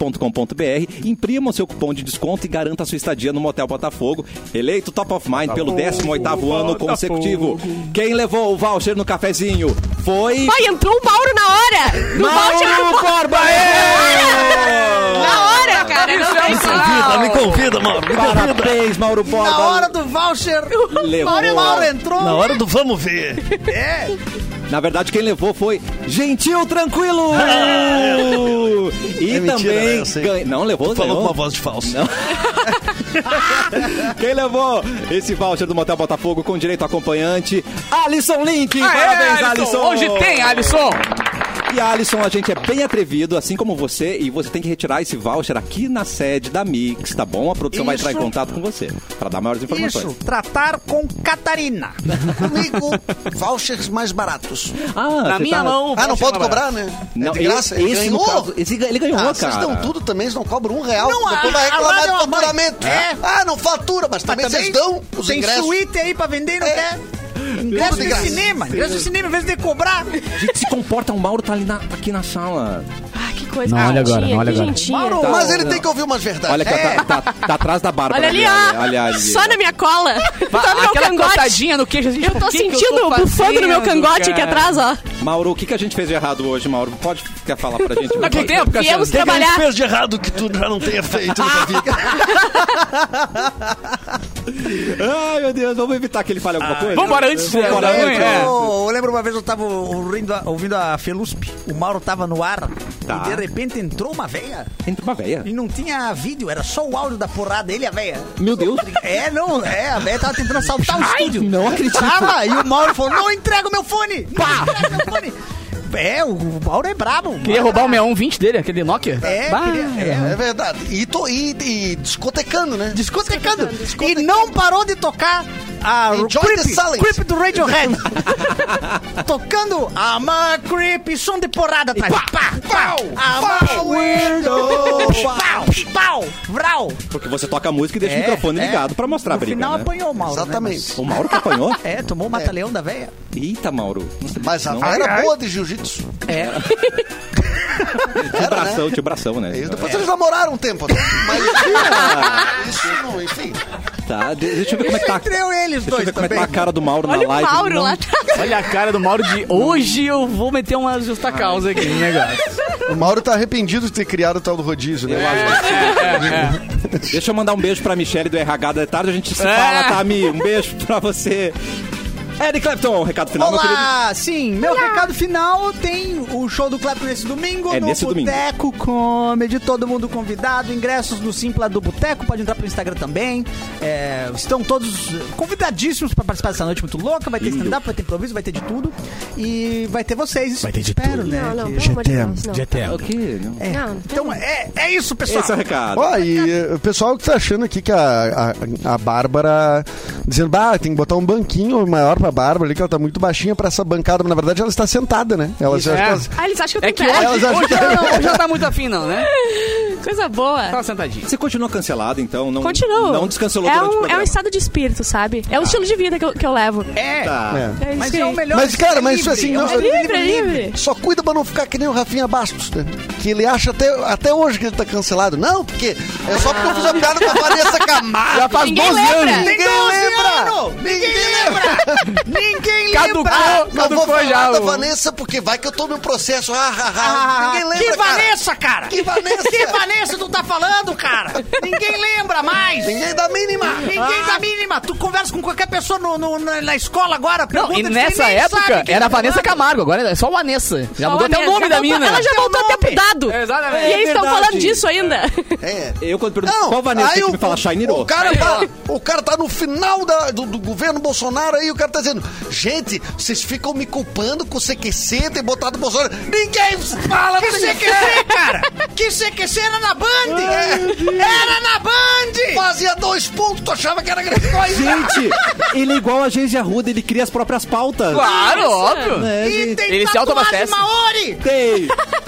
Speaker 1: motelbotafogo.com.br, imprima o seu cupom de desconto e garanta a sua estadia no Motel Botafogo, eleito top of mind pelo 18º ano consecutivo. Quem levou o voucher no cafezinho foi
Speaker 7: Ai, entrou o Mauro na hora! No voucher
Speaker 1: Mauro Borba! Ê!
Speaker 7: na hora, cara! Não tem
Speaker 9: assim. Convida, me convida, mano. Me convida.
Speaker 1: Parabéns, Mauro Borba.
Speaker 8: Na hora do voucher,
Speaker 1: Levou.
Speaker 8: o Mauro entrou.
Speaker 9: Na hora do vamos ver.
Speaker 1: Na verdade, quem levou foi Gentil Tranquilo! e
Speaker 9: É mentira, né?
Speaker 1: também.
Speaker 9: Eu sei.
Speaker 1: ganha- Não levou,
Speaker 9: Falou
Speaker 1: ganhou.
Speaker 9: com uma voz de falso. (laughs)
Speaker 1: Quem levou esse voucher do Motel Botafogo com direito a acompanhante? Alisson Link! Parabéns, Alisson!
Speaker 4: Hoje tem, Alisson!
Speaker 1: E Alisson, a gente é bem atrevido, assim como você, e você tem que retirar esse voucher aqui na sede da Mix, tá bom? A produção vai
Speaker 8: Isso.
Speaker 1: entrar em contato com você pra dar maiores informações.
Speaker 8: Isso, tratar com Catarina.
Speaker 5: Comigo, vouchers mais baratos.
Speaker 1: Ah,
Speaker 4: Na
Speaker 1: você
Speaker 4: minha
Speaker 1: tá-
Speaker 4: mão.
Speaker 5: Ah, não
Speaker 4: voucher na
Speaker 5: pode
Speaker 4: barata.
Speaker 5: cobrar, né?
Speaker 1: Não,
Speaker 5: é de graça.
Speaker 1: esse, esse,
Speaker 5: ganhou.
Speaker 1: no caso, esse ga- ele ganhou,
Speaker 5: Ah,
Speaker 1: cara.
Speaker 5: vocês dão tudo também, vocês não cobram um real.
Speaker 8: Não,
Speaker 5: depois
Speaker 8: a-
Speaker 5: vai
Speaker 8: a
Speaker 5: reclamar
Speaker 8: lá
Speaker 5: do
Speaker 8: deu uma
Speaker 5: faturamento.
Speaker 8: mãe. É.
Speaker 5: Ah, não fatura, mas também
Speaker 8: Mas
Speaker 5: vocês dão os
Speaker 8: tem né?
Speaker 5: ingressos.
Speaker 8: suíte aí pra vender, não
Speaker 5: É.
Speaker 8: quer? Ingresso
Speaker 5: Tudo de
Speaker 8: de
Speaker 5: graça.
Speaker 8: cinema, ingresso de cinema, em vez de cobrar.
Speaker 1: Gente, se comporta, o Mauro tá ali na- tá aqui na sala.
Speaker 7: Ah, que coisa
Speaker 4: Não, olha agora,
Speaker 7: bonitinha,
Speaker 4: não, olha
Speaker 7: que
Speaker 4: agora.
Speaker 7: gentinha.
Speaker 8: Mauro,
Speaker 5: Mas ele tem que ouvir umas verdades. É,
Speaker 1: Olha, que tá, tá- tá atrás da Bárbara.
Speaker 7: Olha ali, ó!
Speaker 1: Olha ali.
Speaker 7: Só na minha cola! tá no meu
Speaker 4: Aquela
Speaker 7: cangote!
Speaker 4: cortadinha no assim, tipo, queijo. Gente,
Speaker 7: Eu tô sentindo o bufando no meu cangote aqui atrás, ó.
Speaker 1: Mauro, o que, que a gente fez de errado hoje, Mauro? Pode quer falar pra gente?
Speaker 4: Mas tem tempo, Cassiano?
Speaker 7: Viemos
Speaker 9: O que que a gente
Speaker 7: trabalhar.
Speaker 9: fez de errado que tu já não tenha feito na vida?
Speaker 1: Ai, meu Deus, vamos evitar que ele fale alguma coisa?
Speaker 4: Vambora antes, né?
Speaker 1: Vambora
Speaker 4: Tá
Speaker 1: antes.
Speaker 4: ruim, é.
Speaker 8: Eu, eu lembro uma vez eu tava ouvindo a, ouvindo a Felusp, o Mauro tava no ar
Speaker 1: Tá.
Speaker 8: e de repente entrou uma veia
Speaker 1: Entra uma véia.
Speaker 8: e não tinha vídeo, era só o áudio da porrada, ele e a veia.
Speaker 1: Meu Deus.
Speaker 8: É, não, é, a veia tava tentando assaltar o estúdio.
Speaker 1: não acredito.
Speaker 8: Tava, e o Mauro falou, não entrega o meu fone! Não entrega o meu fone! É, o- o Mauro é brabo.
Speaker 4: Queria
Speaker 8: Mauro é
Speaker 4: roubar o 6120 dele, aquele Nokia.
Speaker 8: É,
Speaker 4: Bah.
Speaker 8: queria-
Speaker 5: É verdade. E, tô, e, e discotecando, né?
Speaker 8: Discotecando. E não parou de tocar a
Speaker 5: Enjoy the
Speaker 8: creep,
Speaker 5: silence.
Speaker 8: creep do Radiohead. (laughs) Tocando I'm a creep, som de porrada atrás. Pá, pá, pau, I'm a weirdo. Pau, pau, vral.
Speaker 1: Porque você toca a música e deixa
Speaker 8: É,
Speaker 1: o microfone
Speaker 8: é.
Speaker 1: ligado pra mostrar a
Speaker 8: No
Speaker 1: briga,
Speaker 8: final
Speaker 1: né?
Speaker 8: apanhou o Mauro, né,
Speaker 5: Exatamente.
Speaker 1: O Mauro que apanhou?
Speaker 8: mas- É, tomou o mataleão da véia.
Speaker 1: Eita, Mauro. Nossa,
Speaker 5: Mas a
Speaker 1: não,
Speaker 5: Vera era boa de jiu-jitsu.
Speaker 8: É. (laughs)
Speaker 1: de bração, de bração, né?
Speaker 5: E Depois eles namoraram um tempo. né? Mas
Speaker 1: (laughs)
Speaker 5: isso não, enfim.
Speaker 1: Tá, de- deixa eu ver como é que tá.
Speaker 8: Entre eu e eles
Speaker 1: Deixa eu
Speaker 8: dois
Speaker 1: ver como é que
Speaker 8: também.
Speaker 1: tá a cara do Mauro
Speaker 7: Olha
Speaker 1: na
Speaker 7: o
Speaker 1: live.
Speaker 7: Mauro
Speaker 1: Não-
Speaker 7: lá atrás.
Speaker 4: Olha a cara do Mauro de hoje eu vou meter uma justa causa aqui no negócio.
Speaker 5: O Mauro tá arrependido de ter criado o tal do rodízio, né?
Speaker 1: Deixa eu mandar um beijo pra Michelle do RH da tarde, a gente se fala, tá, Mi? Um beijo pra você. Eric Clapton, recado final, meu querido.
Speaker 8: Olá, sim, meu recado final tem o show do Clapton nesse domingo
Speaker 1: É
Speaker 8: no
Speaker 1: nesse domingo.
Speaker 8: Boteco Comedy, todo mundo convidado, ingressos no Simpla do Boteco, pode entrar pelo Instagram também. É, estão todos convidadíssimos pra participar dessa noite muito louca, vai ter
Speaker 1: Lindo.
Speaker 8: stand-up, vai ter improviso, vai ter de tudo e vai ter vocês. Vai ter de Espero, tudo. né?
Speaker 10: Não, não,
Speaker 8: que-
Speaker 10: pelo amor de Deus, não.
Speaker 1: O quê? Não.
Speaker 8: É,
Speaker 10: Não,
Speaker 8: Então é, é isso, pessoal.
Speaker 1: Esse é o recado.
Speaker 5: Ó, e eh, o pessoal que tá achando aqui que a, a, a Bárbara dizendo, bah, tem que botar um banquinho maior pra Bárbara ali, que ela tá muito baixinha pra essa bancada. Mas, na verdade, ela está sentada, né? Ela já
Speaker 4: É.
Speaker 5: tá-
Speaker 7: Ah, eles acham que
Speaker 4: É
Speaker 7: eu
Speaker 4: que
Speaker 7: tô
Speaker 4: hoje,
Speaker 7: perto.
Speaker 5: Elas acham
Speaker 4: hoje
Speaker 5: que-
Speaker 4: ela não, hoje ela tá muito afim, não, né?
Speaker 7: Coisa boa.
Speaker 4: Tá sentadinha.
Speaker 1: Você continua cancelado, então? Não,
Speaker 7: Continua.
Speaker 1: Não descancelou
Speaker 7: é
Speaker 1: durante o
Speaker 7: um, é um
Speaker 1: programa.
Speaker 7: estado de espírito, sabe? É um estilo de vida que eu, que eu levo.
Speaker 8: É,
Speaker 1: Tá.
Speaker 5: É.
Speaker 7: É isso
Speaker 8: mas
Speaker 7: aí.
Speaker 8: é o melhor.
Speaker 5: Mas, cara, mas isso assim, não-
Speaker 7: É livre, é livre.
Speaker 5: Só cuida pra não ficar que nem o Rafinha Bastos, né? Que ele acha até, até hoje que ele tá cancelado. Não, porque é só porque eu fiz a piada com a Vanessa Camargo. Já faz
Speaker 7: Ninguém 12 lembra. anos.
Speaker 5: Ninguém lembra. Ninguém lembra.
Speaker 8: Ninguém
Speaker 4: Caducou,
Speaker 8: lembra.
Speaker 5: Ah, não vou
Speaker 4: caducou
Speaker 5: falar
Speaker 4: já.
Speaker 5: da
Speaker 4: o-
Speaker 5: Vanessa porque vai que eu tome um processo. Ah, ah, ah.
Speaker 8: Ah,
Speaker 5: Ninguém lembra,
Speaker 8: que
Speaker 5: cara.
Speaker 8: Vanessa, cara!
Speaker 5: Que Vanessa?
Speaker 8: Que Vanessa tu tá falando, cara? Ninguém lembra mais!
Speaker 5: Ninguém Ah. dá mínima.
Speaker 8: Ninguém da mínima! Tu conversa com qualquer pessoa no, no- na, na escola agora,
Speaker 4: Não,
Speaker 8: pergunta,
Speaker 4: e
Speaker 8: eles
Speaker 4: nessa
Speaker 8: nem
Speaker 4: época
Speaker 8: sabem quem
Speaker 4: era a
Speaker 8: tá
Speaker 4: Vanessa
Speaker 8: falando.
Speaker 4: Camargo, agora é só o Vanessa. Já
Speaker 7: Só
Speaker 4: mudou até o
Speaker 7: Vanessa.
Speaker 4: nome da
Speaker 7: Ela
Speaker 4: mina.
Speaker 7: Ela já
Speaker 8: Tem um
Speaker 7: voltou até
Speaker 8: nome.
Speaker 7: pro dado.
Speaker 4: É, exatamente.
Speaker 7: E eles estão
Speaker 1: verdade.
Speaker 7: falando disso ainda.
Speaker 5: É.
Speaker 1: Eu, quando pergunto
Speaker 5: Não,
Speaker 1: qual Vanessa,
Speaker 5: aí
Speaker 1: tem que
Speaker 5: o-
Speaker 1: me falar Shine
Speaker 5: O cara, tá, o cara tá no final da- do, do governo Bolsonaro aí, o cara tá dizendo, gente, vocês ficam me culpando com o CQC ter botado o Bolsonaro. Ninguém fala do
Speaker 8: Que CQC, cara! Que CQC era na Band! Era na Band!
Speaker 5: Fazia dois pontos, tu achava que era grande coisa.
Speaker 1: Gente, ele é igual a Geise Arruda, ele cria as próprias pautas.
Speaker 4: Claro, óbvio.
Speaker 1: É,
Speaker 8: E
Speaker 1: gente,
Speaker 8: tem
Speaker 4: Ele se
Speaker 8: tatuagem
Speaker 4: autoabastece.
Speaker 8: Maori
Speaker 1: tem,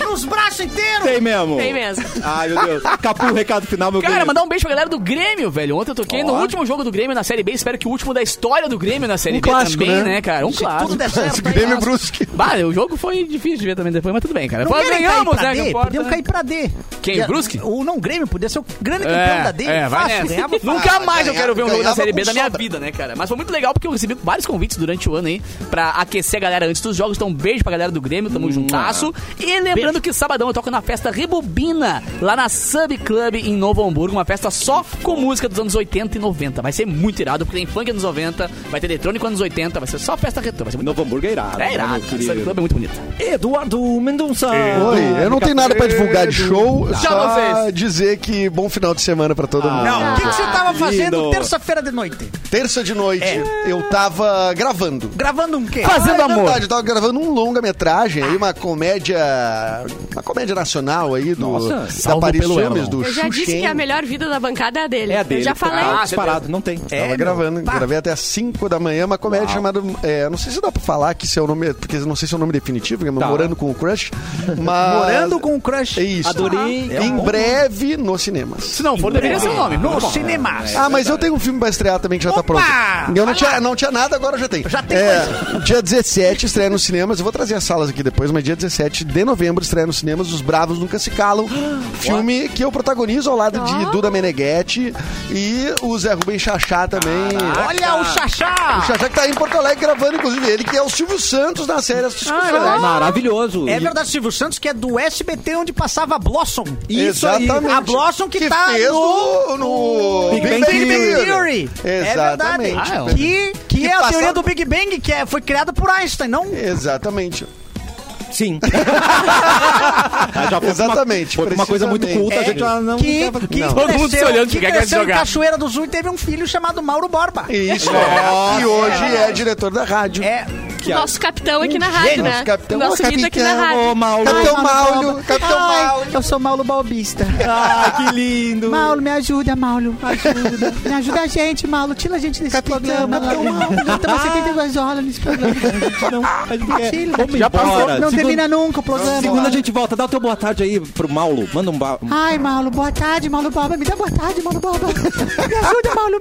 Speaker 8: nos braços inteiros!
Speaker 1: tem mesmo.
Speaker 7: Tem mesmo.
Speaker 1: Ai, meu Deus. Capu, recado final, meu
Speaker 4: Cara,
Speaker 1: querido.
Speaker 4: mandar um beijo pra galera do Grêmio, velho. Ontem eu toquei no último jogo do Grêmio na Série B. Espero que o último da história do Grêmio na Série B
Speaker 5: clássico,
Speaker 4: também,
Speaker 5: né?
Speaker 4: né, cara? Um clássico.
Speaker 8: Tudo der certo, hein?
Speaker 5: Brusque.
Speaker 4: Bah, o jogo foi difícil de ver também depois, mas tudo bem, cara.
Speaker 8: Não
Speaker 4: Mas
Speaker 8: querem
Speaker 4: ganhamos,
Speaker 8: cair pra
Speaker 4: né? que
Speaker 8: D,
Speaker 4: importa,
Speaker 8: podiam
Speaker 4: né?
Speaker 8: cair pra D.
Speaker 4: Quem,
Speaker 8: Já-
Speaker 4: Brusque?
Speaker 8: O não Grêmio podia ser o grande campeão da D.
Speaker 4: é, vai
Speaker 8: fácil,
Speaker 4: nessa.
Speaker 8: ganhava fácil.
Speaker 4: Nunca mais eu
Speaker 5: ganhava-
Speaker 4: quero ver um jogo da
Speaker 5: ganhava
Speaker 4: Série B
Speaker 5: com
Speaker 4: da minha
Speaker 5: sobra.
Speaker 4: vida, né, cara? Mas foi muito legal porque eu recebi vários convites durante o ano aí pra aquecer a galera antes dos jogos. Então, um beijo pra galera do Grêmio,
Speaker 8: Hum,
Speaker 4: tamo juntasso. E lembrando que sabadão eu toco na festa Rebobina, lá na Sub Club em Novo Hamburgo, uma festa só com música dos anos 80 e 90. Vai ser muito irado, porque tem funk nos 90, vai ter eletrônico anos 80, vai ser só festa retrô, vai ser muito
Speaker 1: Novo Hamburgo é irado.
Speaker 4: é
Speaker 1: né, meu
Speaker 4: irado, cara.
Speaker 1: querido?
Speaker 4: Sub Club é muito bonito.
Speaker 1: Eduardo Mendonça.
Speaker 5: Oi, eu não tenho nada pra divulgar de show,
Speaker 4: Tchau,
Speaker 5: só
Speaker 4: vocês.
Speaker 5: dizer que bom final de semana pra
Speaker 1: Ah.
Speaker 5: todo mundo.
Speaker 8: Não, o que, que você tava fazendo
Speaker 1: lindo.
Speaker 8: terça-feira de noite?
Speaker 5: Terça de noite, eu tava gravando.
Speaker 8: Gravando um quê?
Speaker 4: Fazendo
Speaker 5: Ah, é
Speaker 4: amor.
Speaker 5: verdade, eu tava gravando um longa-metragem aí, uma comédia. Uma comédia nacional aí do da
Speaker 4: salvo
Speaker 5: Paris
Speaker 4: pelo
Speaker 5: Filmes,
Speaker 4: Elon.
Speaker 5: do
Speaker 7: Eu já disse
Speaker 5: Xuxem.
Speaker 7: que a melhor vida da bancada é a dele.
Speaker 1: É a dele.
Speaker 7: Eu já falei.
Speaker 1: Tá
Speaker 4: Ah,
Speaker 1: disparado, não tem. É
Speaker 5: Tava gravando, gravei até as 5 da manhã, uma comédia chamada. é, não sei se dá pra falar que seu nome. é- Porque eu não sei se é o nome definitivo, que é Morando com o Crush. Mas.
Speaker 8: Morando com o crush
Speaker 5: É isso.
Speaker 1: Adorei. É
Speaker 5: em
Speaker 1: um-
Speaker 5: breve nos cinemas.
Speaker 4: Se não for, deveria ser o nome.
Speaker 8: no
Speaker 4: Muito bom.
Speaker 8: cinema.
Speaker 5: Ah, mas eu tenho um filme pra estrear também que já tá
Speaker 8: É, Opa!
Speaker 5: pronto. Eu
Speaker 8: Vai
Speaker 5: não tinha, não tinha nada, agora já tem.
Speaker 8: Já tem
Speaker 5: Dia 17 estreia nos cinemas. Eu vou trazer as salas aqui depois, mas dia 17 de novembro estreia nos cinemas Os Bravos Nunca
Speaker 8: (gasps)
Speaker 5: Se Calam. filme que eu protagonizo ao lado de Duda Meneghetti e o Zé Rubem Chachá também.
Speaker 8: Olha o
Speaker 5: É. O
Speaker 8: Xaxá!
Speaker 5: Chachá que tá aí em Porto Alegre gravando, inclusive, ele que é o Silvio Santos na série As
Speaker 8: Ah,
Speaker 5: Discussões.
Speaker 1: Maravilhoso.
Speaker 8: É verdade, Silvio Santos, que é do SBT onde passava a Blossom.
Speaker 1: Isso aí.
Speaker 5: Exatamente.
Speaker 8: A Blossom que, tá
Speaker 5: fez
Speaker 8: no...
Speaker 5: no, no
Speaker 1: Big Bang
Speaker 8: Big Bang Theory. É
Speaker 5: Exatamente.
Speaker 4: Ah, é um-
Speaker 8: verdade. Que, que, é a
Speaker 5: passa- É,
Speaker 8: teoria do Big Bang, que é- foi criada por Einstein, não?
Speaker 5: Exatamente.
Speaker 1: Sim. Já foi
Speaker 5: Exatamente,
Speaker 1: Uma, foi uma coisa muito
Speaker 5: precisamente.
Speaker 1: culta, a
Speaker 5: É.
Speaker 1: gente já não.
Speaker 8: Que, que
Speaker 5: Não.
Speaker 4: Todo mundo se
Speaker 8: cresceu-
Speaker 4: olhando,
Speaker 8: que
Speaker 4: quer- quer
Speaker 8: cresceu em
Speaker 4: jogar.
Speaker 8: Cachoeira do Sul e teve um filho chamado Mauro Borba.
Speaker 5: Isso. E hoje é diretor da rádio.
Speaker 8: É,
Speaker 1: que a-
Speaker 7: Nosso capitão aqui na rádio,
Speaker 5: Gênio,
Speaker 7: né?
Speaker 5: nosso capitão.
Speaker 7: Nosso
Speaker 5: Ô,
Speaker 7: líder aqui na
Speaker 1: capitão, ô,
Speaker 7: rádio.
Speaker 1: Mauro.
Speaker 5: Capitão Maulio, Capitão
Speaker 8: Ai,
Speaker 5: Maulio.
Speaker 8: Eu sou Mauro Balbista.
Speaker 1: Ah, que lindo.
Speaker 8: Mauro, me ajuda, Mauro. Ajuda. Me ajuda a gente, Mauro. Tira a gente desse programa. Já
Speaker 1: Ah.
Speaker 8: estamos 72 horas nesse programa.
Speaker 1: Não, a gente quer.
Speaker 8: Filho,
Speaker 1: É, Vamos
Speaker 4: já
Speaker 1: embora.
Speaker 4: passou.
Speaker 8: É. Não
Speaker 1: Segunda-
Speaker 8: termina nunca o programa.
Speaker 1: Segunda a gente volta. Dá o teu boa tarde aí pro Mauro. Manda um, ba... um (laughs)
Speaker 8: Ai, Mauro, boa tarde, Mauro Balba. Me dá boa tarde, Mauro Balba. Me ajuda, Mauro.